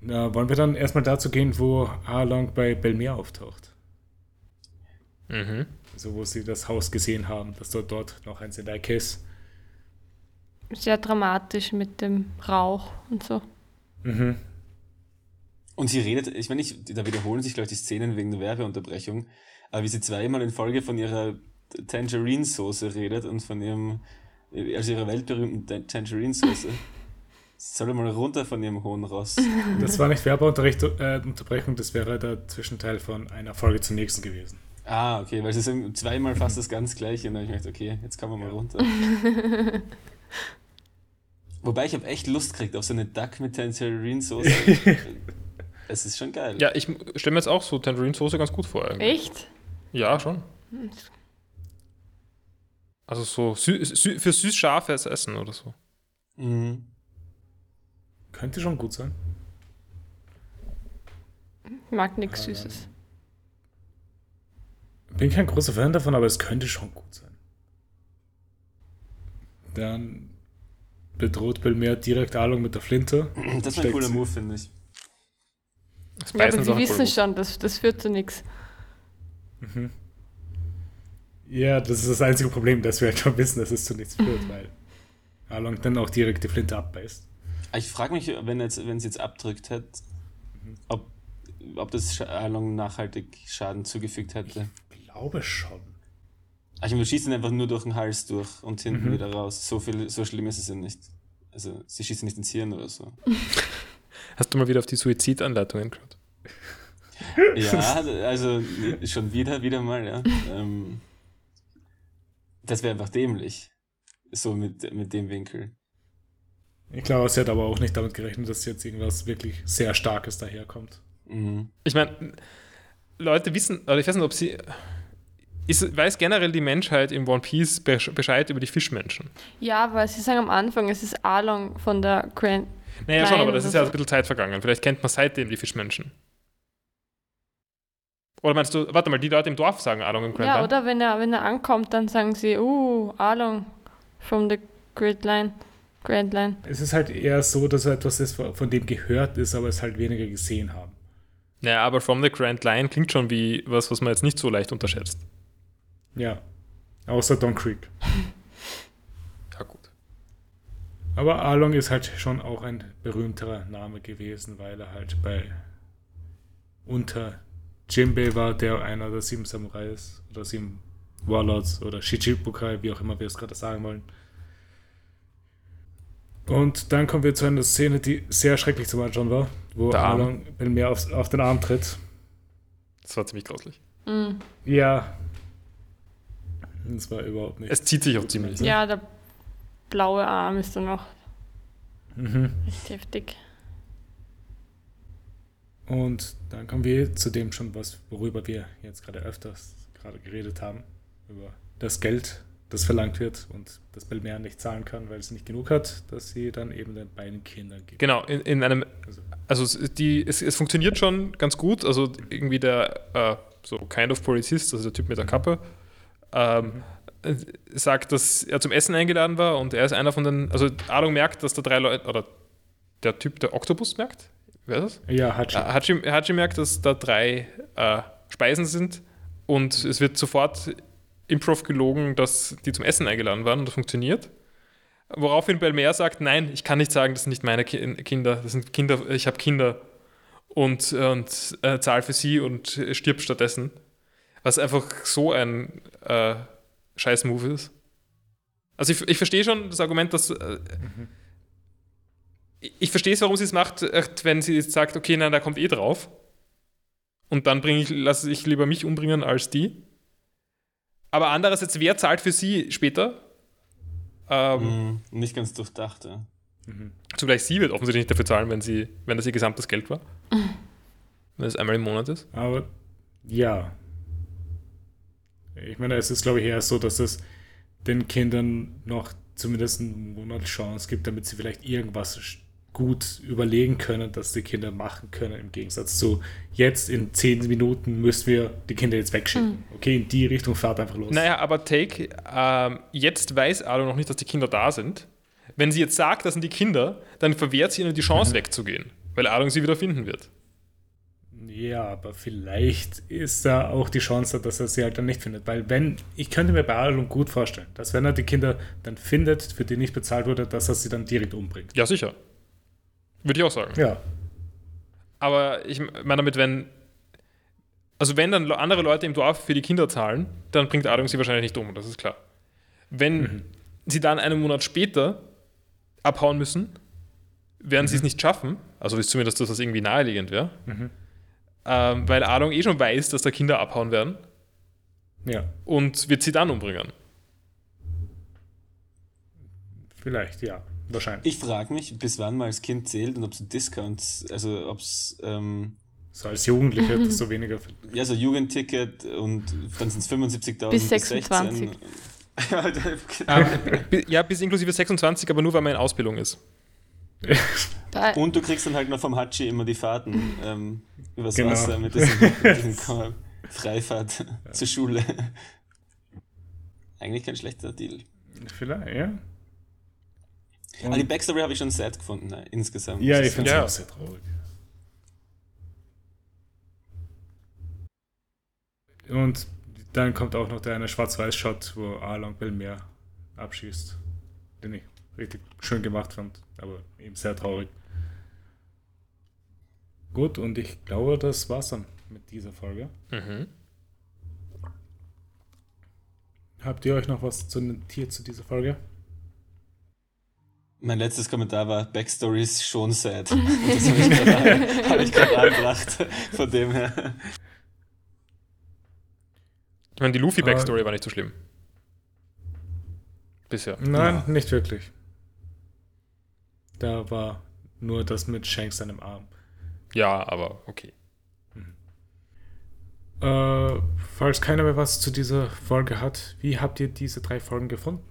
Na, wollen wir dann erstmal dazu gehen, wo Arlong bei Belmere auftaucht? mhm. Also wo sie das Haus gesehen haben, dass dort, dort noch eins in der Ecke ist. Sehr dramatisch mit dem Rauch und so. Mhm. Und sie redet, ich meine, ich, da wiederholen sich, glaube ich, die Szenen wegen der Werbeunterbrechung, aber wie sie zweimal in Folge von ihrer Tangerine-Soße redet und von ihrem, also ihrer weltberühmten Ta- Tangerine-Soße. Sie soll mal runter von ihrem hohen Ross. Das war nicht Werbeunterricht- äh, Unterbrechung, das wäre der Zwischenteil von einer Folge zum nächsten gewesen. Ah, okay, weil sie sagen zweimal fast das ganz gleiche und dann hab ich gedacht, okay, jetzt kommen wir mal runter. Wobei ich habe echt Lust gekriegt auf so eine Duck mit Tangerine-Soße. es ist schon geil. ja, ich stelle mir jetzt auch so Tangerine-Soße ganz gut vor. Eigentlich. Echt? Ja, schon. Also so sü sü für süß-scharfes Essen oder so. Mhm. Könnte schon gut sein. Ich mag nichts Ähm, Süßes. Bin kein großer Fan davon, aber es könnte schon gut sein. Dann bedroht Belmer direkt Alung mit der Flinte. Das war ein Steckt cooler sie. Move, finde ich. Das Ja, aber Beißen ist auch sie ein wissen Pulver. schon, das, das führt zu nichts. Ja, das ist das einzige Problem, dass wir halt schon wissen, dass es zu nichts führt, weil Along dann auch direkt die Flinte abbeißt. Ah, Ich frage mich, wenn es jetzt, wenn's jetzt abdrückt hat, ob, ob das Scha- Along nachhaltig Schaden zugefügt hätte. Ah, Glaube schon. Ich meine, du schießt ihn einfach nur durch den Hals durch und hinten Mhm. wieder raus. So, viel, so schlimm ist es ja nicht. Also, sie schießt ihn nicht ins Hirn oder so. Hast du mal wieder auf die Suizidanleitungen gehört? Ja, also nee, schon wieder, wieder mal, ja. Ähm, das wäre einfach dämlich. So mit, mit dem Winkel. Ich glaube, sie hat aber auch nicht damit gerechnet, dass jetzt irgendwas wirklich sehr Starkes daherkommt. Mhm. Ich meine, Leute wissen, oder ich weiß nicht, ob sie. Ist, weiß generell die Menschheit in One Piece besch- Bescheid über die Fischmenschen? Ja, aber sie sagen am Anfang, es ist Along von der Grand. Naja, Nein, schon, aber das das ist ja ist- ein bisschen Zeit vergangen. Vielleicht kennt man seitdem die Fischmenschen. Oder meinst du, warte mal, die Leute im Dorf sagen Ahnung im Grand Ja, Line? oder wenn er, wenn er ankommt, dann sagen sie, uh, Along from the Great Line. Grand Line. Es ist halt eher so, dass er etwas ist, von dem gehört ist, aber es halt weniger gesehen haben. Naja, aber From the Grand Line klingt schon wie was, was man jetzt nicht so leicht unterschätzt. Ja. Außer Don Creek. Ja, gut. Aber Arlong ist halt schon auch ein berühmterer Name gewesen, weil er halt bei unter Jinbei war, der einer der sieben Samurais oder sieben Warlords oder Shichibukai, wie auch immer wir es gerade sagen wollen. Und dann kommen wir zu einer Szene, die sehr schrecklich zum Anschauen war, wo Der Arm. Arlong mit mir aufs, auf den Arm tritt. Das war ziemlich grauslich. Ja. Das war überhaupt nicht. Es zieht sich auch ziemlich. ne? Ja, der blaue Arm ist dann auch recht heftig. Und dann kommen wir zu dem schon, was, worüber wir jetzt gerade öfters gerade geredet haben, über das Geld, das verlangt wird und das Belmer nicht zahlen kann, weil es nicht genug hat, dass sie dann eben den beiden Kindern gibt. Genau, in, in einem, Also- also es- die, es, es funktioniert schon ganz gut. Also irgendwie der äh, so kind of Polizist, also der Typ mit der Kappe, ähm, äh, sagt, dass er zum Essen eingeladen war und er ist einer von den, also Ahnung merkt, dass da drei Leute, oder der Typ, der Oktopus merkt, wer ist Ja, hat das? Äh, Hachi, Hachi merkt, dass da drei äh, Speisen sind und es wird sofort improv gelogen, dass die zum Essen eingeladen waren und das funktioniert. Woraufhin Belmer sagt, nein, ich kann nicht sagen, das sind nicht meine Ki Kinder, das sind Kinder, ich habe Kinder und, und äh, zahl für sie und äh, stirb stattdessen. Was einfach so ein äh, scheiß Move ist. Also ich, ich verstehe schon das Argument, dass äh, ich, ich verstehe es, warum sie es macht, äh, wenn sie jetzt sagt, okay, nein, da kommt eh drauf. Und dann bringe ich, lasse ich lieber mich umbringen als die. Aber andererseits, wer zahlt für sie später? Ähm, Mhm, nicht ganz durchdacht, ja. Mhm. Zugleich sie wird offensichtlich nicht dafür zahlen, wenn, sie, wenn das ihr gesamtes Geld war. Wenn es einmal im Monat ist. Aber ja. Ich meine, es ist, glaube ich, eher so, dass es den Kindern noch zumindest einen Monat Chance gibt, damit sie vielleicht irgendwas sch- gut überlegen können, dass die Kinder machen können, im Gegensatz zu jetzt in zehn Minuten müssen wir die Kinder jetzt wegschicken. Okay, in die Richtung fahrt einfach los. Naja, aber Take, ähm, jetzt weiß Ado noch nicht, dass die Kinder da sind. Wenn sie jetzt sagt, das sind die Kinder, dann verwehrt sie ihnen die Chance wegzugehen, weil Ado sie wieder finden wird. Ja, aber vielleicht ist da auch die Chance, dass er sie halt dann nicht findet. Weil wenn, ich könnte mir bei Alon gut vorstellen, dass wenn er die Kinder dann findet, für die nicht bezahlt wurde, dass er sie dann direkt umbringt. Ja, sicher. Würde ich auch sagen. Ja, Aber ich meine damit, wenn. Also, wenn dann andere Leute im Dorf für die Kinder zahlen, dann bringt Adam sie wahrscheinlich nicht um, das ist klar. Wenn sie dann einen Monat später abhauen müssen, werden sie es nicht schaffen. Also, ist zumindest das, was irgendwie naheliegend wäre. Ähm, weil Adam eh schon weiß, dass da Kinder abhauen werden ja. und wird sie dann umbringen. Vielleicht, ja. Wahrscheinlich. Ich frage mich, bis wann man als Kind zählt und ob so Discounts, also ob es, ähm, So als Jugendlicher, desto weniger. ver- (laughs) ja, so Jugendticket und dann sind es 75.000 Bis 26. 16. (laughs) Ja, halt da- (laughs) Bi- ja, bis inklusive 26, aber nur weil man in Ausbildung ist. Da, und du kriegst dann halt noch vom Hatschi immer die Fahrten ähm, übers Genau. Wasser mit diesem, mit diesem Korb. (laughs) Freifahrt (laughs) zur Schule. Eigentlich kein schlechter Deal. Vielleicht, ja. Aber Ah, die Backstory habe ich schon sad gefunden, ne, insgesamt. Ja, Das ich ist- finde es Ja. auch sehr traurig. Und dann kommt auch noch der eine Schwarz-Weiß-Shot, wo Along Belmer abschießt. Den ich richtig schön gemacht fand, aber eben sehr traurig. Gut, und ich glaube, das war's dann mit dieser Folge. Habt ihr euch noch was zu notiert zu dieser Folge? Mein letztes Kommentar war Backstory ist schon sad. Und Das habe ich gerade hab ich gerade angebracht. Von dem her. Ich meine, die Luffy-Backstory war nicht so schlimm. Bisher. Nein, nicht wirklich. Da war nur das mit Shanks an dem Arm. Ja, aber okay. Äh, falls keiner mehr was zu dieser Folge hat, wie habt ihr diese drei Folgen gefunden?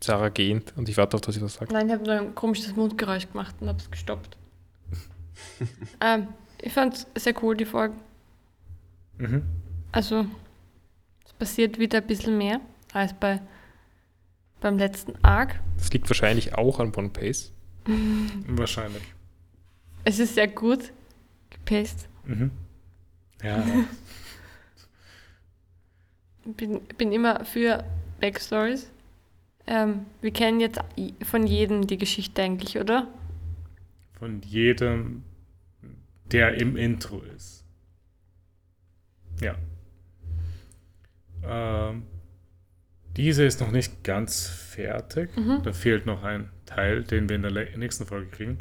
Sarah gähnt und ich warte auf, dass sie was sagt. Nein, ich habe nur ein komisches Mundgeräusch gemacht und habe es gestoppt. ähm, ich fand es sehr cool, die Folgen. Mhm. Also, es passiert wieder ein bisschen mehr als bei, beim letzten Arc. Das liegt wahrscheinlich auch an One Piece. Wahrscheinlich. Es ist sehr gut gepaced. Mhm. Ja, bin, bin immer für Backstories. Ähm, wir kennen jetzt i- von jedem die Geschichte eigentlich, oder? von jedem, der im Intro ist. Ja. Ähm, diese ist noch nicht ganz fertig. Da fehlt noch ein Teil, den wir in der le- nächsten Folge kriegen.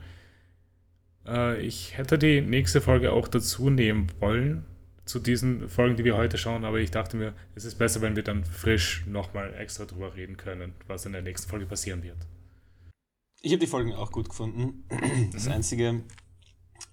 Äh, ich hätte die nächste Folge auch dazu nehmen wollen, zu diesen Folgen, die wir heute schauen, aber ich dachte mir, es ist besser, wenn wir dann frisch nochmal extra drüber reden können, was in der nächsten Folge passieren wird. Ich habe die Folgen auch gut gefunden. Das Einzige,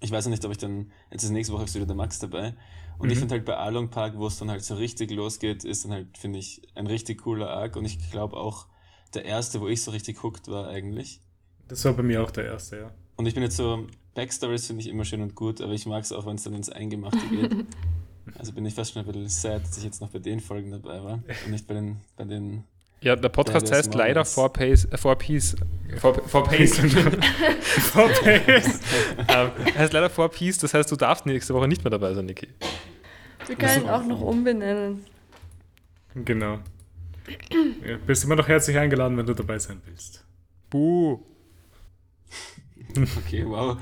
ich weiß ja nicht, ob ich dann, jetzt ist nächste Woche ist wieder der Max dabei. Und ich Mhm. finde halt bei Along Park, wo es dann halt so richtig losgeht, ist dann halt, finde ich, ein richtig cooler Arc. Und ich glaube auch, der erste, wo ich so richtig hooked war eigentlich. Das war bei mir auch der erste, ja. Und ich bin jetzt so, Backstories finde ich immer schön und gut, aber ich mag es auch, wenn es dann ins Eingemachte geht. Also bin ich fast schon ein bisschen sad, dass ich jetzt noch bei den Folgen dabei war und nicht bei den, bei den Ja, der Podcast Ja, das heißt machen wir leider jetzt. 4 Pace, äh, 4 Piece, 4 4 (laughs) (laughs) Pace, (laughs) Okay. ähm, heißt leider 4 Piece, das heißt, du darfst nächste Woche nicht mehr dabei sein, Niki. Wir können auch noch umbenennen. Genau. Ja, bist immer noch herzlich eingeladen, wenn du dabei sein willst. Buh. Okay, wow.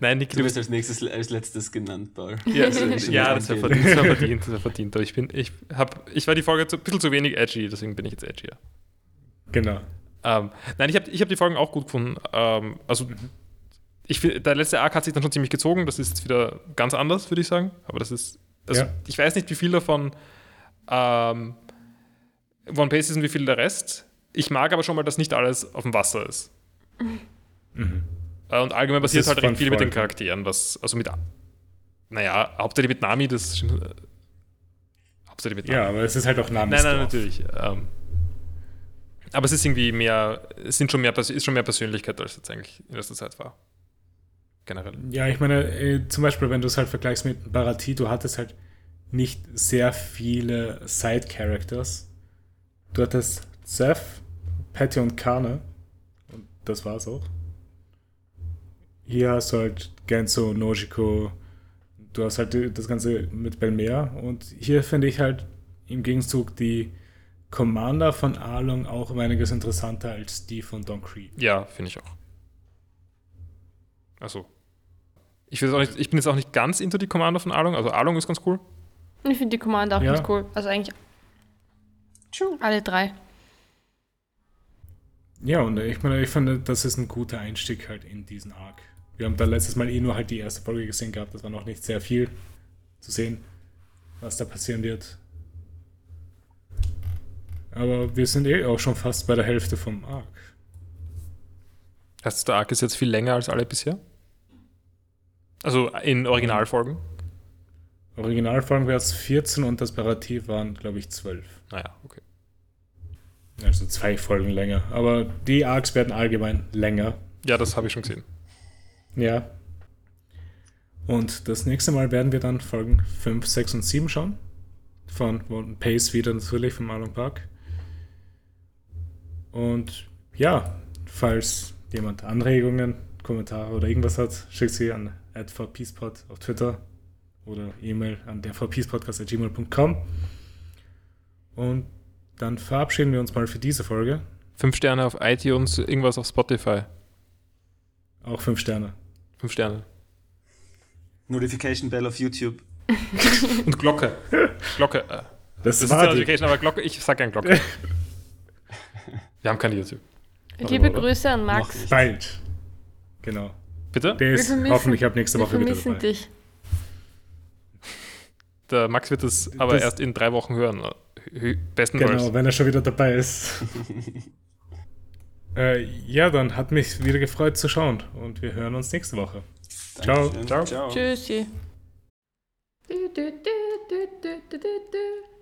Nein, Niki, Du du wirst als nächstes, als letztes genannt, Paul. Ja, Das ist (laughs) schon ja was das war angeht. verdient, das war verdient, (laughs) das war verdient. Aber ich bin, ich hab, ich war die Folge zu, ein bisschen zu wenig edgy, deswegen bin ich jetzt edgier. Genau. Ähm, nein, ich habe ich hab die Folgen auch gut gefunden. Ähm, also, ich find, der letzte Arc hat sich dann schon ziemlich gezogen. Das ist jetzt wieder ganz anders, würde ich sagen. Aber das ist, also, Ja. ich weiß nicht, wie viel davon ähm, One Piece ist und wie viel der Rest. Ich mag aber schon mal, dass nicht alles auf dem Wasser (laughs) ist. Äh, Und allgemein passiert Mhm. ist halt von recht viel mit den Folgen. Charakteren, was, also mit, naja, hauptsächlich mit Nami, das stimmt. äh, Hauptsächlich mit Nami. Ja, aber es ist halt auch Nein, namensdorf. nein, natürlich. Ähm, aber es ist irgendwie mehr, es sind schon mehr, Pers- ist schon mehr Persönlichkeit, als es jetzt eigentlich in letzter Zeit war. Generell. Ja, ich meine, äh, zum Beispiel, wenn du es halt vergleichst mit Barati, du hattest halt nicht sehr viele Side-Characters. Du hattest Seth, Patty und Kane. Und das war's auch. Hier hast du halt Genso, Nojiko. Du hast halt äh, das Ganze mit Belmea. Und hier finde ich halt im Gegenzug die Commander von Arlong auch um einiges interessanter als die von Don Creed. Ja, finde ich auch. Also, ich, weiß auch nicht, ich bin jetzt auch nicht ganz into die Commander von Arlong. Also, Arlong ist ganz cool. Ich finde die Commander auch Ja. ganz cool. Also eigentlich alle drei. Ja, und ich meine, ich fand, das ist ein guter Einstieg halt in diesen Arc. Wir haben da letztes Mal eh nur halt die erste Folge gesehen gehabt, das war noch nicht sehr viel zu sehen, was da passieren wird. Aber wir sind eh auch schon fast bei der Hälfte vom Arc. Heißt, der Arc ist jetzt viel länger als alle bisher? Also, in Originalfolgen? Originalfolgen wäre es 14 und das Parativ waren, glaube ich, 12. Naja, Ah okay. Also zwei Folgen länger. Aber die Arcs werden allgemein länger. Ja, das habe ich schon gesehen. Ja. Und das nächste Mal werden wir dann Folgen 5, 6 und 7 schauen. Von One Pace wieder natürlich, vom Marlon Park. Und ja, falls jemand Anregungen, Kommentare oder irgendwas hat, schickt sie an @vpspod auf Twitter oder E-Mail an der vpspodcast.gmail.com. Und dann verabschieden wir uns mal für diese Folge. Fünf Sterne auf iTunes, irgendwas auf Spotify. Auch 5 Sterne. Fünf Sterne. Notification Bell auf YouTube. Und Glocke. Glocke. Äh. Das, Das ist war eine die Notification, aber Glocke, ich sag gern Glocke. Wir haben keine YouTube. Liebe oder? Grüße an Noch Max. nicht. Bald. Genau. Bitte? Der Wir ist vermissen- hoffentlich ab nächster Woche wir wieder vermissen dabei. dich. Der Max wird das aber Das- erst in drei Wochen hören. äh, Hö- Bestenfalls. Genau, wenn er schon wieder dabei (laughs) ist. äh, ja, dann hat mich wieder gefreut zu schauen und wir hören uns nächste Woche. Ciao. Dankeschön. Ciao. Ciao. Tschüssi. Du, du, du, du, du, du, du, du.